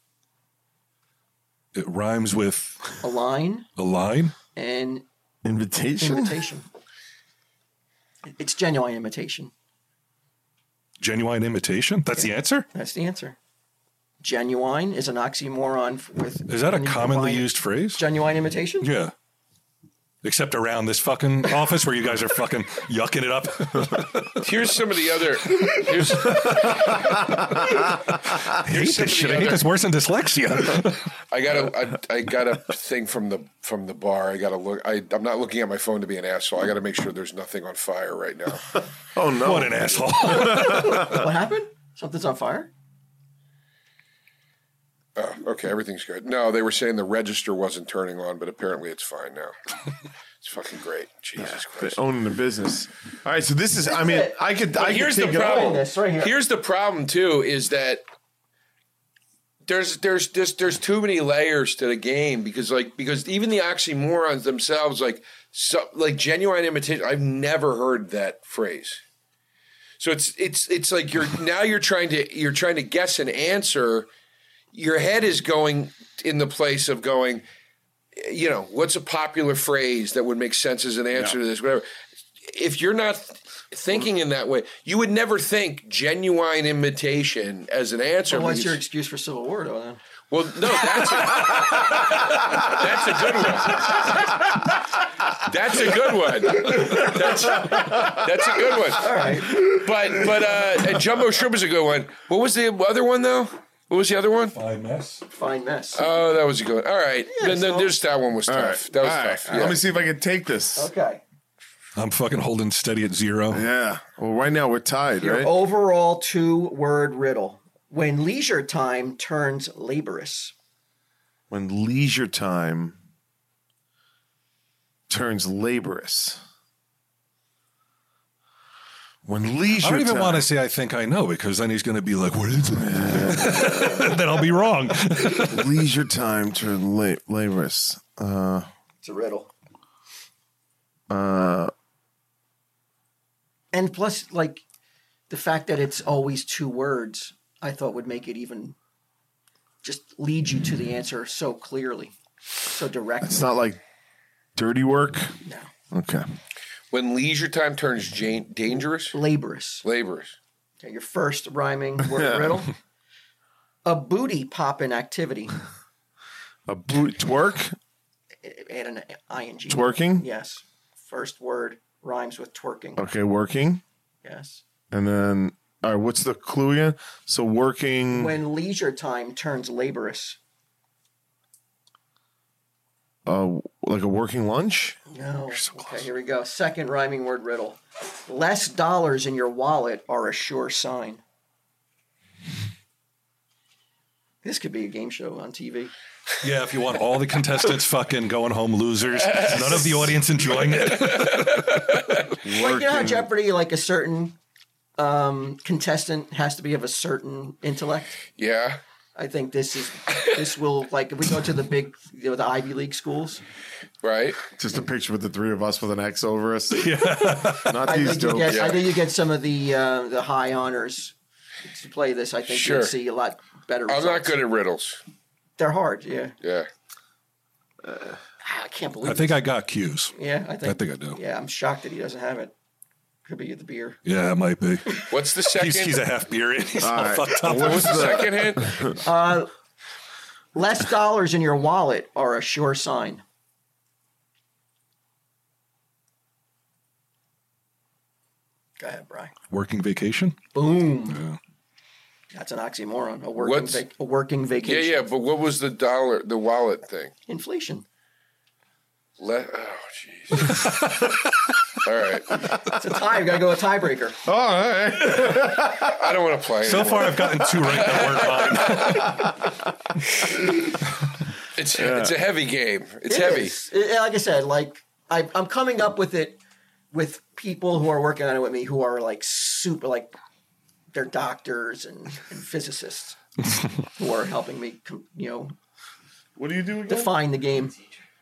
Speaker 3: It rhymes with
Speaker 4: A line
Speaker 3: a line.
Speaker 4: and
Speaker 2: Invitation.
Speaker 4: invitation. It's genuine imitation.
Speaker 3: Genuine imitation. That's the answer.
Speaker 4: That's the answer. Genuine is an oxymoron f- with
Speaker 3: Is that a
Speaker 4: when you
Speaker 3: commonly
Speaker 4: combine
Speaker 3: used phrase?
Speaker 4: genuine imitation?
Speaker 3: Yeah. except around this fucking office where you guys are fucking yucking it up.
Speaker 4: [laughs]
Speaker 1: Here's some of the other. Here's, some
Speaker 3: hate
Speaker 1: of
Speaker 3: this
Speaker 1: the
Speaker 3: shit. I
Speaker 1: other-
Speaker 3: hate this worse than
Speaker 4: [laughs]
Speaker 3: dyslexia.
Speaker 1: I got a I, I got a thing from the from the bar. I got to look. I, I'm not looking at my phone to be an asshole. I got to make sure there's nothing on fire right now.
Speaker 2: Oh no!
Speaker 3: what an asshole.
Speaker 4: What happened? Something's on fire?
Speaker 1: Oh, okay, everything's good. No, they were saying the register wasn't turning on, but apparently it's fine now. it's fucking great. Jesus
Speaker 2: They're
Speaker 1: Christ.
Speaker 2: owning the business. All right, so this is. I mean,
Speaker 4: it.
Speaker 2: I could. I
Speaker 1: But
Speaker 2: could
Speaker 1: here's the
Speaker 2: take it all.
Speaker 1: problem.
Speaker 4: This right here.
Speaker 1: Here's the problem too is that there's there's just there's too many layers to the game because like because even the oxymorons themselves like so, like genuine imitation. I've never heard that phrase. So it's it's it's like you're now you're trying to you're trying to guess an answer. Your head is going in the place of going, you know, what's a popular phrase that would make sense as an answer to this? Whatever. If you're not th- thinking in that way, you would never think genuine imitation as an answer.
Speaker 4: Well, what's
Speaker 1: because-
Speaker 4: your excuse for Civil War, though? Then?
Speaker 1: well, no, that's a, that's a good one. That's a good one. That's, that's a good one. All right. But but uh, and Jumbo Shrimp is a good one. What was the other one though? What was the other one?
Speaker 4: Fine mess.
Speaker 1: Oh, that was a good one. All right. then, then
Speaker 4: so-
Speaker 1: there's that one was tough.
Speaker 2: All right,
Speaker 1: That was
Speaker 2: all right.
Speaker 1: tough. Yeah.
Speaker 2: Let me see if I can take this.
Speaker 4: okay.
Speaker 3: I'm fucking holding steady at zero.
Speaker 2: Yeah. Well, right now we're tied,
Speaker 4: Your
Speaker 2: right?
Speaker 1: Oh.
Speaker 4: overall two word riddle. When leisure time turns laborious.
Speaker 2: When leisure time turns laborious. When leisure
Speaker 3: I don't even
Speaker 2: time,
Speaker 3: [laughs] want to say I think I know because then he's going to be like, what is it? [laughs] then I'll be wrong.
Speaker 2: leisure time turns la- laborious. Uh,
Speaker 4: It's a riddle. Uh. And plus, like, the fact that it's always two words, I thought would make it even just lead you to the answer so clearly, so directly.
Speaker 2: it's not like dirty work.
Speaker 4: No.
Speaker 2: Okay.
Speaker 1: When leisure time turns jan- dangerous,
Speaker 4: Laborious.
Speaker 1: laborers.
Speaker 4: Okay, your first rhyming word riddle. A booty popping activity.
Speaker 2: A boot twerk,
Speaker 4: Add an ing.
Speaker 2: twerking.
Speaker 4: Yes. First word rhymes with twerking.
Speaker 2: Okay, working,
Speaker 4: Yes.
Speaker 2: and then all right. What's the clue again? So working.
Speaker 4: When leisure time turns laborious.
Speaker 2: uh, like a working lunch.
Speaker 4: No. okay, here we go. Second rhyming word riddle. Less dollars in your wallet are a sure sign. This could be a game show on TV.
Speaker 3: Yeah, if you want all the contestants fucking going home losers, none of the audience enjoying it.
Speaker 4: Like, you
Speaker 2: Hmm.
Speaker 4: know how Jeopardy, like a certain um, contestant has to be of a certain intellect?
Speaker 1: Yeah.
Speaker 4: I think this is this will like if we go to the big you know, the Ivy League schools.
Speaker 1: Right.
Speaker 2: Just a picture with the three of us with an X over us. Not
Speaker 4: I
Speaker 2: these
Speaker 4: think, you
Speaker 2: jokes.
Speaker 4: get, I think you get some of the uh, the high honors to play this. I think
Speaker 1: Sure.
Speaker 4: you'll see a lot better.
Speaker 1: I'm
Speaker 4: Results.
Speaker 1: not good at riddles.
Speaker 4: They're hard. Yeah,
Speaker 1: Yeah.
Speaker 4: Ah, I can't believe.
Speaker 3: I think I got cues.
Speaker 4: it. Yeah, I think.
Speaker 3: I think I do.
Speaker 4: Yeah, I'm shocked that he doesn't have it. Could be the beer.
Speaker 3: Yeah, it might be.
Speaker 1: What's the second?
Speaker 3: He's, he's a half beer in. [laughs] He's all,
Speaker 2: All right.
Speaker 3: fucked up.
Speaker 2: What was
Speaker 1: the [laughs]
Speaker 2: the,
Speaker 1: second hint.
Speaker 4: Uh, Less dollars in your wallet are a sure sign. Go ahead, Brian.
Speaker 3: Working vacation?
Speaker 4: Boom. That's an oxymoron. A working,
Speaker 1: What's-
Speaker 4: vac- a working
Speaker 1: Yeah,
Speaker 4: vacation.
Speaker 1: yeah, but what was the dollar, the wallet thing?
Speaker 4: Inflation.
Speaker 1: Le- oh, jeez. All right,
Speaker 4: It's a tie. We gotta go a tiebreaker.
Speaker 2: oh, all right.
Speaker 1: I don't want to play.
Speaker 3: So
Speaker 1: anymore.
Speaker 3: far, I've gotten two right that weren't mine.
Speaker 1: it's it's a heavy game. [laughs] It's
Speaker 4: It
Speaker 1: heavy.
Speaker 4: is. It- like I said, like I, I'm coming up with it with people who are working on it with me who are like super, like they're doctors and, and physicists who are helping me, com- you know,
Speaker 2: What do you do again?
Speaker 4: define the game.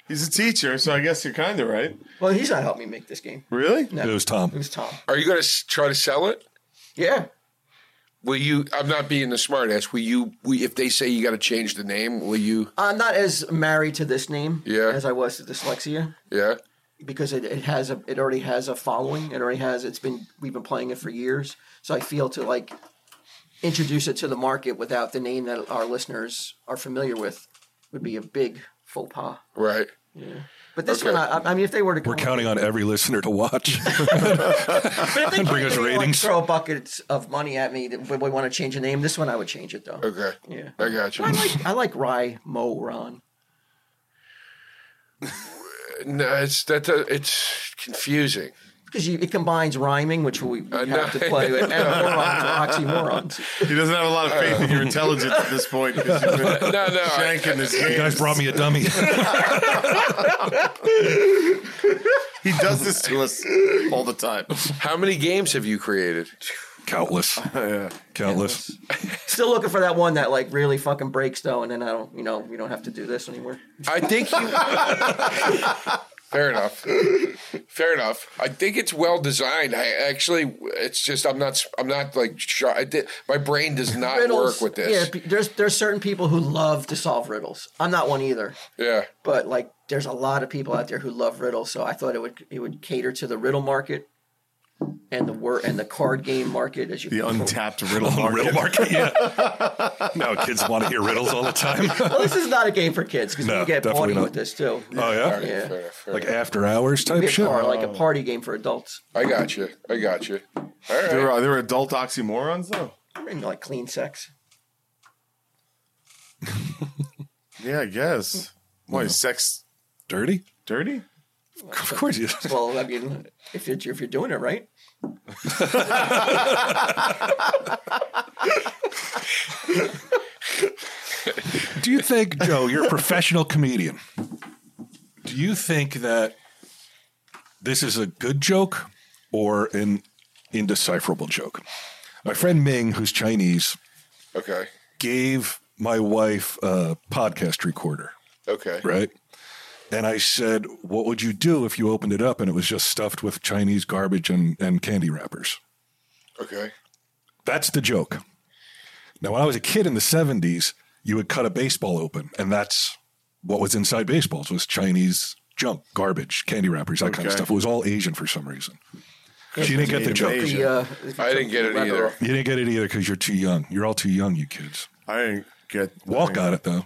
Speaker 2: He's a teacher, so I guess you're kind of right.
Speaker 4: Well, he's not helping me make this game.
Speaker 2: Really?
Speaker 3: It was
Speaker 4: It
Speaker 3: Tom.
Speaker 4: was Tom.
Speaker 1: Are you going to s- try to sell it?
Speaker 4: Yeah.
Speaker 1: Will you? I'm not being the smartass. Will you? Will, if they say you got to change the name, will you?
Speaker 4: I'm not as married to this name
Speaker 1: Yeah.
Speaker 4: as I was to dyslexia
Speaker 1: Yeah.
Speaker 4: because it, it has a it already has a following. It already has it's been we've been playing it for years. So I feel to like introduce it to the market without the name that our listeners are familiar with would be a big faux pas.
Speaker 1: Right.
Speaker 4: But this
Speaker 2: Okay.
Speaker 4: one, I, I mean, if they were to
Speaker 3: We're
Speaker 4: come-
Speaker 3: counting on every listener to watch.
Speaker 4: but if
Speaker 3: [laughs]
Speaker 4: they
Speaker 3: bring us
Speaker 4: came and, like,
Speaker 3: ratings.
Speaker 4: throw buckets of money at me, that we want to change the name. This one, I would change it though.
Speaker 1: Okay.
Speaker 4: Yeah.
Speaker 1: I got you.
Speaker 4: I like I like Rye Mo Ron.
Speaker 1: No, it's that. Uh, it's confusing.
Speaker 4: Because you, it combines rhyming, which we we
Speaker 1: I
Speaker 4: have
Speaker 1: know.
Speaker 4: to play with, and
Speaker 3: [laughs]
Speaker 4: morons, or oxymorons.
Speaker 2: He doesn't have a lot of faith in your intelligence at this point. because
Speaker 1: [laughs]
Speaker 2: you've
Speaker 1: No, [laughs]
Speaker 2: been
Speaker 1: no. I,
Speaker 2: Shanking this
Speaker 3: You guys
Speaker 2: game.
Speaker 3: brought me a dummy.
Speaker 2: He does this to us all the time.
Speaker 1: how many games have you created?
Speaker 3: Countless. Countless.
Speaker 4: Still looking for that one that like really fucking breaks though, and then I don't, you know, we don't have to do this anymore.
Speaker 1: I think you. [laughs] Fair enough. Fair enough. I think it's well designed. I actually, it's just I'm not. I'm not like. Sure, I did, my brain does not work with this.
Speaker 4: Yeah, there's there's certain people who love to solve riddles. I'm not one either,
Speaker 1: Yeah.
Speaker 4: but like there's a lot of people out there who love riddles. So I thought it would it would cater to the riddle market and the word and the card game market as you
Speaker 2: The untapped [laughs] riddle
Speaker 3: On the
Speaker 2: market.
Speaker 3: riddle Oh, market, yeah. now kids want to hear riddles all the time.
Speaker 4: Well, this is not a game for kids because
Speaker 3: No,
Speaker 4: you get
Speaker 3: definitely
Speaker 4: naughty
Speaker 3: not.
Speaker 4: with this too.
Speaker 3: Oh yeah,
Speaker 4: Yeah.
Speaker 1: Fair enough. Fair
Speaker 3: like
Speaker 1: enough.
Speaker 3: after hours type
Speaker 4: It's
Speaker 3: shit.
Speaker 4: more like a party game for adults.
Speaker 1: I got you. I got you. All right.
Speaker 2: There were, there were adult oxymorons, though.
Speaker 4: And like clean sex.
Speaker 2: Yeah, I guess. Why is sex
Speaker 3: Dirty?
Speaker 2: dirty?
Speaker 3: Of course. You, [laughs]
Speaker 4: Well, I mean, if you're if you're doing it right,
Speaker 3: do you think, Joe, you're a professional comedian? Do you think that this is a good joke or an indecipherable joke? My friend Ming, who's Chinese,
Speaker 1: Okay.
Speaker 3: gave my wife a podcast recorder.
Speaker 1: Okay.
Speaker 3: right? And I said, What would you do if you opened it up and it was just stuffed with Chinese garbage and, and candy wrappers?
Speaker 1: Okay.
Speaker 3: That's the joke. Now, when I was a kid in the 70s, you would cut a baseball open, and that's what was inside baseballs was Chinese junk, garbage, candy wrappers, that kind of
Speaker 2: Okay.
Speaker 3: stuff. It was all Asian for some reason. She didn't get the joke.
Speaker 2: Asian.
Speaker 4: the uh, if you
Speaker 1: I didn't get it
Speaker 4: wrap
Speaker 1: either.
Speaker 4: around-
Speaker 3: You didn't get it either because you're too young. You're all too young, you kids.
Speaker 2: I didn't get.
Speaker 3: Walk got it though.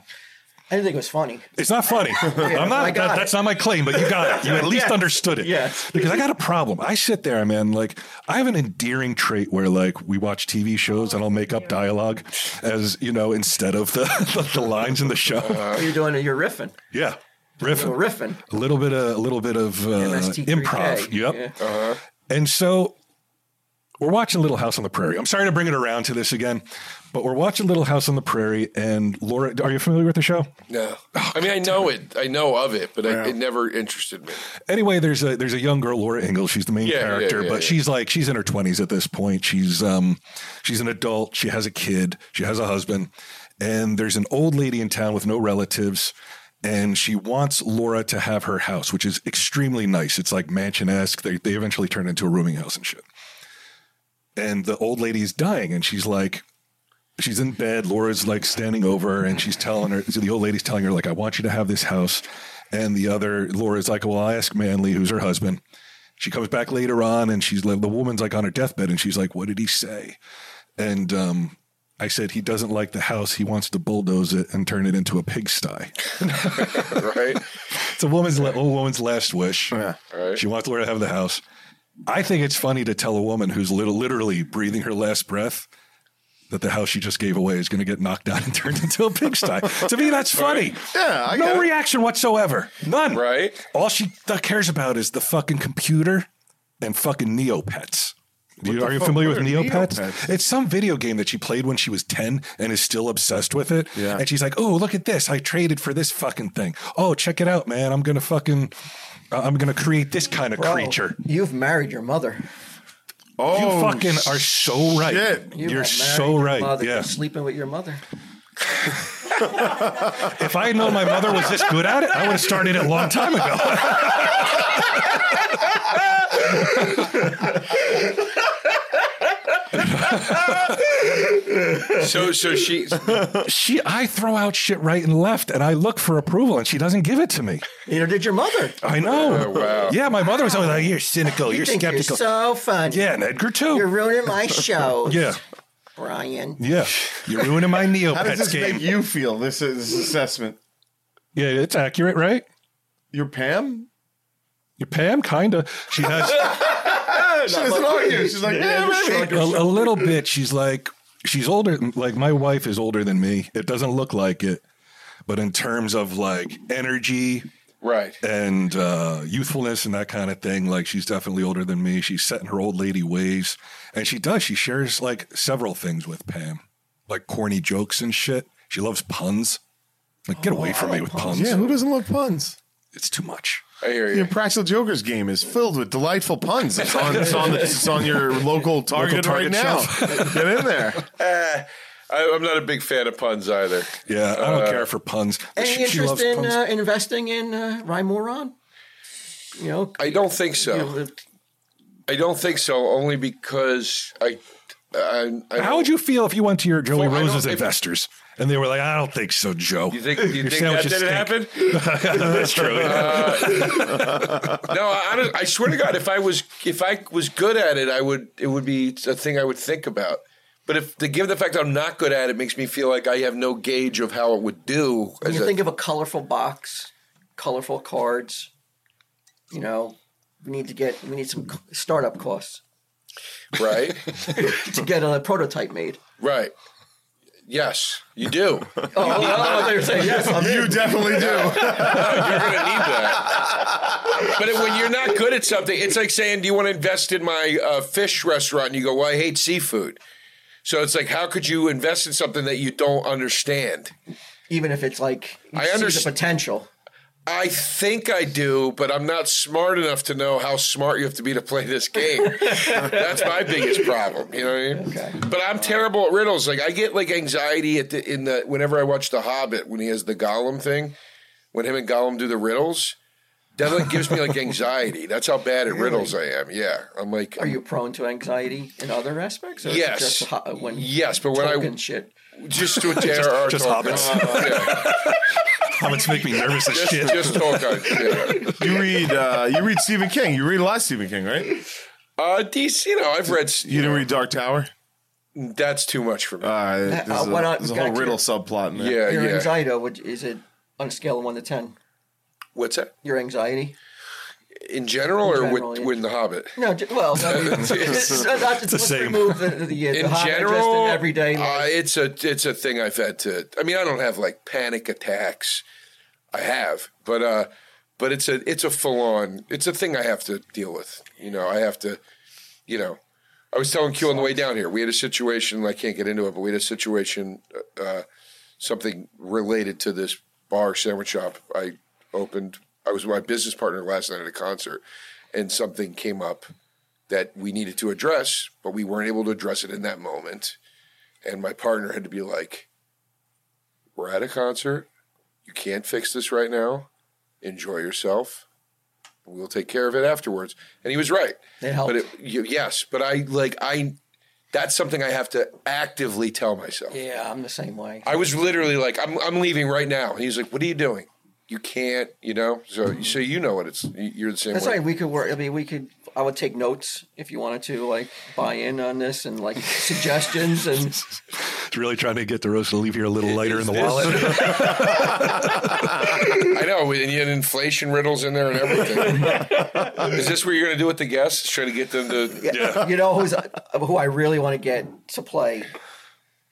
Speaker 4: I didn't think it was funny.
Speaker 3: It's not
Speaker 4: [laughs]
Speaker 3: funny. I'm
Speaker 4: I
Speaker 3: not.
Speaker 4: got
Speaker 3: That,
Speaker 4: it.
Speaker 3: that's not my claim, but you got it. You at least understood it.
Speaker 4: Yes.
Speaker 3: Because I got a problem. I sit there, man. Like I have an endearing trait where, like, we watch TV shows and I'll make up dialogue as you know instead of the [laughs] the, the lines in the
Speaker 4: [laughs]
Speaker 3: show.
Speaker 4: Oh, You're doing it. You're riffing.
Speaker 3: Yeah.
Speaker 4: You're
Speaker 3: Riffing.
Speaker 4: riffing.
Speaker 3: A little bit of a little bit of uh,
Speaker 4: MST3K.
Speaker 3: improv. Yep.
Speaker 4: Yeah.
Speaker 3: And so we're watching Little House on the Prairie. I'm sorry to bring it around to this again, but we're watching Little House on the Prairie. And Laura, are you familiar with the show?
Speaker 1: No. I mean, I know it. I know of it, but I, it never interested me.
Speaker 3: anyway, there's a there's a young girl, Laura Ingalls. She's the main
Speaker 1: Yeah, yeah,
Speaker 3: character,
Speaker 1: yeah,
Speaker 3: but
Speaker 1: yeah.
Speaker 3: she's like she's in her twenties at this point. She's um she's an adult. She has a kid. She has a husband, and there's an old lady in town with no relatives. And she wants Laura to have her house, which is extremely nice. It's like mansion esque. They, they eventually turn into a rooming house and shit. And the old lady is dying, and she's like, she's in bed. Laura's like standing over her and she's telling her, so the old lady's telling her, like, I want you to have this house. And the other, Laura's like, well, I'll ask Manley, who's her husband. She comes back later on and she's like, the woman's like on her deathbed and she's like, what did he say? And um, I said, he doesn't like the house. He wants to bulldoze it and turn it into a pigsty.
Speaker 1: Right?
Speaker 3: It's a woman's, la- old woman's last wish.
Speaker 1: Right.
Speaker 3: She wants Laura to have the house. I think it's funny to tell a woman who's lit- literally breathing her last breath that the house she just gave away is going to get knocked down and [laughs] turned into a pigsty. to me, that's funny.
Speaker 2: Yeah, I get
Speaker 3: no
Speaker 2: it.
Speaker 3: reaction whatsoever. None.
Speaker 1: Right?
Speaker 3: All she th- cares about is the fucking computer and fucking Neopets. Do you, are you
Speaker 2: fuck
Speaker 3: familiar with
Speaker 2: are
Speaker 3: Neopets?
Speaker 2: Neopets?
Speaker 3: It's some video game that she played when she was 10 and is still obsessed with it.
Speaker 2: Yeah.
Speaker 3: And she's like, oh, look at this. I traded for this fucking thing. Oh, check it out, man. I'm going to fucking, uh, I'm going to create this kind of
Speaker 4: Bro,
Speaker 3: creature.
Speaker 4: You've married your mother.
Speaker 2: Oh,
Speaker 3: You fucking are so right.
Speaker 2: shit.
Speaker 4: You
Speaker 3: You're
Speaker 4: got married
Speaker 3: so
Speaker 4: your
Speaker 3: right.
Speaker 4: Mother.
Speaker 3: Yeah.
Speaker 4: You're sleeping with your mother.
Speaker 3: If I had known my mother was this good at it, I would have started it a long time ago. [laughs]
Speaker 1: So, so she.
Speaker 3: she, I throw out shit right and left and I look for approval and she doesn't give it to me.
Speaker 4: Neither did your mother.
Speaker 3: I know.
Speaker 1: Oh,
Speaker 4: [laughs]
Speaker 1: wow.
Speaker 3: Yeah, my mother was always like, "You're cynical. You're
Speaker 4: Think you're
Speaker 3: skeptical."
Speaker 4: so funny.
Speaker 3: yeah, and Edgar too.
Speaker 4: You're
Speaker 3: [laughs]
Speaker 4: ruining my show.
Speaker 3: yeah,
Speaker 4: Brian.
Speaker 3: yeah. You're ruining my
Speaker 2: How does
Speaker 3: Neopets
Speaker 2: this
Speaker 3: game.
Speaker 2: make you feel? This, this assessment.
Speaker 3: yeah, it's accurate, right?
Speaker 2: You're Pam?
Speaker 3: Your Pam, kinda. She
Speaker 2: [laughs]
Speaker 3: has
Speaker 2: she doesn't know you. She's like, yeah, maybe.
Speaker 3: a, a little bit. She's like, she's older. Like my wife is older than me. It doesn't look like it, but in terms of like energy
Speaker 1: Right.
Speaker 3: and uh, youthfulness and that kind of thing, like she's definitely older than me. She's set in her old lady ways, and she does. She shares like several things with Pam, like corny jokes and shit. She loves puns. Like, get away from me with puns.
Speaker 2: Oh, Yeah, who doesn't love puns?
Speaker 3: It's too much.
Speaker 1: I hear
Speaker 2: Your
Speaker 1: you.
Speaker 2: Practical Jokers game is filled with delightful puns. It's on, it's on, it's on your local Target,
Speaker 3: Target
Speaker 2: right now. Get in there.
Speaker 1: Eh, I, I'm not a big fan of puns either.
Speaker 3: Yeah, I don't care for puns. But
Speaker 4: Uh, Any
Speaker 3: she- she
Speaker 4: interest
Speaker 3: loves
Speaker 4: in
Speaker 3: puns.
Speaker 4: uh, investing in uh, Rhymoron? You know,
Speaker 1: I don't think so.
Speaker 4: you know, the-
Speaker 1: I don't think so. Only because I. I, I
Speaker 3: How would you feel if you went to your Joey
Speaker 1: Well, I
Speaker 3: Rose's
Speaker 1: don't- if-
Speaker 3: investors and they were like, "I don't think so, Joe."
Speaker 1: You think you
Speaker 3: Your
Speaker 1: think that
Speaker 3: sandwiches
Speaker 1: didn't happen?
Speaker 3: That's true. [laughs]
Speaker 1: No, I, honest- I swear to God, if I was if I was good at it, I would it would be a thing I would think about. But if the given the fact I'm not good at it, makes me feel like I have no gauge of how it would do. As
Speaker 4: you
Speaker 1: a,
Speaker 4: think of a colorful box, colorful cards. You know, we need to get we need some c- startup costs
Speaker 1: right,
Speaker 4: to get a prototype made.
Speaker 1: right. Yes, you do. You're
Speaker 4: Oh, I thought you were saying yes. I'm in.
Speaker 2: You definitely do.
Speaker 1: gonna need that. But it- when you're not good at something, it's like saying, "Do you want to invest in my uh, fish restaurant?" And you go, "Well, I hate seafood." So it's like, how could you invest in something that you don't understand?
Speaker 4: Even if it's like you
Speaker 1: I
Speaker 4: see
Speaker 1: underst-
Speaker 4: the potential.
Speaker 1: I think I do, but I'm not smart enough to know how smart you have to be to play this game. That's my biggest problem. You know what I mean?
Speaker 4: Okay.
Speaker 1: But I'm terrible at riddles. Like I get like anxiety at the in the whenever I watch The Hobbit when he has the Gollum thing, when him and Gollum do the riddles. That like gives me like anxiety. That's how bad at riddles I am. Yeah, I'm like
Speaker 4: Are you prone to anxiety in other aspects? Or is it
Speaker 1: Yes.
Speaker 4: Just ho- uh, when
Speaker 1: Yes, but when I-
Speaker 4: token shit.
Speaker 1: just to tear our
Speaker 3: just
Speaker 1: talk-
Speaker 3: hobbits.
Speaker 1: Yeah,
Speaker 3: Comments make me nervous as [laughs] shit.
Speaker 1: just, just talk. on- Yeah.
Speaker 2: You read, uh, you read Stephen King. You read a lot of Stephen King, right?
Speaker 1: Uh, DC, you know, I've read.
Speaker 2: You didn't read Dark Tower.
Speaker 1: That's too much for me.
Speaker 2: Uh, there's,
Speaker 4: Uh,
Speaker 2: a,
Speaker 4: why not-
Speaker 2: there's a whole
Speaker 4: gotcha.
Speaker 2: riddle subplot in there.
Speaker 1: yeah,
Speaker 4: Your
Speaker 1: yeah.
Speaker 4: anxiety, would, is it on a scale of 1 to 10?
Speaker 1: What's that?
Speaker 4: Your anxiety?
Speaker 1: In general, or
Speaker 4: general,
Speaker 1: with,
Speaker 4: yeah.
Speaker 1: with The Hobbit?
Speaker 4: No, ju- well, I mean,
Speaker 1: [laughs]
Speaker 4: it's, it's, not- let's
Speaker 3: same.
Speaker 4: remove the, the, the,
Speaker 1: In
Speaker 4: the hot interest
Speaker 1: general,
Speaker 4: in everyday
Speaker 1: uh,
Speaker 4: life.
Speaker 1: it's a it's a thing I've had to. I mean, I don't have like panic attacks. I have, but uh, but it's a it's a full on. It's a thing I have to deal with. You know, I have to. You know, I was telling Q on the way down here. We had a situation. I can't get into it, but we had a situation. Uh, something related to this bar sandwich shop I opened. I was with my business partner last night at a concert, and something came up that we needed to address, but we weren't able to address it in that moment. And my partner had to be like, We're at a concert. You can't fix this right now. Enjoy yourself. We'll take care of it afterwards. And he was right.
Speaker 4: It helped.
Speaker 1: But it, y- yes, but I like, I, that's something I have to actively tell myself.
Speaker 4: yeah, I'm the same way.
Speaker 1: I was literally like, I'm, I'm leaving right now. And he's like, What are you doing? You can't, you know? So, so you know what it's, you're the same
Speaker 4: That's
Speaker 1: way.
Speaker 4: right. We could work. I mean, we could. I would take notes if you wanted to, like buy in on this and like suggestions and
Speaker 3: It's really trying to get the roast to leave here a little lighter in the wallet.
Speaker 1: I know, and you had inflation riddles in there and everything. Is this what you're going to do with the guests? Try to get them to.
Speaker 4: you know who's who I really want to get to play.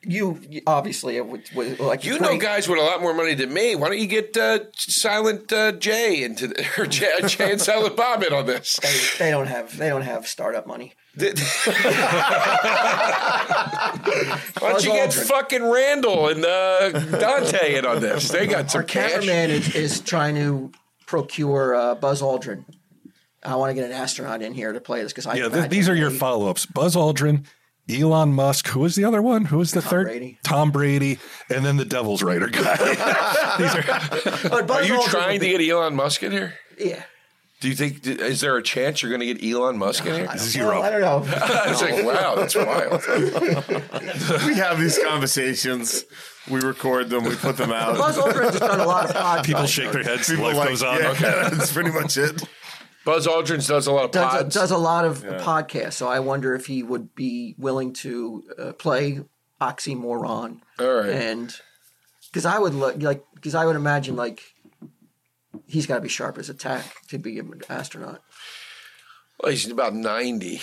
Speaker 4: You obviously it would, would like
Speaker 1: You know
Speaker 4: great-
Speaker 1: guys with a lot more money than me. Why don't you get uh, Silent uh, Jay into the, or Jay, uh, Jay and Silent Bob in on this?
Speaker 4: They, they don't have they don't have startup money.
Speaker 1: [laughs] Why don't you get
Speaker 4: Aldrin.
Speaker 1: fucking Randall and uh, Dante in on this? They got some
Speaker 4: Our
Speaker 1: cash.
Speaker 4: cameraman is, is trying to procure uh, Buzz Aldrin. I want to get an astronaut in here to play this because I
Speaker 3: yeah, th-
Speaker 4: imagine
Speaker 3: these are your
Speaker 4: they-
Speaker 3: follow ups. Buzz Aldrin, Elon Musk. Who was the other one? Who was the third?
Speaker 4: Brady.
Speaker 3: Tom Brady, and then the Devil's
Speaker 1: [laughs]
Speaker 3: Writer guy. these are
Speaker 4: But Buzz
Speaker 1: Are you
Speaker 4: Aldrin
Speaker 1: trying
Speaker 4: would
Speaker 1: to
Speaker 4: be-
Speaker 1: get Elon Musk in here?
Speaker 4: Yeah.
Speaker 1: Do you think is there a chance you're going to get Elon Musk in here?
Speaker 3: zero.
Speaker 4: Well, I don't know.
Speaker 1: [laughs] I was like, wow, that's wild.
Speaker 2: We have these conversations. We record them. We put them out.
Speaker 4: Buzz Aldrin's done a lot of podcasts.
Speaker 3: People shake their heads.
Speaker 2: People
Speaker 3: life
Speaker 2: like,
Speaker 3: goes on.
Speaker 2: yeah, [laughs] that's pretty much it.
Speaker 1: Buzz Aldrin does a lot of
Speaker 4: does,
Speaker 1: pods.
Speaker 4: does a lot of podcasts. So I wonder if he would be willing to uh, play oxymoron.
Speaker 1: All right.
Speaker 4: And because I would look like because I would imagine like he's got to be sharp as a tack to be an astronaut.
Speaker 1: Well, he's about 90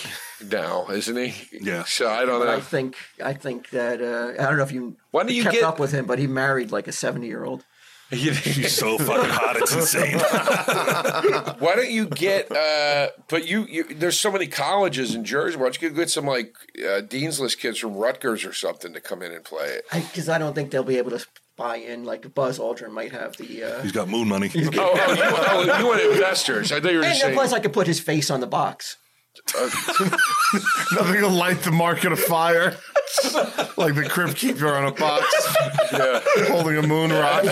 Speaker 1: now, isn't he?
Speaker 3: Yeah.
Speaker 1: So I don't
Speaker 4: But I
Speaker 1: know.
Speaker 4: think I think that uh, I don't know if you
Speaker 1: Why do you
Speaker 4: kept
Speaker 1: get-
Speaker 4: up with him, but he married like a seventy year old.
Speaker 3: She's so fucking hot, it's insane.
Speaker 1: [laughs] Why don't you get? Uh, but you, you, there's so many colleges in Jersey. Why don't you get some like uh, dean's list kids from Rutgers or something to come in and play it?
Speaker 4: Because I, don't think they'll be able to buy in like Buzz Aldrin might have the. Uh,
Speaker 3: He's got moon money.
Speaker 1: [laughs] Oh, oh, you, oh, you want investors? I thought you were just
Speaker 4: and
Speaker 1: saying.
Speaker 4: plus, I could put his face on the box.
Speaker 2: Nothing will light the market afire like the crypt keeper on a box
Speaker 1: Yeah,
Speaker 2: holding a moon rock.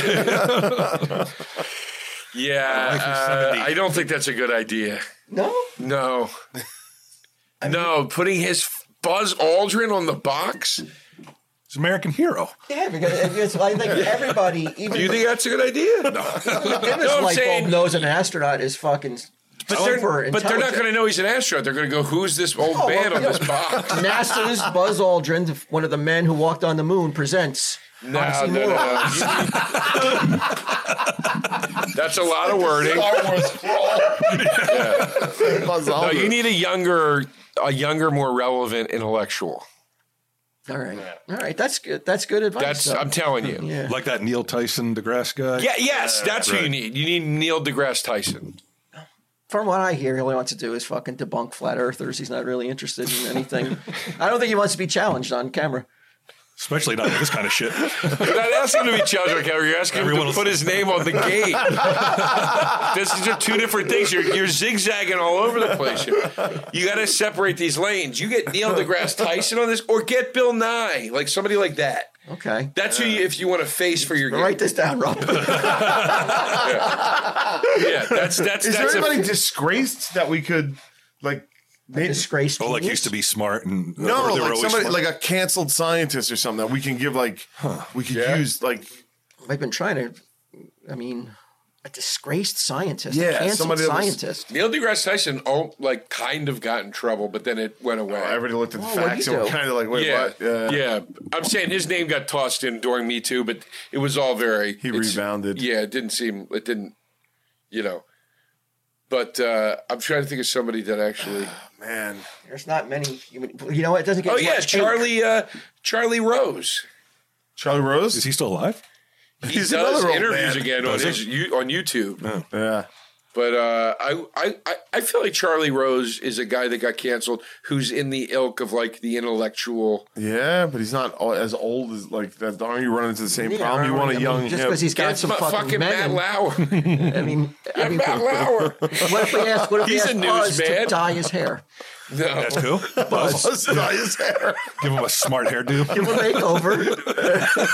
Speaker 1: yeah. uh, I don't think that's a good idea.
Speaker 4: No,
Speaker 1: No, no. Putting his Buzz Aldrin on the box.
Speaker 3: He's an American hero.
Speaker 4: yeah, because because I think
Speaker 1: [laughs]
Speaker 4: everybody, even
Speaker 1: Do you think that's a good
Speaker 4: [laughs]
Speaker 1: idea? No.
Speaker 4: Dennis
Speaker 1: No, I'm
Speaker 4: Lightbulb
Speaker 1: saying-
Speaker 4: knows an astronaut is fucking.
Speaker 1: But they're, but they're not going to
Speaker 4: to.
Speaker 1: know he's an astronaut. They're going to go, "Who's this old
Speaker 4: Oh, well,
Speaker 1: man on
Speaker 4: yeah.
Speaker 1: this box?"
Speaker 4: [laughs] NASA's Buzz Aldrin, one of the men who walked on the moon, presents.
Speaker 1: No, no, no, no. You- [laughs] That's a lot of wording.
Speaker 2: Wars crawl. Buzz
Speaker 1: No, you
Speaker 2: Aldrin.
Speaker 1: need a younger, a younger, more relevant intellectual.
Speaker 4: All right, all right, that's good. That's good advice.
Speaker 1: That's
Speaker 4: though.
Speaker 1: I'm telling you.
Speaker 4: yeah.
Speaker 3: Like that Neil Tyson DeGrasse guy.
Speaker 1: Yeah, yes, that's who you need. You need Neil deGrasse Tyson.
Speaker 4: From what I hear, all he wants to do is fucking debunk flat earthers. He's not really interested in
Speaker 2: [laughs]
Speaker 4: anything. I don't think he wants to be challenged on camera.
Speaker 3: Especially not with this kind of shit.
Speaker 1: You're not asking him to be judged on camera. You're asking him
Speaker 3: Everyone
Speaker 1: to
Speaker 3: will
Speaker 1: put
Speaker 3: see.
Speaker 1: his name
Speaker 2: [laughs]
Speaker 1: on the gate. this is are two different things. You're, you're zigzagging all over the place. Here. You got to separate these lanes. You get Neil deGrasse Tyson on this, or get Bill Nye, like somebody like that.
Speaker 4: Okay.
Speaker 1: That's who you, if you want a face for your game.
Speaker 4: Write this down,
Speaker 2: [laughs]
Speaker 4: Rob.
Speaker 1: Yeah, that's that's
Speaker 2: Is
Speaker 1: that's
Speaker 2: there
Speaker 1: a-
Speaker 2: anybody disgraced that we could like? name-
Speaker 4: Disgraced.
Speaker 3: Oh, like
Speaker 4: genius.
Speaker 3: used to be smart and uh,
Speaker 2: No,
Speaker 3: or they were
Speaker 2: like
Speaker 3: always
Speaker 2: somebody
Speaker 3: smart.
Speaker 2: like a canceled scientist or something that we can give like we could use like
Speaker 4: I've been trying to. I mean, a disgraced scientist.
Speaker 2: Yeah,
Speaker 4: a canceled
Speaker 2: somebody that was-
Speaker 4: scientist.
Speaker 1: Neil deGrasse Tyson, oh, like kind of got in trouble, but then it went away.
Speaker 2: Oh, everybody looked at the
Speaker 4: Well, what'd
Speaker 2: facts
Speaker 4: you
Speaker 2: and
Speaker 4: do?
Speaker 2: kind of like wait
Speaker 1: yeah,
Speaker 2: what? Yeah.
Speaker 1: yeah. I'm saying his name got tossed in during Me Too, but it was all very.
Speaker 2: He
Speaker 1: it's-
Speaker 2: rebounded.
Speaker 1: Yeah, it didn't seem. It didn't. You know. But uh, I'm trying to think of somebody that actually.
Speaker 2: man.
Speaker 4: There's not many. human- You know, what? it doesn't
Speaker 1: [sighs]
Speaker 4: get.
Speaker 1: Oh
Speaker 4: as
Speaker 1: yeah,
Speaker 4: much
Speaker 1: Charlie. Uh, Charlie Rose.
Speaker 2: Charlie Rose.
Speaker 3: Is he still alive?
Speaker 1: He
Speaker 2: He's
Speaker 1: does
Speaker 2: another old
Speaker 1: interviews
Speaker 2: man.
Speaker 1: again on
Speaker 3: Does he?
Speaker 1: his, you, on YouTube.
Speaker 2: yeah,
Speaker 1: But uh, I, I, I- I feel like Charlie Rose is a guy that got canceled who's in the ilk of like the intellectual.
Speaker 2: yeah, but he's not all, as old as like that. Aren't you running into the same
Speaker 4: Yeah,
Speaker 2: problem? You
Speaker 4: I
Speaker 2: want
Speaker 4: mean,
Speaker 2: a young
Speaker 4: just
Speaker 2: hip- [laughs]
Speaker 4: because he's got
Speaker 1: That's
Speaker 4: some
Speaker 1: about
Speaker 4: fucking,
Speaker 1: fucking Matt
Speaker 4: men.
Speaker 1: Lauer. [laughs]
Speaker 4: I mean, I mean,
Speaker 1: Matt Lauer.
Speaker 4: what if we ask? What if
Speaker 1: He's a
Speaker 4: we ask Buzz to
Speaker 1: newsman.
Speaker 4: dye his hair?
Speaker 1: No.
Speaker 3: That's cool. Buzz.
Speaker 2: Buzz and his hair.
Speaker 3: Give him a smart hairdo.
Speaker 4: Give him a
Speaker 3: [laughs]
Speaker 4: makeover.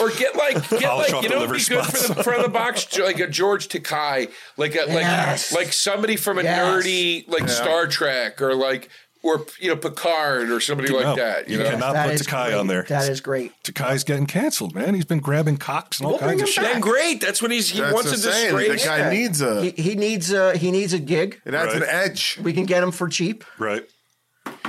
Speaker 1: Or get
Speaker 2: [laughs]
Speaker 1: like get
Speaker 3: Polish
Speaker 1: like
Speaker 3: off
Speaker 1: you
Speaker 3: the
Speaker 1: know what'd be
Speaker 3: liver
Speaker 1: good for the front of the box like a George Takai like a
Speaker 4: Yes.
Speaker 1: like like somebody from a
Speaker 4: Yes.
Speaker 1: nerdy like Star Trek or like or you know Picard or somebody like
Speaker 3: No,
Speaker 1: that you
Speaker 3: you
Speaker 1: know
Speaker 3: cannot
Speaker 4: That
Speaker 3: put
Speaker 4: is
Speaker 3: Takai
Speaker 4: great.
Speaker 3: on there.
Speaker 4: That is great.
Speaker 3: Takai's getting canceled, man. He's been grabbing cocks and all
Speaker 4: We'll bring
Speaker 3: kinds of
Speaker 4: him
Speaker 3: shit.
Speaker 4: back.
Speaker 1: then great that's when he's he
Speaker 2: That's
Speaker 1: wants
Speaker 2: what
Speaker 1: a
Speaker 2: I'm saying.
Speaker 1: disgrace
Speaker 2: The guy needs
Speaker 4: He,
Speaker 2: a.
Speaker 4: he needs a he needs a gig.
Speaker 2: It adds an
Speaker 3: Right.
Speaker 2: edge.
Speaker 4: We can get him for cheap.
Speaker 3: Right.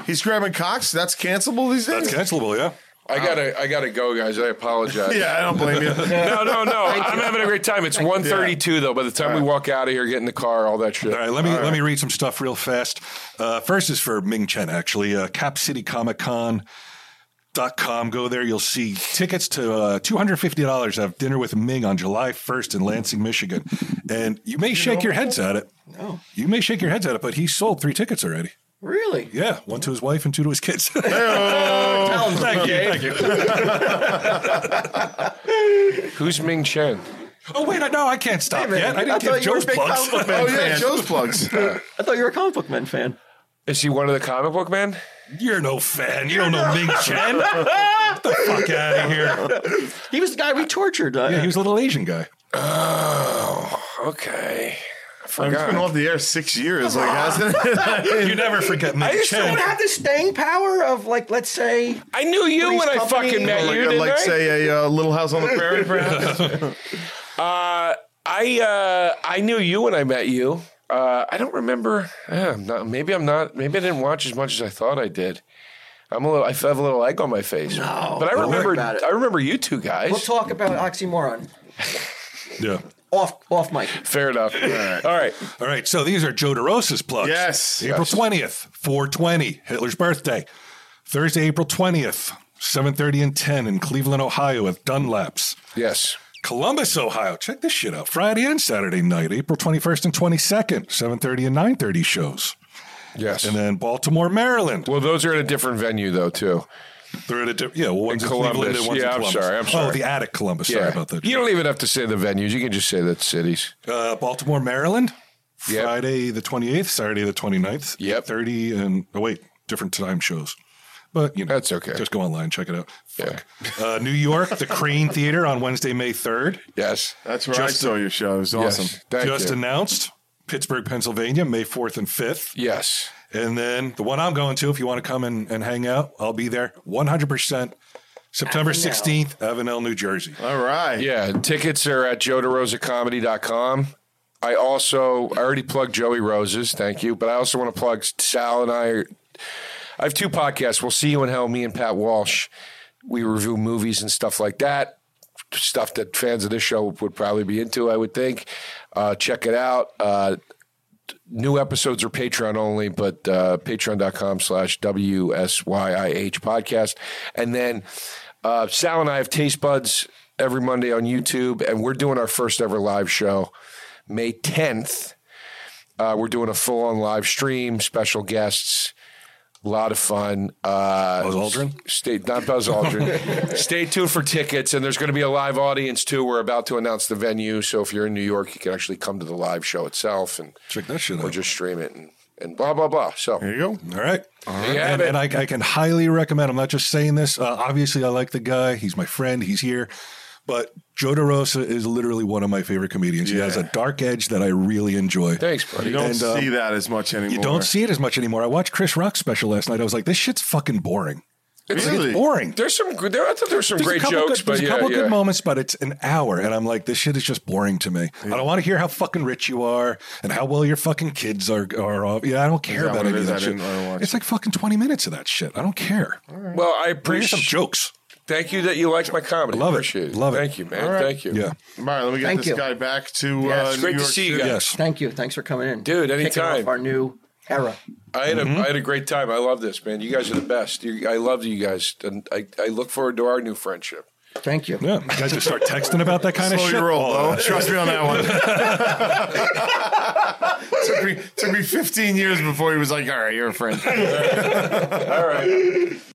Speaker 2: He's grabbing cocks. That's cancelable these days.
Speaker 3: That's cancelable, yeah.
Speaker 1: I gotta I gotta go guys I apologize
Speaker 2: [laughs] yeah, I don't blame you.
Speaker 1: no no no I'm having a great time it's 1.32 though by the time we walk out of here get in the car all that shit
Speaker 3: All right, let me let me read some stuff real fast. Uh, first is for Ming Chen, actually. Uh, CapCityComicCon.com. Go there. You'll see tickets to uh, $250 to have dinner with Ming on July 1st in Lansing, Michigan. And you may shake your heads at it. No. You may shake your heads at it, but he sold three tickets already.
Speaker 4: Really?
Speaker 3: Yeah, one to his wife and two to his kids. [laughs]
Speaker 4: Tell him.
Speaker 3: Thank you. Thank you.
Speaker 1: who's Ming Chen
Speaker 3: Oh, wait, I- no, I can't
Speaker 4: Wait
Speaker 3: stop
Speaker 4: a minute.
Speaker 3: yet. I
Speaker 4: I
Speaker 3: didn't
Speaker 4: thought
Speaker 3: give
Speaker 4: you were a
Speaker 3: Joe's
Speaker 4: big
Speaker 3: plugs. [laughs]
Speaker 4: comic
Speaker 2: Oh yeah, Joe's [laughs] plugs.
Speaker 4: I thought you were a comic book man fan.
Speaker 1: is he one of the comic book men
Speaker 3: You're no fan. You don't know Ming
Speaker 4: [laughs]
Speaker 3: Chen. Get the fuck out of here.
Speaker 4: He was the guy we tortured. Uh,
Speaker 3: Yeah, he was a little Asian guy.
Speaker 2: Oh,
Speaker 1: okay I
Speaker 2: It's
Speaker 1: forgot
Speaker 2: been off the air six years, like hasn't [laughs] it?
Speaker 3: You never forget Ming
Speaker 4: I just
Speaker 3: Chen.
Speaker 4: don't have the staying power of like, let's say,
Speaker 1: I knew you
Speaker 4: Three's
Speaker 1: when I
Speaker 4: Company,
Speaker 1: fucking met
Speaker 4: or
Speaker 1: you,
Speaker 2: like,
Speaker 1: didn't
Speaker 2: like
Speaker 1: I?
Speaker 2: say a uh, Little House on the Prairie, perhaps.
Speaker 1: uh, I uh, I knew you when I met you. Uh, I don't remember. Yeah, I'm not- maybe I'm not. Maybe I didn't watch as much as I thought I did. I'm a little. I have a little egg on my face. No, but I
Speaker 4: don't worry
Speaker 1: remember.
Speaker 4: about it.
Speaker 1: I remember you two guys.
Speaker 4: we'll talk about oxymoron.
Speaker 3: Yeah.
Speaker 4: off off mic.
Speaker 1: Fair enough. All right.
Speaker 3: All right, so these are Joe DeRosa's plugs.
Speaker 2: Yes.
Speaker 3: April 20th, 420, Hitler's birthday. Thursday, April 20th, 7.30 and 10 in Cleveland, Ohio at Dunlap's.
Speaker 1: Yes.
Speaker 3: Columbus, Ohio. Check this shit out. Friday and Saturday night, April 21st and 22nd, 7.30 and 9.30 shows.
Speaker 1: Yes.
Speaker 3: And then Baltimore, Maryland.
Speaker 1: well, those are at a different venue though too.
Speaker 3: They're at a diff- yeah, well, one's in Cleveland
Speaker 1: Columbus.
Speaker 3: and one's
Speaker 1: Yeah,
Speaker 3: in
Speaker 1: I'm
Speaker 3: Columbus.
Speaker 1: sorry, I'm sorry.
Speaker 3: Oh, the attic Columbus. Sorry about that.
Speaker 1: You don't even have to say the venues. You can just say that cities.
Speaker 3: uh, Baltimore, Maryland,
Speaker 1: Yep.
Speaker 3: Friday the 28th, Saturday the 29th,
Speaker 1: Yep.
Speaker 3: 30 and oh wait, different time shows. But you know,
Speaker 1: That's okay.
Speaker 3: Just go online, check it out.
Speaker 1: Yeah.
Speaker 3: Uh, New York, the Crane Theater on Wednesday, May 3rd,
Speaker 1: Yes.
Speaker 2: That's where
Speaker 3: Justin-
Speaker 2: I saw your show. It was
Speaker 1: Yes.
Speaker 2: awesome.
Speaker 1: [laughs] Thank
Speaker 3: just
Speaker 1: you.
Speaker 3: announced. Pittsburgh, Pennsylvania, May 4th and 5th.
Speaker 1: yes.
Speaker 3: And then the one I'm going to, if you want to come and, and hang out, I'll be there 100%. September 16th, Avenel, New Jersey.
Speaker 2: All right.
Speaker 1: Yeah, tickets are at joederosacomedy.com. I also I already plugged Joey Roses, thank you, but I also want to plug Sal and I. Are, I have two podcasts. We'll see you in hell. Me and Pat Walsh, we review movies and stuff like that, stuff that fans of this show would probably be into. I would think. Uh, check it out. Uh, new episodes are Patreon only, but uh, patreon.com slash WSYIH podcast. And then uh, Sal and I have Taste Buds every Monday on YouTube, and we're doing our first ever live show May 10th. Uh, we're doing a full on live stream, special guests. A lot of fun. Uh,
Speaker 3: Buzz Aldrin?
Speaker 1: Stay, not Buzz
Speaker 3: [laughs]
Speaker 1: Aldrin. Stay tuned for tickets, and there's going to be a live audience too. We're about to announce the venue, so if you're in New York, you can actually come to the live show itself. And
Speaker 3: Check that shit
Speaker 1: or
Speaker 3: out.
Speaker 1: just stream it and, and blah blah blah. So
Speaker 2: There you go.
Speaker 3: All right.
Speaker 1: Yeah,
Speaker 3: and,
Speaker 1: but-
Speaker 3: and I, I can highly recommend. I'm not just saying this. Uh, obviously, I like the guy. He's my friend. He's here. But Joe DeRosa is literally one of my favorite comedians. He has a dark edge that I really enjoy.
Speaker 1: thanks, buddy.
Speaker 2: You don't
Speaker 3: And, um,
Speaker 2: see that as much anymore.
Speaker 3: You don't see it as much anymore. I watched Chris Rock's special last night. I was like, this shit's fucking boring. It's
Speaker 2: Really?
Speaker 3: boring.
Speaker 1: There's some good. There, I thought there were some
Speaker 3: There's
Speaker 1: great
Speaker 3: a couple
Speaker 1: jokes,
Speaker 3: good,
Speaker 1: but
Speaker 3: there's
Speaker 1: yeah,
Speaker 3: a couple
Speaker 1: yeah.
Speaker 3: good moments, but it's an hour, and I'm like, this shit is just boring to me. I don't want to hear how fucking rich you are and how well your fucking kids are are off. Yeah, I don't care
Speaker 2: that
Speaker 3: about
Speaker 2: what
Speaker 3: any of
Speaker 2: it is?
Speaker 3: that
Speaker 2: I
Speaker 3: shit.
Speaker 2: didn't- I don't watch
Speaker 3: It's like fucking 20 minutes of that shit. I don't care.
Speaker 1: well, I
Speaker 3: Here's some
Speaker 1: appreciate.
Speaker 3: jokes.
Speaker 1: Thank you that you liked my comedy.
Speaker 3: Love it.
Speaker 1: Appreciate it.
Speaker 3: Love it.
Speaker 1: Thank you, man.
Speaker 2: All right.
Speaker 1: Thank you.
Speaker 3: Yeah.
Speaker 2: All right, let me get
Speaker 4: Thank
Speaker 2: this
Speaker 4: you.
Speaker 2: guy back to
Speaker 1: Yeah,
Speaker 2: uh,
Speaker 1: it's
Speaker 2: New
Speaker 1: great to
Speaker 2: York
Speaker 1: see you
Speaker 2: City.
Speaker 1: guys.
Speaker 2: [laughs]
Speaker 3: Yes.
Speaker 4: Thank you. Thanks for coming in,
Speaker 1: Dude,
Speaker 4: Kicking
Speaker 1: anytime.
Speaker 4: off our new era.
Speaker 1: I had a
Speaker 3: Mm-hmm.
Speaker 1: I had a great time. I love this, man. You guys are the best. You, I love you guys, and I, I look forward to our new friendship.
Speaker 4: Thank you.
Speaker 3: Yeah. You guys just start texting about
Speaker 2: [laughs]
Speaker 3: that kind of
Speaker 2: Slow
Speaker 3: shit.
Speaker 2: your roll,
Speaker 3: all
Speaker 2: though.
Speaker 3: that.
Speaker 2: Trust me on that one.
Speaker 1: [laughs]
Speaker 2: [laughs] took,
Speaker 1: [laughs]
Speaker 2: me, took me 15 years before he was like, all right, you're a friend.
Speaker 1: All right.